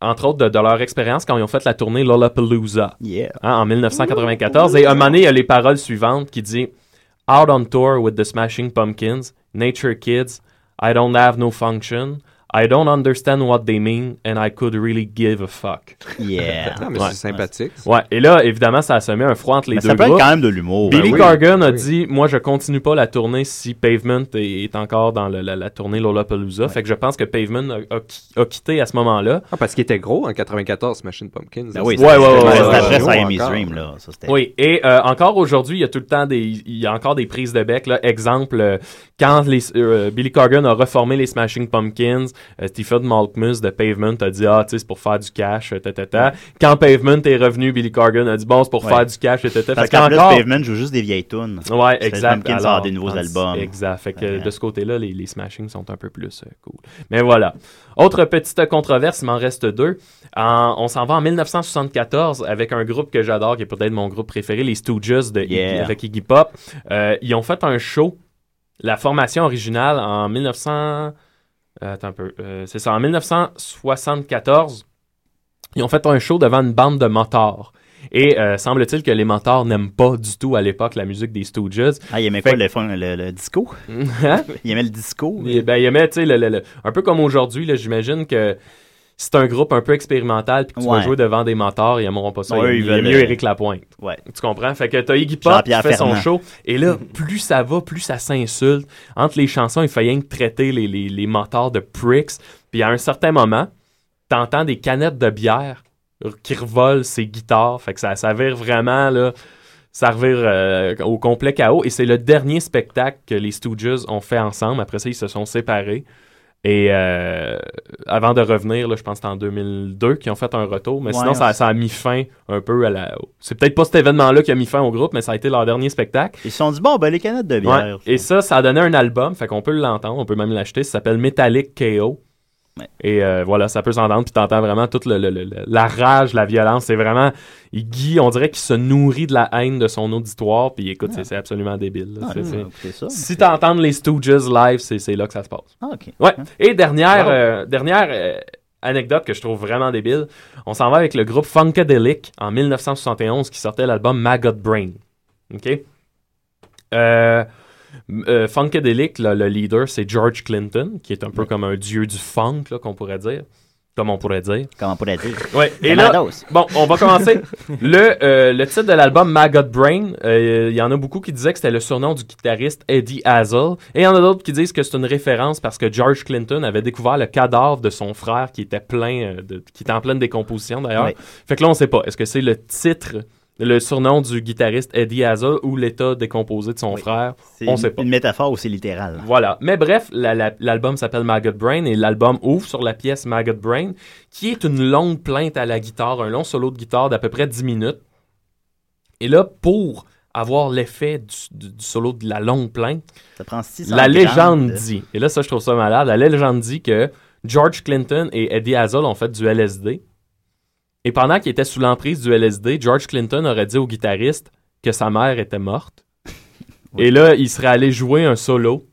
Speaker 9: entre autres, de, de leur expérience quand ils ont fait la tournée Lollapalooza
Speaker 6: Yeah.
Speaker 9: hein, en 1994. Et un moment donné, il y a les paroles suivantes qui dit « Out on tour with the Smashing Pumpkins, Nature Kids, I don't have no function, I don't understand what they mean, and I could really give a fuck. »
Speaker 6: Yeah.
Speaker 12: Ah, mais c'est sympathique.
Speaker 9: Ouais, et là, évidemment, ça a semé un froid entre les
Speaker 6: Mais
Speaker 9: deux
Speaker 6: ça peut être
Speaker 9: groupes.
Speaker 6: quand même de l'humour.
Speaker 9: Billy
Speaker 6: Ben oui.
Speaker 9: Corgan a dit Moi, je continue pas la tournée si Pavement est, est encore dans le- la, la tournée Lollapalooza. Fait que je pense que Pavement a, a qui- a quitté à ce moment-là.
Speaker 12: Ah, parce qu'il était gros en 94, Machine Pumpkins.
Speaker 9: Ben oui,
Speaker 12: c'est-
Speaker 9: ouais, ouais,
Speaker 12: c'était-
Speaker 9: ouais,
Speaker 12: c'était
Speaker 9: ouais,
Speaker 12: un
Speaker 9: ouais,
Speaker 12: gros
Speaker 9: ouais.
Speaker 12: encore.
Speaker 9: Oui, et euh, encore aujourd'hui, il y a tout le temps des, il y a encore des prises de bec. Là. Exemple, euh, quand les, euh, Billy Corgan a reformé les Smashing Pumpkins, euh, Stephen Malkmus de Pavement a dit ah tu sais c'est pour faire du cash, euh, ta, ta, ta. Quand Pavement est revenu, Billy Corgan a dit bon c'est [LAUGHS] pour
Speaker 6: Ouais.
Speaker 9: faire du cash, etc.
Speaker 6: Parce qu'en plus, Pavement joue juste des vieilles tunes.
Speaker 9: Ouais,
Speaker 6: Smashing
Speaker 9: exact.
Speaker 6: Pumpkins sort des nouveaux
Speaker 9: en-
Speaker 6: albums.
Speaker 9: Exact. Fait que de ce côté-là, les, les smashings sont un peu plus euh, cool. Mais voilà. Autre petite controverse, il m'en reste deux. En- on s'en va en 1974 avec un groupe que j'adore, qui est peut-être mon groupe préféré, les Stooges de Iggy-
Speaker 6: Yeah.
Speaker 9: avec Iggy Pop. Euh, ils ont fait un show, la formation originale, en 1900... euh, Attends un peu. Euh, C'est ça, en 1974. Ils ont fait un show devant une bande de motards. Et euh, semble-t-il que les motards n'aiment pas du tout à l'époque la musique des Stooges.
Speaker 6: Ah, il aimait quoi, le, fun- le-
Speaker 9: [LAUGHS]
Speaker 6: le disco? [LAUGHS]
Speaker 9: il aimait le disco. ben, il aimait, tu sais, le- le- le- un peu comme aujourd'hui, là, j'imagine que c'est un groupe un peu expérimental, puis que tu vas
Speaker 6: Ouais.
Speaker 9: jouer devant des mentors, ils aimeront pas ça.
Speaker 6: Ouais,
Speaker 9: ils
Speaker 6: ils
Speaker 9: il aiment
Speaker 6: veulent,
Speaker 9: mieux
Speaker 6: euh,
Speaker 9: Éric Lapointe. Tu comprends? Fait que t'as Iggy Pop qui
Speaker 6: Jean-Pierre
Speaker 9: fait son
Speaker 6: Fernand.
Speaker 9: show, et là, plus ça va, plus ça s'insulte. Entre les chansons, il fallait rien que traiter les, les, les mentors de pricks. Puis à un certain moment, t'entends des canettes de bière qui revolent ses guitares. Fait que ça, ça vire vraiment, là, ça revire euh, au complet chaos. Et c'est le dernier spectacle que les Stooges ont fait ensemble. Après ça, ils se sont séparés. Et euh, avant de revenir, là, je pense que c'est en 2002 qu'ils ont fait un retour. Mais
Speaker 6: Ouais,
Speaker 9: sinon, ça,
Speaker 6: ouais.
Speaker 9: ça a mis fin un peu à la... C'est peut-être pas cet événement-là qui a mis fin au groupe, mais ça a été leur dernier spectacle.
Speaker 6: Ils se sont dit, bon, ben les canettes de bière.
Speaker 9: Ouais. Et ça, ça a donné un album, fait qu'on peut l'entendre, on peut même l'acheter. Ça s'appelle Metallic KO. Et euh, voilà, ça peut s'entendre, puis t'entends vraiment toute le- le- le- la rage, la violence. C'est vraiment. il- Guy, on dirait qu'il se nourrit de la haine de son auditoire, puis écoute, c'est- c'est absolument débile. là.
Speaker 6: Ah,
Speaker 9: C'est-
Speaker 6: hum,
Speaker 9: c'est-
Speaker 6: écoutez ça.
Speaker 9: si t'entends les Stooges live, c'est c'est là que ça se passe.
Speaker 6: Ah, ok.
Speaker 9: Ouais. Et dernière,
Speaker 6: Wow.
Speaker 9: euh, dernière euh, anecdote que je trouve vraiment débile, on s'en va avec le groupe Funkadelic en 1971 qui sortait l'album Maggot Brain. OK? Euh, m- euh, Funkadelic, là, le leader, c'est George Clinton, qui est un peu comme un dieu du funk, là, qu'on pourrait dire. Comme on pourrait dire.
Speaker 6: Comme on pourrait dire.
Speaker 9: Ouais. Et
Speaker 6: Le
Speaker 9: là,
Speaker 6: Mados.
Speaker 9: bon, on va
Speaker 6: [LAUGHS]
Speaker 9: commencer. [LAUGHS] le, euh, le titre de l'album Maggot Brain, euh, il y en a beaucoup qui disaient que c'était le surnom du guitariste Eddie Hazel. Et il y en a d'autres qui disent que c'est une référence parce que George Clinton avait découvert le cadavre de son frère qui était plein, euh, de- qui était en pleine décomposition d'ailleurs.
Speaker 6: Ouais.
Speaker 9: Fait que là, on sait pas. Est-ce que c'est le titre, le surnom du guitariste Eddie Hazel ou l'état décomposé de son frère?
Speaker 6: C'est
Speaker 9: On sait pas.
Speaker 6: une métaphore ou c'est littéral?
Speaker 9: Voilà. Mais bref, la- la- l'album s'appelle Maggot Brain et l'album ouvre sur la pièce Maggot Brain, qui est une longue plainte à la guitare, un long solo de guitare d'à peu près 10 minutes. Et là, pour avoir l'effet du, du- du solo de la longue plainte, la
Speaker 6: 600
Speaker 9: légende
Speaker 6: grammes de-
Speaker 9: dit, et là ça je trouve ça malade, la légende dit que George Clinton et Eddie Hazel ont fait du LSD. Et pendant qu'ils étaient sous l'emprise du LSD, George Clinton aurait dit au guitariste que sa mère était
Speaker 6: [LAUGHS]
Speaker 9: morte. Et là, il serait allé jouer un solo.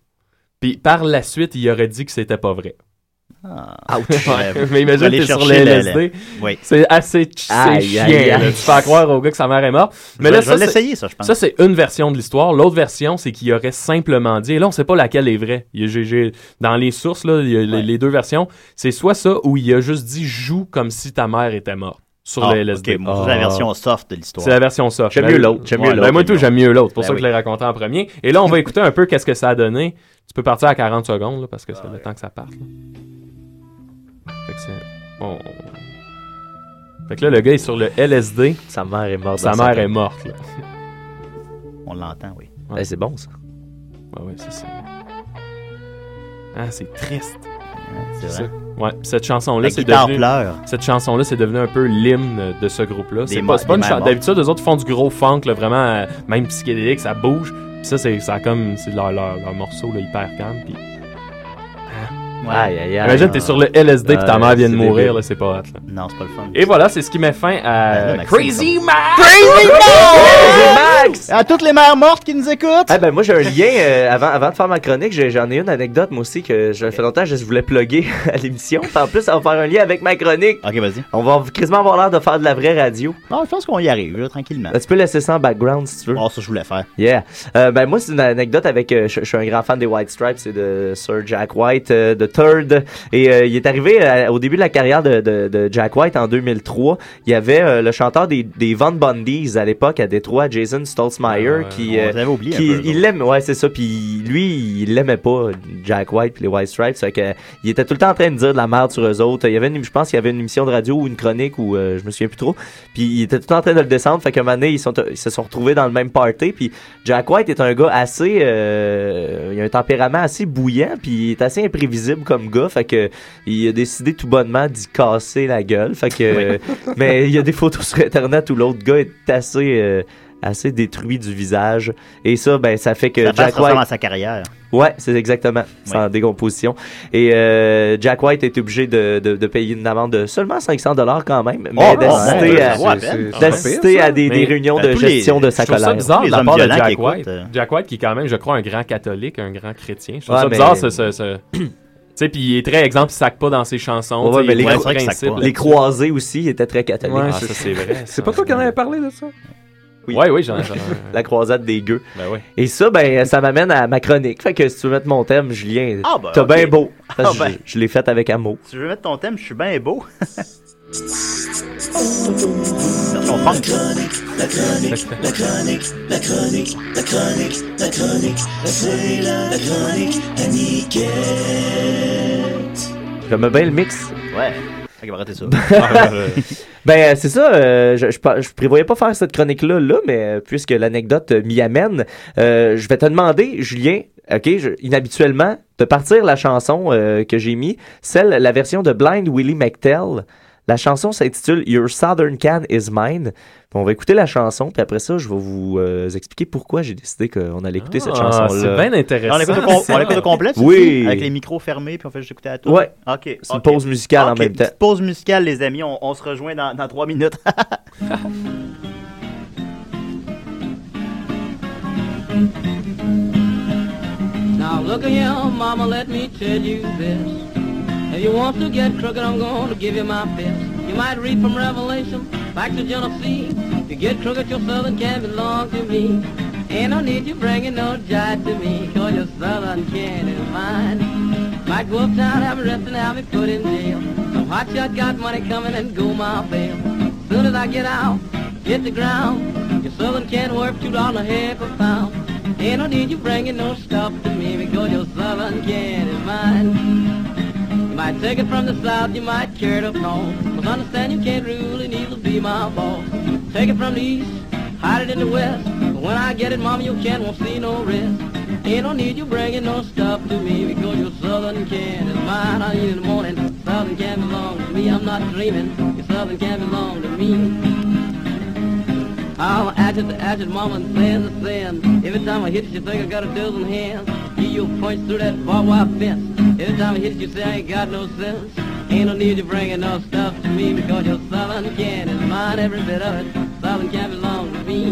Speaker 9: Puis par la suite, il aurait dit que c'était pas vrai.
Speaker 6: Ah.
Speaker 9: [LAUGHS] Ouais,
Speaker 6: Ouais.
Speaker 9: mais
Speaker 6: Faut
Speaker 9: imagine,
Speaker 6: aller
Speaker 9: t'es sur le
Speaker 6: chercher le-
Speaker 9: LSD.
Speaker 6: le- Oui.
Speaker 9: C'est assez ch- c'est
Speaker 6: Aïe,
Speaker 9: chiant.
Speaker 6: aïe,
Speaker 9: là.
Speaker 6: aïe.
Speaker 9: Tu fais croire au gars que sa mère est morte. Mais
Speaker 6: Je
Speaker 9: là,
Speaker 6: vais- je vais
Speaker 9: c'est-
Speaker 6: l'essayer, ça, je pense.
Speaker 9: Ça, c'est une version de l'histoire. L'autre version, c'est qu'il aurait simplement dit. Et là, on sait pas laquelle est vraie. Il y a- j'ai- j'ai- dans les sources, là, il y a les, les deux versions. C'est soit ça ou il a juste dit joue comme si ta mère était morte sur
Speaker 6: Ah,
Speaker 9: le LSD.
Speaker 6: ok, moi, c'est la version soft de l'histoire.
Speaker 9: C'est la version soft.
Speaker 6: J'aime
Speaker 9: Ben,
Speaker 6: mieux l'autre, j'aime
Speaker 9: ouais,
Speaker 6: mieux
Speaker 9: ben,
Speaker 6: l'autre.
Speaker 9: moi, tout, j'aime mieux l'autre. C'est pour
Speaker 6: Ben
Speaker 9: ça que je
Speaker 6: oui.
Speaker 9: l'ai raconté en premier. Et là, on
Speaker 6: [LAUGHS]
Speaker 9: va écouter un peu qu'est-ce que ça a donné. Tu peux partir à 40 secondes, là, parce que c'est le temps que ça parte. là. Fait que c'est- bon. Fait que là, le gars est sur le LSD. Sa mère est
Speaker 6: Ah,
Speaker 9: morte. Sa
Speaker 10: dans
Speaker 6: ben,
Speaker 10: sa
Speaker 9: mère
Speaker 10: tête.
Speaker 9: est morte, là.
Speaker 6: [LAUGHS] On l'entend, oui.
Speaker 9: Ouais.
Speaker 10: c'est bon, ça.
Speaker 9: Ouais, ouais, c'est ça. Ah, c'est triste.
Speaker 6: C'est
Speaker 9: ça.
Speaker 6: vrai.
Speaker 9: Ouais, puis cette chanson-là,
Speaker 6: La
Speaker 9: c'est
Speaker 6: guitare
Speaker 9: devenu...
Speaker 6: pleure.
Speaker 9: Cette chanson-là, c'est devenu un peu l'hymne de ce groupe-là. C'est
Speaker 6: Des
Speaker 9: pas,
Speaker 6: mo-
Speaker 9: c'est pas
Speaker 6: des
Speaker 9: une chanson...
Speaker 6: mamans.
Speaker 9: D'habitude, eux autres font du gros funk, là, vraiment, euh, même psychédélique, ça bouge. Puis ça, c'est ça a comme... C'est leur, leur, leur morceau, là, hyper calme, puis... hein?
Speaker 6: Ouais. Aïe, aïe, aïe.
Speaker 9: Imagine, t'es sur le LSD puis ta
Speaker 6: Ouais,
Speaker 9: mère vient de
Speaker 6: c'est
Speaker 9: mourir,
Speaker 6: débile.
Speaker 9: là, c'est pas hot, là.
Speaker 6: Non, c'est pas le fun. Ben
Speaker 9: Et voilà, c'est ce qui met fin à... Crazy Max!
Speaker 6: Crazy Max!
Speaker 10: Max!
Speaker 6: À toutes les mères mortes qui nous écoutent!
Speaker 10: Ah ben moi j'ai un lien euh, avant, avant de faire ma chronique, j'ai- j'en ai une anecdote moi aussi que je fait longtemps que je voulais plugger [LAUGHS] à l'émission. Puis En plus, ça va faire un lien avec ma chronique.
Speaker 6: OK, vas-y.
Speaker 10: On va quasiment avoir l'air de faire de la vraie radio.
Speaker 6: Non, je pense qu'on y arrive, là, tranquillement.
Speaker 10: Euh, Tu peux laisser ça en background si tu veux.
Speaker 6: Oh, ça, je voulais faire.
Speaker 10: Yeah. Euh, ben moi c'est une anecdote avec euh, je je suis un grand fan des White Stripes et de Sir Jack White euh, de Third et euh, il est arrivé euh, au début de la carrière de, de- de Jack White en 2003, il y avait euh, le chanteur des, des Van Bundys à l'époque à Détroit, Jason Stolzmeyer qui
Speaker 6: Ah
Speaker 10: euh,
Speaker 6: on les avait oubliés un
Speaker 10: qui-
Speaker 6: peu, eux
Speaker 10: il l'aime ouais c'est ça puis lui il l'aimait pas Jack White puis les White Stripes fait que il était tout le temps en train de dire de la merde sur eux autres il y avait une, je pense qu'il y avait une émission de radio ou une chronique ou euh, je me souviens plus trop puis il était tout le temps en train de le descendre fait qu'à un moment donné ils, sont, ils se sont retrouvés dans le même party puis Jack White est un gars assez euh, il a un tempérament assez bouillant puis il est assez imprévisible comme gars fait que il a décidé tout bonnement d'y casser la gueule fait que mais il y a des photos [LAUGHS] sur internet où l'autre gars est assez euh, assez détruit du visage et ça ben ça fait que
Speaker 6: Ça
Speaker 10: Jack
Speaker 6: passe
Speaker 10: White
Speaker 6: ressemble à sa carrière.
Speaker 10: Ouais, c'est exactement. C'est en décomposition. Et euh, Jack White est obligé de, de- de payer une amende de seulement 500 dollars quand même, mais
Speaker 9: Oh,
Speaker 10: d'assister
Speaker 9: bon,
Speaker 10: à,
Speaker 9: c'est- c'est- c'est pas
Speaker 10: d'assister
Speaker 9: pire, ça.
Speaker 10: à des, des
Speaker 9: Mais,
Speaker 10: réunions
Speaker 9: euh,
Speaker 10: de
Speaker 9: tous les-
Speaker 10: gestion de sa
Speaker 9: je trouve
Speaker 10: colère.
Speaker 9: ça bizarre de la
Speaker 10: hommes
Speaker 9: part de
Speaker 10: violents qui
Speaker 9: Jack
Speaker 10: écoutent,
Speaker 9: White.
Speaker 10: euh,
Speaker 9: Jack White qui est quand même, je crois, un grand catholique, un grand chrétien. Je trouve
Speaker 10: Ouais,
Speaker 9: ça
Speaker 10: mais-
Speaker 9: bizarre ce... ce- ce- sais, puis il est très exemple, il sac pas dans ses chansons.
Speaker 10: Ouais,
Speaker 9: tu sais,
Speaker 10: mais
Speaker 9: il
Speaker 10: les,
Speaker 9: voit le
Speaker 10: cro-
Speaker 9: principe, là.
Speaker 10: les croisés aussi ils étaient très catholiques.
Speaker 9: Ouais, Ah, ça, c'est vrai,
Speaker 10: c'est pas toi qui en avais parlé de ça? Oui, [LAUGHS]
Speaker 9: oui, j'en ai
Speaker 10: La croisade des gueux.
Speaker 9: Ben oui.
Speaker 10: Et ça, ben, ça m'amène à ma chronique. Fait que si tu veux mettre mon thème, Julien,
Speaker 6: Ah, ben,
Speaker 10: t'as
Speaker 6: ok.
Speaker 10: bien beau. Parce que
Speaker 6: Ah, ben.
Speaker 10: je, je l'ai fait avec amour.
Speaker 6: Tu veux mettre ton thème, je suis bien beau. [LAUGHS] On prend
Speaker 7: La chronique, la chronique, la chronique, la chronique, la chronique, c'est la chronique à Niquette.
Speaker 10: J'aime bien le mix.
Speaker 6: Ouais. Ok, on va arrêter ça.
Speaker 11: Ah,
Speaker 10: [LAUGHS] ben, euh, c'est ça. euh, je, je, pa- je prévoyais pas faire cette chronique-là, là, mais euh, puisque l'anecdote euh, m'y amène, euh, je vais te demander, Julien, OK, je- inhabituellement, de partir la chanson euh, que j'ai mis, celle, la version de Blind Willie McTell. La chanson s'intitule Your Southern Can Is Mine. Puis on va écouter la chanson, puis après ça, je vais vous euh, expliquer pourquoi j'ai décidé qu'on allait écouter cette chanson-là.
Speaker 9: Ah, c'est bien intéressant.
Speaker 6: On l'écoute au, com- on l'écoute au complet, tu
Speaker 10: Ah, Oui.
Speaker 6: dis? Avec les micros fermés, puis on fait juste écouter à tout.
Speaker 10: Ouais.
Speaker 6: Ok.
Speaker 10: C'est une
Speaker 6: ok.
Speaker 10: pause musicale en
Speaker 6: Ok,
Speaker 10: même temps.
Speaker 6: Petite pause musicale, les amis. On, on se rejoint dans, dans
Speaker 18: [LAUGHS]
Speaker 6: trois minutes.
Speaker 17: Now look here, mama, let me tell you this. If you want to get crooked, I'm going to give you my fist. You might read from Revelation back to Genesee. If you get crooked, your southern can belong to me. Ain't no need you bringing no jive to me, cause your southern can is mine. Might go uptown, have a rest and have it put in jail. Some hotshot got money coming and go my bail. Soon as I get out, hit the ground. Your southern can worth two dollars a half a pound. Ain't no need you bringing no stuff to me because your southern can is mine. You might take it from the south, you might carry it up north. But understand you can't rule and either be my boss. Take it from the east, hide it in the west. But when I get it, mama, you can won't see no rest. Ain't no need you bringing no stuff to me because your southern can is mine. I need in the morning. Southern can belong to me. I'm not dreaming. Your southern can belong to me. I'll ask it, ask it, mama, and sand to sand. Every time I hit you, you think I got a dozen hands. You, you punch through that barbed wire fence. Every time I hit you, you say I ain't got no sense. Ain't no need you bringing no stuff to me because your southern can is mine, every bit of it. Southern can belongs to me.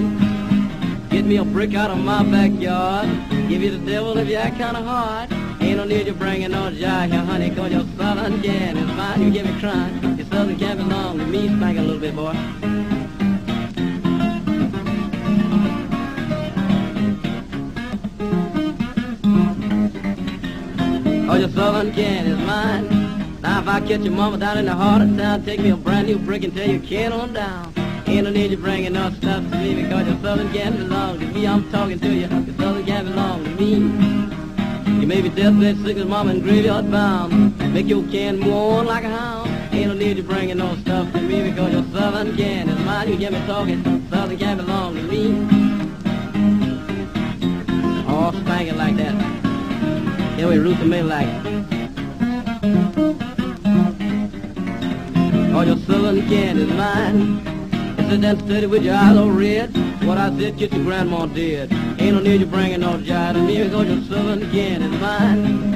Speaker 17: Get me a brick out of my backyard. Give you the devil if you act kinda hard. Ain't no need you bringing no jive here, honey, cause your southern can is mine. You get me crying. Your southern can belongs to me. Spank a little bit, boy. Oh, your southern can is mine. Now if I catch your mama down in the heart of town, take me a brand new brick and tear your can on down. Ain't no need you bringing no stuff to me because your southern can belongs to me. I'm talking to you. Your southern can belongs to me. You may be deathbed sick as mama and graveyard bound. Make your can move on like a hound. Ain't no need you bringing no stuff to me because your southern can is mine. You get me talking. Southern can belongs to me. All spanking like that. Yeah, we root them in like. Oh, your southern can is mine. You sit there steady with your eyes all red. What I said, get your grandma dead. Ain't no need you bringing no jive to me because your southern can is mine.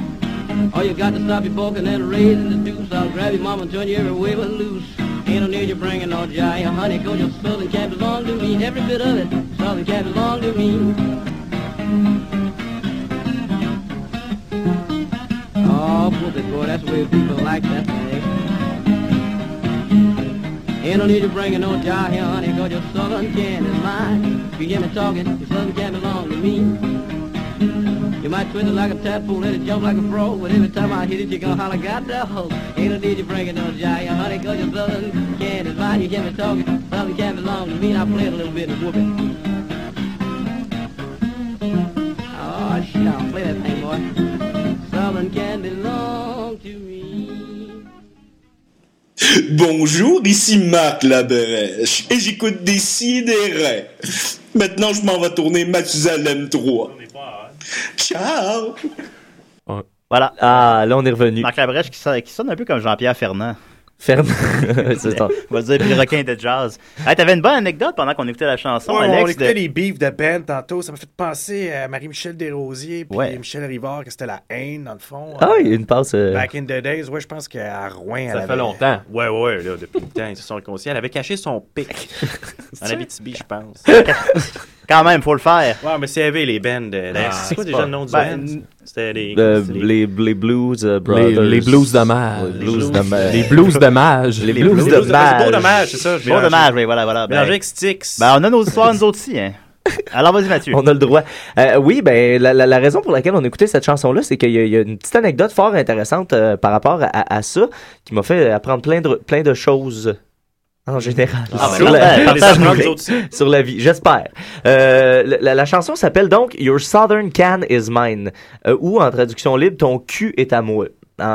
Speaker 17: All you got to stop your poking and raising the deuce. I'll grab your mama and turn you every way but loose. Ain't no need you bringing no jive, honey, cause your southern can belong to me. Every bit of it, southern can belong to me. Oh, whoop it, boy, that's the way people like that thing. Ain't no need to bring no jar here, honey, cause your southern can is mine. You hear me talking, your southern can belong to me. You might twist it like a tadpole, let it jump like a frog, but every time I hit it, you gonna holler, God the hope. Ain't no need to bring no jar here, honey, cause your southern can is mine. You hear me talking, southern can belong to me, and I play it a little bit and whoop it. Oh, shit, I'll play that thing, boy. Southern can belong to
Speaker 14: Bonjour, ici Marc Labrèche et j'écoute des sidérés. Maintenant, je m'en vais tourner Mathusalem 3. Ciao!
Speaker 6: Voilà.
Speaker 10: Ah, là, on est revenu.
Speaker 6: Marc Labrèche qui, sonne- qui sonne un peu comme Jean-Pierre Fernand.
Speaker 10: Fernand. [LAUGHS]
Speaker 6: [LAUGHS] On va dire le requin de jazz. Hey, T'avais une bonne anecdote pendant qu'on écoutait la chanson,
Speaker 18: Ouais,
Speaker 6: Alex.
Speaker 18: on écoutait
Speaker 6: de-
Speaker 18: les beefs de Ben tantôt. Ça m'a fait penser à Marie-Michel Desrosiers puis
Speaker 6: Ouais.
Speaker 18: Michel Rivard, que c'était la haine, dans le fond.
Speaker 10: Ah,
Speaker 18: Euh,
Speaker 10: il y a une passe. euh,
Speaker 18: Back in the days, ouais, je pense qu'à Rouen.
Speaker 11: Ça fait longtemps. Ouais, ouais, ouais, là,
Speaker 6: [LAUGHS]
Speaker 11: depuis le temps, ils se sont conscients. Elle avait caché son pic en Abitibi, je pense.
Speaker 6: Quand même, faut le faire. Ah,
Speaker 11: Ouais, mais c'est avait les bands. euh, d'ailleurs, c'est quoi
Speaker 6: c'est
Speaker 11: déjà
Speaker 6: pas-
Speaker 11: le nom du
Speaker 6: ben,
Speaker 11: band? C'était les.
Speaker 10: Euh,
Speaker 11: c'était les-
Speaker 10: les, les Blues euh,
Speaker 9: Les,
Speaker 10: Brothers.
Speaker 9: les blues d'hommage.
Speaker 10: Les blues d'hommage.
Speaker 9: Les blues d'hommage.
Speaker 10: Les
Speaker 6: Les blues
Speaker 10: blues d'hommage.
Speaker 6: d'hommage.
Speaker 10: Beau
Speaker 11: dommage, c'est ça, je
Speaker 6: Beau
Speaker 11: mélange.
Speaker 6: dommage, oui, voilà, voilà.
Speaker 11: Mélanger avec Styx.
Speaker 6: Ben, on a nos histoires, nous autres aussi, hein. Alors, vas-y, Mathieu.
Speaker 10: On a le droit. Euh, oui, ben la, la- la raison pour laquelle on écoutait cette chanson-là, c'est qu'il y, a- il y a une petite anecdote fort intéressante euh, par rapport à, à ça qui m'a fait apprendre plein de, plein de choses en général
Speaker 11: Ah,
Speaker 10: [LAUGHS]
Speaker 11: ben,
Speaker 10: sur, la,
Speaker 11: partage- partage-nous
Speaker 10: sur la-
Speaker 11: les autres aussi.
Speaker 10: sur la vie, j'espère. Euh, la- la, la chanson s'appelle donc Your Southern Can Is Mine, euh, ou en traduction libre, Ton cul est à moi. En,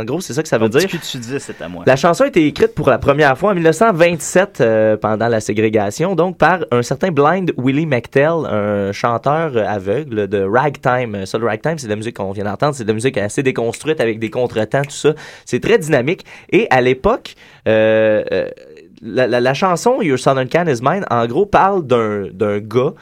Speaker 10: en gros, c'est ça que ça veut dire.
Speaker 6: Que tu dis, c'est à moi.
Speaker 10: La chanson a été écrite pour la première fois en 1927 euh, pendant la ségrégation, donc par un certain Blind Willie McTell, un chanteur euh, aveugle de ragtime. Ça, le ragtime, c'est de la musique qu'on vient d'entendre, c'est de la musique assez déconstruite avec des contretemps, tout ça. C'est très dynamique. Et à l'époque, euh, euh, la, la- la chanson Your Southern Can Is Mine, en gros, parle d'un d'un gars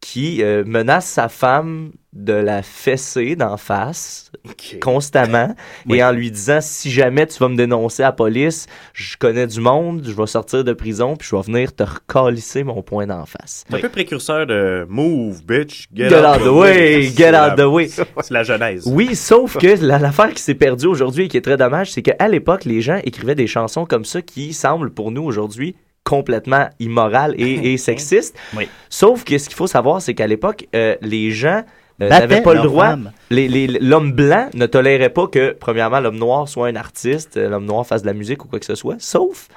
Speaker 10: qui euh, menace sa femme de la fesser d'en face constamment et en lui disant si jamais tu vas me dénoncer à la police, je connais du monde, je vais sortir de prison puis je vais venir te recalisser mon point d'en face.
Speaker 11: C'est un peu précurseur de Move, bitch,
Speaker 10: Get out the way, get out the way.
Speaker 11: C'est la genèse.
Speaker 10: Oui, sauf que la- l'affaire qui s'est perdue aujourd'hui et qui est très dommage, c'est qu'à l'époque, les gens écrivaient des chansons comme ça qui semblent pour nous aujourd'hui complètement immorales et, et sexistes. Sauf que ce qu'il faut savoir, c'est qu'à l'époque, euh, les gens euh,
Speaker 6: Battaient
Speaker 10: n'avaient pas le
Speaker 6: leurs
Speaker 10: droit.
Speaker 6: femmes.
Speaker 10: les- les- L'homme blanc ne tolérait pas que, premièrement, l'homme noir soit un artiste, euh, l'homme noir fasse de la musique ou quoi que ce soit, sauf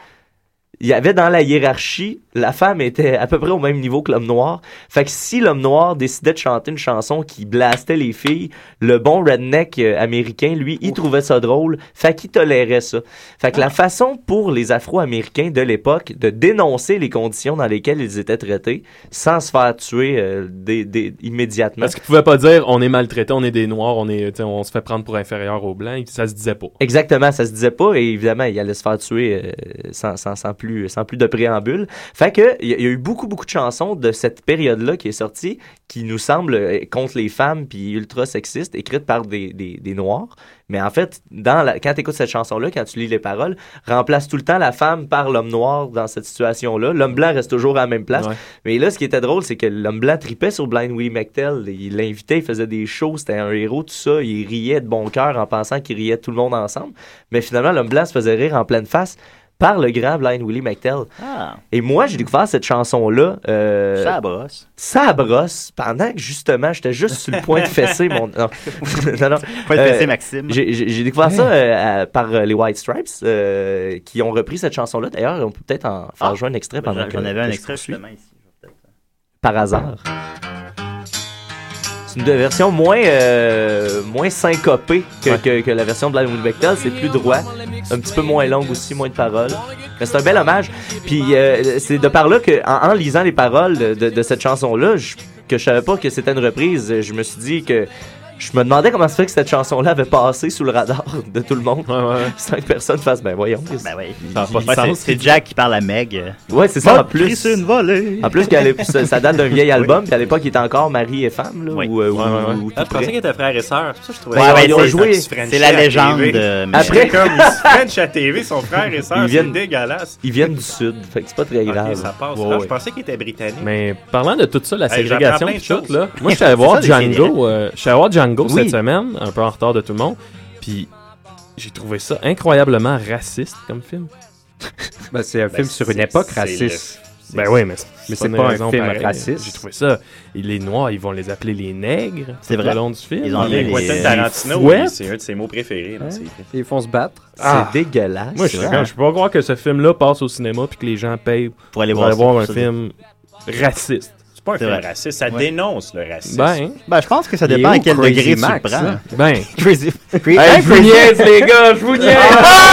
Speaker 10: il y avait dans la hiérarchie, la femme était à peu près au même niveau que l'homme noir. Fait que si l'homme noir décidait de chanter une chanson qui blastait les filles, le bon redneck euh, américain, lui, il trouvait ça drôle. Fait qu'il tolérait ça. Fait que la façon pour les Afro-Américains de l'époque de dénoncer les conditions dans lesquelles ils étaient traités sans se faire tuer euh, des- des- immédiatement.
Speaker 9: Parce qu'ils pouvaient pas dire on est maltraité, on est des noirs, on est, tu sais, on se fait prendre pour inférieur aux blancs. Ça se disait pas.
Speaker 10: Exactement, ça se disait pas et évidemment, il allait se faire tuer euh, sans, sans, sans plus, sans plus de préambule. Fait que il y, a- il y a eu beaucoup beaucoup de chansons de cette période-là qui est sortie qui nous semblent euh, contre les femmes puis ultra sexistes écrites par des, des, des noirs. Mais en fait, dans la, quand tu écoutes cette chanson-là, quand tu lis les paroles, remplace tout le temps la femme par l'homme noir dans cette situation-là. L'homme blanc reste toujours à la même place. Mais là, ce qui était drôle, c'est que l'homme blanc tripait sur Blind Willie McTell. Il l'invitait, il faisait des shows, c'était un héros, tout ça. Il riait de bon cœur en pensant qu'il riait tout le monde ensemble. Mais finalement, l'homme blanc se faisait rire en pleine face par le grand Blind Willie McTell.
Speaker 6: Ah.
Speaker 10: Et moi, j'ai découvert cette chanson-là. Euh,
Speaker 6: Ça brosse.
Speaker 10: Ça brosse. Pendant que justement, j'étais juste sur le point de fesser
Speaker 6: [LAUGHS]
Speaker 10: mon. Non, [LAUGHS] non. non.
Speaker 6: Point de fesser Maxime.
Speaker 10: J'ai j'ai- j'ai découvert ça euh, à- par euh, les White Stripes euh, qui ont repris cette chanson-là. D'ailleurs, on peut peut-être en faire jouer Ah, un extrait pendant que.
Speaker 6: Ah. Ben, J'en avais
Speaker 10: que
Speaker 6: un
Speaker 10: je
Speaker 6: extrait,
Speaker 10: poursuis.
Speaker 6: justement, ici.
Speaker 10: Par hasard. C'est une de- version moins, euh, moins syncopée que, que- que la version de Blind Willie McTell. C'est plus droit, un petit peu moins longue aussi, moins de paroles. Mais c'est un bel hommage. Puis euh, c'est de par là que, en, en lisant les paroles de, de- de cette chanson-là, je- que je savais pas que c'était une reprise, je me suis dit que je me demandais comment se fait que cette chanson-là avait passé sous le radar de tout le monde. [LAUGHS] Sans que personne fasse, ben voyons. Ben
Speaker 6: oui.
Speaker 10: pas de
Speaker 6: Ouais, c'est-
Speaker 10: sens.
Speaker 6: C'est Jack qui parle à Meg.
Speaker 10: Ouais, c'est ça, en
Speaker 6: Votre prix,
Speaker 10: plus.
Speaker 6: c'est une volée.
Speaker 10: En plus, qu'à l'époque- ça, ça date d'un vieil album, puis à l'époque, il était encore mari et femme, là, ou, euh, ou- ou tout
Speaker 11: Ah, je pensais
Speaker 10: près.
Speaker 11: qu'ils étaient frères et sœurs. C'est pour ça que je trouvais
Speaker 10: Ouais,
Speaker 11: ça
Speaker 10: ouais,
Speaker 11: drôle.
Speaker 10: ils ont
Speaker 11: Ils
Speaker 10: joué.
Speaker 11: se frenchaient
Speaker 10: C'est la
Speaker 11: à TV.
Speaker 10: légende, euh, mais-
Speaker 11: Après, comme ils se French à TV, son
Speaker 10: [LAUGHS]
Speaker 11: frère et sœur,
Speaker 10: Ils
Speaker 11: c'est
Speaker 10: viennent-
Speaker 11: dégueulasse.
Speaker 10: Ils viennent du sud, fait que c'est pas très grave.
Speaker 11: Et ça passe.
Speaker 9: Ouais,
Speaker 11: Ah,
Speaker 9: ouais.
Speaker 11: Je pensais qu'il était britannique.
Speaker 9: Mais parlant de tout ça, la
Speaker 11: Hey,
Speaker 9: ségrégation,
Speaker 11: j'apprends plein
Speaker 9: pis
Speaker 11: de
Speaker 9: tout,
Speaker 11: choses.
Speaker 9: là,
Speaker 11: [LAUGHS]
Speaker 9: moi, je suis allé voir
Speaker 11: C'est ça, les
Speaker 9: Django, euh, je suis allé voir Django
Speaker 11: Oui.
Speaker 9: cette semaine, un peu en retard de tout le monde, puis j'ai trouvé ça incroyablement raciste comme film.
Speaker 12: Ben, c'est un film sur une époque raciste.
Speaker 9: Ben oui, mais,
Speaker 12: mais
Speaker 9: c'est
Speaker 12: c'est
Speaker 9: une
Speaker 12: pas un
Speaker 9: raison
Speaker 12: film
Speaker 9: pareille.
Speaker 12: raciste.
Speaker 9: J'ai trouvé ça. Et les Noirs, ils vont les appeler les nègres.
Speaker 6: C'est
Speaker 9: tout
Speaker 6: vrai.
Speaker 9: Le long du film.
Speaker 6: Ils ont enlevé les-
Speaker 11: Quentin Tarantino,
Speaker 9: fouettent.
Speaker 11: lui, c'est un de ses mots préférés. là, c'est-
Speaker 12: Ils font se battre.
Speaker 9: Ah.
Speaker 10: C'est dégueulasse.
Speaker 9: Moi, je suis
Speaker 10: Ouais.
Speaker 9: comme, je peux pas croire que ce film-là passe au cinéma puis que les gens payent pour
Speaker 6: aller voir ça,
Speaker 9: un
Speaker 6: ça.
Speaker 9: film raciste.
Speaker 11: C'est pas un
Speaker 9: C'est
Speaker 11: film
Speaker 9: vrai.
Speaker 11: raciste, ça
Speaker 9: Ouais.
Speaker 11: dénonce le racisme.
Speaker 9: Ben,
Speaker 6: Ben, je pense que ça
Speaker 9: Il est
Speaker 6: dépend à
Speaker 9: où,
Speaker 6: quel
Speaker 9: Crazy
Speaker 6: degré
Speaker 9: Max,
Speaker 6: tu le prends.
Speaker 9: là?
Speaker 6: [LAUGHS]
Speaker 9: Ben.
Speaker 6: Crazy.
Speaker 9: Hey, je vous niaise, les gars, je vous niaise!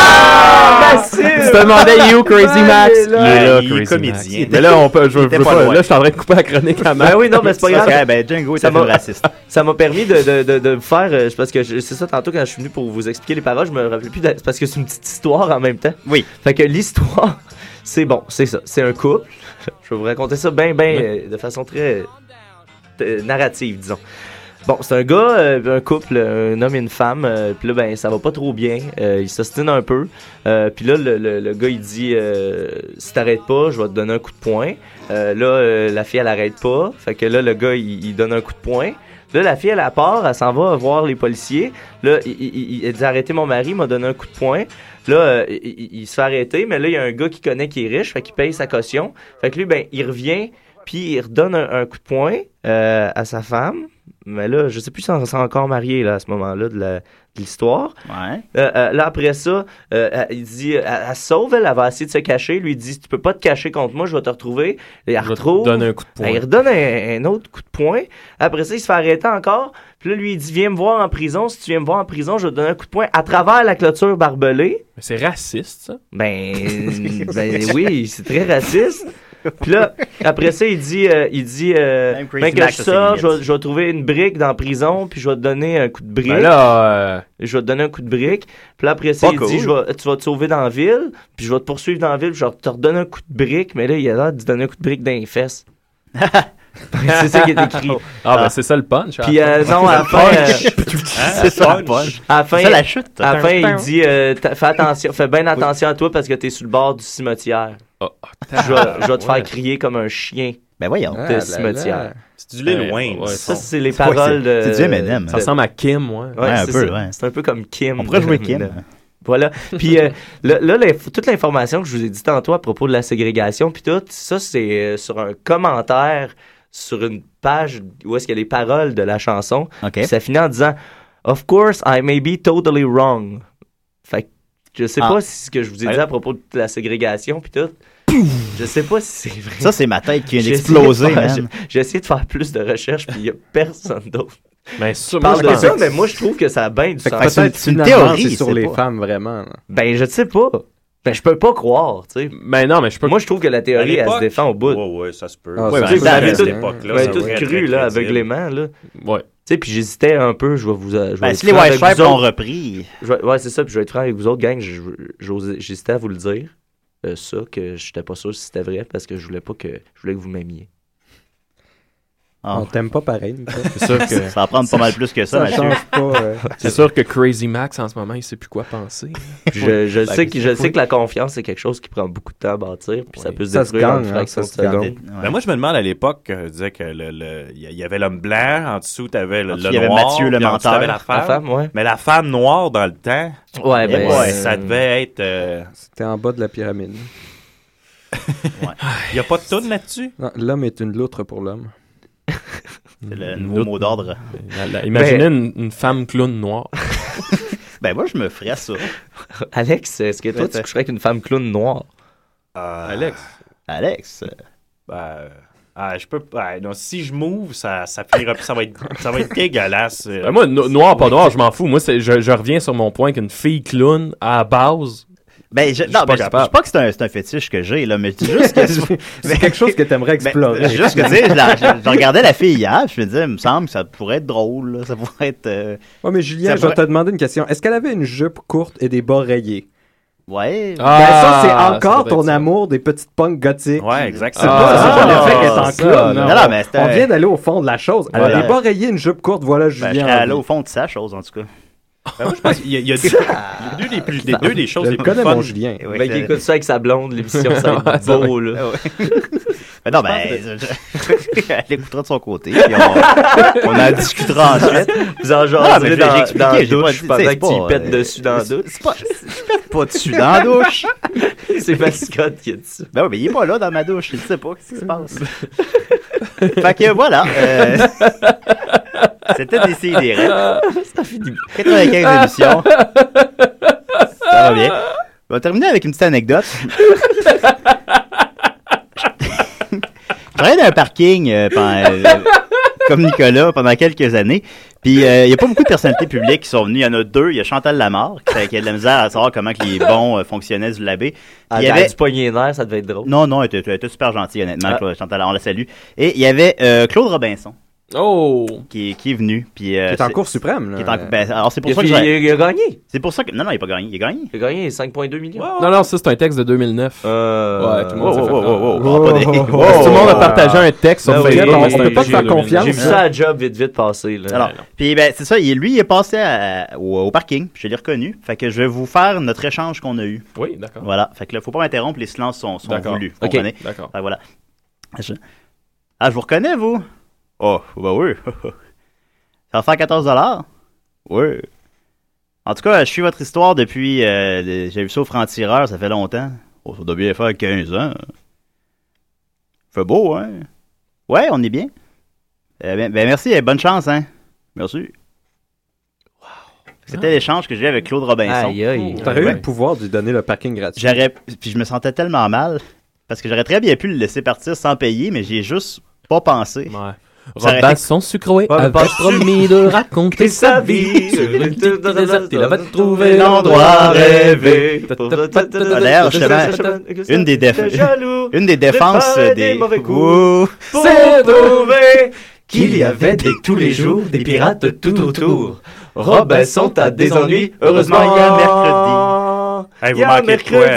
Speaker 9: Ah! Tu te demandais, [LAUGHS] You Crazy Max?
Speaker 10: Il est là.
Speaker 6: Il est
Speaker 9: Crazy
Speaker 6: comédien.
Speaker 9: Max.
Speaker 6: Il
Speaker 9: Mais là, on peut, je,
Speaker 6: était
Speaker 9: je veux
Speaker 6: pas
Speaker 9: pas-
Speaker 6: loin.
Speaker 9: là, je suis en train de couper la chronique
Speaker 10: Ben
Speaker 9: à Max.
Speaker 10: oui, non, mais c'est pas grave.
Speaker 6: [LAUGHS] Ok, ben, Django est
Speaker 10: Ça
Speaker 6: un film
Speaker 10: m'a-
Speaker 6: raciste.
Speaker 10: [LAUGHS] Ça m'a permis de, de, de, de vous faire. euh, c'est parce que je- c'est ça, tantôt, quand je suis venu pour vous expliquer les paroles, je me rappelais plus. de- c'est parce que c'est une petite histoire en même temps.
Speaker 6: Oui.
Speaker 10: Fait que l'histoire, [LAUGHS] c'est bon, c'est ça. C'est un couple. [LAUGHS] Je vais vous raconter ça ben, ben, euh, de façon très euh, narrative, disons. Bon, c'est un gars, euh, un couple, un homme et une femme. euh, puis là, ben, ça va pas trop bien. Euh, ils s'ostinent un peu. Euh, puis là, le, le- le gars, il dit euh, Si t'arrêtes pas, je vais te donner un coup de poing. Euh, là, euh, la fille, elle arrête pas. Fait que là, le gars, il, il donne un coup de poing. Là, la fille, elle, elle part, elle s'en va voir les policiers. Là, il, il- il- elle dit Arrêtez mon mari, il m'a donné un coup de poing. Là, euh, il, il- il se fait arrêter, mais là, il y a un gars qui connaît qui est riche, fait qu'il paye sa caution. Fait que lui, ben, il revient, puis il redonne un, un coup de poing euh, à sa femme. Mais là, je sais plus si on s'est encore marié là, à ce moment-là de la- de l'histoire. Euh, euh, là, après ça, euh, elle- il dit, elle, elle se sauve, elle, elle va essayer de se cacher. Lui, il dit, tu peux pas te cacher contre moi, je vais te retrouver. Et elle retrouve.
Speaker 9: donne un coup de poing.
Speaker 10: Elle redonne un, un autre coup de poing. Après ça, il se fait arrêter encore. Puis là, lui, il dit, viens me voir en prison. Si tu viens me voir en prison, je vais te donner un coup de poing à travers la clôture barbelée.
Speaker 9: Mais c'est raciste, ça. [LAUGHS]
Speaker 10: Ben, ben oui, c'est très raciste. Puis là, après ça, il dit, euh, il dit, euh,
Speaker 9: Même Crazy
Speaker 10: ben que
Speaker 9: Max,
Speaker 10: je
Speaker 9: ça, c'est
Speaker 10: sors,
Speaker 9: une
Speaker 10: je vais, je vais trouver une brique dans la prison, puis je vais te donner un coup de brique.
Speaker 9: Ben là,
Speaker 10: Je vais te donner un coup de brique. Puis là, après ça,
Speaker 9: Pas
Speaker 10: il
Speaker 9: cool.
Speaker 10: dit, je vais- tu vas te sauver dans la ville, puis je vais te poursuivre dans la ville, puis je vais te redonner un coup de brique. Mais là, il a l'air de te donner un coup de brique dans les
Speaker 9: [LAUGHS]
Speaker 10: fesses. c'est ça qui est écrit.
Speaker 9: Ah, ben c'est ça le punch.
Speaker 10: Puis
Speaker 9: [LAUGHS]
Speaker 10: euh, non, à la fin, euh,
Speaker 9: C'est ça le punch.
Speaker 10: À la fin,
Speaker 9: C'est ça la chute.
Speaker 10: à la fin, il dit euh, t'as- fais attention, fais bien attention à toi parce que t'es sur le bord du cimetière.
Speaker 9: Oh,
Speaker 10: je, vais, je vais te
Speaker 11: ouais.
Speaker 10: faire crier comme un chien.
Speaker 6: Ben voyons.
Speaker 10: De
Speaker 6: Ah là là.
Speaker 10: cimetière.
Speaker 11: C'est du Lil Wayne,
Speaker 10: ça,
Speaker 11: ça.
Speaker 10: c'est les
Speaker 6: C'est quoi,
Speaker 10: paroles
Speaker 6: c'est-
Speaker 10: de.
Speaker 6: c'est du M&M. Ça ressemble à Kim, ouais. Ouais, un
Speaker 10: c'est
Speaker 6: peu,
Speaker 10: ça.
Speaker 6: ouais.
Speaker 10: C'est un peu comme Kim.
Speaker 6: On
Speaker 10: [LAUGHS]
Speaker 6: pourrait jouer Kim.
Speaker 10: Voilà. Puis euh, là, là, l'inf- toute l'information que je vous ai dit tantôt à propos de la ségrégation, puis tout, ça, c'est euh, sur un commentaire sur une page où est-ce qu'il y a les paroles de la chanson. Puis ça finit en disant Of course, I may be totally wrong. Fait que je sais
Speaker 6: Ah.
Speaker 10: pas si ce que je vous ai dit
Speaker 6: Ah.
Speaker 10: à propos de la ségrégation, puis tout. Je sais pas si c'est vrai.
Speaker 6: Ça, c'est ma tête qui vient
Speaker 10: J'ai essayé
Speaker 6: d'exploser,
Speaker 10: de faire-
Speaker 6: man.
Speaker 10: [LAUGHS] j'ai- J'ai essayé de faire plus de recherches, puis il n'y a personne d'autre.
Speaker 9: Mais
Speaker 10: Je parle de ça, mais moi, je trouve que ça a bien du
Speaker 12: Fait que
Speaker 10: sens.
Speaker 12: peut-être, Fait que c'est une finalement, théorie, c'est sur c'est les pas. femmes, vraiment.
Speaker 10: Ben, je sais pas. Ben, je peux pas croire, tu sais.
Speaker 9: Mais non, mais je peux...
Speaker 10: Moi, je trouve que la théorie, elle se
Speaker 11: l'époque-
Speaker 10: défend au bout.
Speaker 11: Ouais, ouais, ça se peut.
Speaker 10: Ouais, tu
Speaker 11: Ouais, mais
Speaker 10: sais, vous
Speaker 11: à
Speaker 10: avez
Speaker 11: cette
Speaker 10: tout,
Speaker 11: époque-là,
Speaker 10: vous avez
Speaker 11: ça
Speaker 10: Ben, tout
Speaker 11: serait très
Speaker 10: cru, là,
Speaker 11: crédible.
Speaker 10: aveuglément, là.
Speaker 9: Ouais.
Speaker 10: Tu sais, puis j'hésitais un peu, je vais vous... Je vais
Speaker 6: Ben,
Speaker 10: être
Speaker 6: si les
Speaker 10: franc
Speaker 6: White
Speaker 10: avec
Speaker 6: Stripes
Speaker 10: vous autres.
Speaker 6: l'ont repris.
Speaker 10: Je vais- ouais, c'est ça, puis je vais être franc avec vous autres, gang, je- j'osais- j'hésitais à vous le dire, euh, ça, que j'étais pas sûr si c'était vrai, parce que je voulais pas que... Je voulais que vous m'aimiez.
Speaker 12: On t'aime pas pareil. nous autres.
Speaker 9: [LAUGHS] C'est sûr que...
Speaker 6: Ah. Ça va prendre pas mal plus que ça,
Speaker 12: Ça
Speaker 6: Mathieu.
Speaker 12: change
Speaker 10: [LAUGHS]
Speaker 12: pas. euh.
Speaker 9: C'est sûr que Crazy Max, en ce moment, il sait plus quoi penser. Ben,
Speaker 10: Je, je sais que, je sais que la confiance, c'est quelque chose qui prend beaucoup de temps à bâtir, puis ça peut se
Speaker 11: Ça se
Speaker 10: détruire en
Speaker 11: gagne,
Speaker 10: une
Speaker 11: hein,
Speaker 10: fraction
Speaker 11: ça se
Speaker 10: de seconde.
Speaker 11: gagne. Ben, moi, je me demande à l'époque, euh, je disais que le- le- il y, y avait l'homme blanc, en dessous, tu avais le,
Speaker 10: En
Speaker 11: le
Speaker 10: dessous, il y avait
Speaker 11: noir,
Speaker 10: Mathieu, le
Speaker 11: puis en dessous, t'avais
Speaker 10: menteur.
Speaker 11: la femme.
Speaker 10: La femme, ouais.
Speaker 11: Mais la femme noire dans le temps,
Speaker 10: Ouais,
Speaker 11: eh
Speaker 10: ben,
Speaker 11: boy,
Speaker 10: euh,
Speaker 11: ça devait être. euh,
Speaker 12: C'était en bas de la pyramide.
Speaker 11: Il n'y a pas de toune là-dessus?
Speaker 12: Non, L'homme est une loutre pour l'homme.
Speaker 6: C'est le nouveau mot d'ordre.
Speaker 9: La- la-
Speaker 12: Ben,
Speaker 9: Imaginez une, une femme clown noire.
Speaker 6: ben moi, je me ferais ça.
Speaker 10: Alex, est-ce que toi, tu coucherais avec une femme clown noire?
Speaker 11: Alex.
Speaker 6: Alex.
Speaker 11: Ben, ah, je peux pas. non, si je m'ouvre, ça, ça finira plus. Ça va être, ça va être [LAUGHS] dégueulasse. euh.
Speaker 9: Ben, moi, no- noir, pas noir, je m'en fous. Moi, c'est- je, je reviens sur mon point qu'une fille clown, à la base...
Speaker 6: Ben, je, non,
Speaker 9: suis
Speaker 6: ben,
Speaker 9: pas
Speaker 6: je- je
Speaker 9: capable.
Speaker 6: pense pas que c'est un, c'est un fétiche que j'ai, là, mais euh, c'est juste que.
Speaker 12: C'est quelque chose que t'aimerais explorer.
Speaker 6: C'est Ben, juste que, tu sais, je, la- je- je regardais la fille hier, je me disais, il me semble que ça pourrait être drôle, là, ça pourrait être. euh,
Speaker 12: Ouais, mais Julien,
Speaker 6: ça
Speaker 12: je vais te
Speaker 6: pourrait-
Speaker 12: demander une question. Est-ce qu'elle avait une jupe courte et des bas rayés?
Speaker 6: Ouais.
Speaker 12: ben ça, c'est encore ton amour des petites punks gothiques.
Speaker 11: Ouais, exact.
Speaker 12: C'est
Speaker 11: Ah,
Speaker 12: pas, c'est pas
Speaker 11: ah,
Speaker 12: le fait qu'elle est en
Speaker 11: ça,
Speaker 12: clown,
Speaker 11: non.
Speaker 12: non.
Speaker 11: Non, non, mais c'était-
Speaker 12: On vient d'aller au fond de la chose. Elle
Speaker 6: Voilà.
Speaker 12: a des bas rayés, une jupe courte, voilà Julien.
Speaker 6: Ben, je serais allé au fond de sa chose, en tout cas.
Speaker 11: Ben, moi, je pense qu'il y a, il y a deux, il y a deux des, plus, des, deux des choses
Speaker 6: Je
Speaker 11: les
Speaker 6: le
Speaker 11: plus
Speaker 6: connais,
Speaker 11: fun.
Speaker 6: mon Julien.
Speaker 10: Le mec Ben, qui écoute ça avec sa blonde, l'émission, [LAUGHS] ça va être
Speaker 6: [LAUGHS]
Speaker 10: Ah
Speaker 6: Ouais,
Speaker 10: beau,
Speaker 6: ouais.
Speaker 10: là.
Speaker 6: Ouais, ouais. Mais non, ben, [LAUGHS] je- je- elle écoutera de son côté, puis on, on en discutera ensuite.
Speaker 10: Vous en
Speaker 6: Non, mais
Speaker 10: jaserez dans,
Speaker 6: j'ai- j'ai
Speaker 10: dans la
Speaker 6: expliqué, j'ai pas
Speaker 10: douche
Speaker 6: dit-
Speaker 10: pendant
Speaker 6: tu
Speaker 10: que
Speaker 6: sais,
Speaker 10: tu
Speaker 6: c'est
Speaker 10: y
Speaker 6: pas,
Speaker 10: pètes
Speaker 6: euh,
Speaker 10: dessus dans la douche.
Speaker 6: pas, pas dessus dans la douche.
Speaker 10: [LAUGHS] c'est Mascotte qui a dit ça.
Speaker 6: Ben oui, mais il est pas là dans ma douche, il sait pas ce qui
Speaker 10: [LAUGHS]
Speaker 6: se passe. fait que voilà. euh, C'était décidé.
Speaker 10: Ça finit.
Speaker 6: 95 émissions. Ça va bien. On va terminer avec une
Speaker 10: [LAUGHS]
Speaker 6: petite anecdote. Je travaillais dans un parking euh, pendant- euh, comme Nicolas pendant quelques années. Puis euh, il n'y a pas beaucoup de personnalités publiques qui sont venues. Il y en a deux. Il y a Chantal Lamarre qui, a- qui a de la misère à savoir comment que les bons euh, fonctionnaient du labé. Puis
Speaker 10: Elle
Speaker 6: il y
Speaker 10: a
Speaker 6: avait
Speaker 10: Ah, du poignet d'air, ça devait être drôle.
Speaker 6: non, non, elle était, elle était super gentille, honnêtement,
Speaker 10: Ah.
Speaker 6: Claude- Chantal. On la salue. Et il y avait euh, Claude Robinson,
Speaker 9: Oh!
Speaker 6: Qui, est- qui est venu. Puis, euh,
Speaker 12: Qui est en
Speaker 6: c'est-
Speaker 12: Cour suprême, là.
Speaker 6: Qui est en- ben, alors, c'est pour
Speaker 12: Il a
Speaker 6: ça que
Speaker 12: fait-
Speaker 6: j'ai-
Speaker 12: il a gagné.
Speaker 6: C'est pour ça que. Non, non, il n'a pas gagné. Il a gagné.
Speaker 10: Il a gagné 5,2 millions.
Speaker 9: Non, non, ça, c'est un texte de 2009.
Speaker 10: Euh...
Speaker 9: Ouais, tout le monde
Speaker 6: oh,
Speaker 9: s'est fait-
Speaker 6: oh, oh, oh,
Speaker 9: Ah.
Speaker 6: oh, pas des-
Speaker 9: Parce que
Speaker 6: oh,
Speaker 9: Tout le monde a
Speaker 6: oh,
Speaker 9: partagé
Speaker 6: oh.
Speaker 9: un texte
Speaker 6: Ben
Speaker 9: sur
Speaker 6: oui,
Speaker 9: Facebook.
Speaker 6: on
Speaker 9: On
Speaker 6: peut
Speaker 9: peut pas te faire
Speaker 10: J'ai vu
Speaker 9: confiance.
Speaker 10: ça à job vite, vite passer. Là.
Speaker 6: Alors, puis ben, c'est ça, il- lui, il est passé à- au, au parking, puis je l'ai reconnu. Fait que je vais vous faire notre échange qu'on a eu.
Speaker 9: Oui, d'accord.
Speaker 6: Voilà, fait que là, faut pas m'interrompre, les silences sont, sont
Speaker 9: D'accord.
Speaker 6: voulus.
Speaker 9: Ok.
Speaker 6: comprenez?
Speaker 9: D'accord.
Speaker 6: Fait que voilà. Je- Ah, je vous reconnais, vous? Oh, bah oui. [LAUGHS] ça va faire 14 Oui. En tout cas, je suis votre histoire depuis. euh, le- J'ai vu ça au franc-tireur, ça fait longtemps. Oh, ça doit bien faire 15 ans. Fait beau, hein? Ouais, on est bien. Euh, ben, ben, merci et bonne chance, hein? Merci. C'était l'échange que j'ai eu avec Claude Robinson.
Speaker 12: Aïe, aïe. T'aurais eu
Speaker 6: Ouais.
Speaker 12: le pouvoir de lui donner le parking gratuit.
Speaker 6: J'aurais, puis je me sentais tellement mal parce que j'aurais très bien pu le laisser partir sans payer, mais j'y ai juste pas pensé. Ça aurait-
Speaker 9: Robinson son sucroé
Speaker 6: Ouais, mais
Speaker 9: avait
Speaker 6: pas-
Speaker 9: promis de raconter sa vie sur une tour de désert. Il avait trouvé l'endroit rêvé.
Speaker 6: Ah, D'ailleurs, justement, une des, déf- une des défenses
Speaker 9: des
Speaker 6: des.
Speaker 9: mauvais coups.
Speaker 6: Ouh.
Speaker 9: C'est trouvé
Speaker 10: qu'il y avait des, tous les jours des pirates tout autour. Robinson, t'as des ennuis. Heureusement, il y a mercredi.
Speaker 11: Hey, vous
Speaker 10: Il y a
Speaker 11: manquez de quoi,
Speaker 10: mercredi.
Speaker 7: hein?
Speaker 11: là?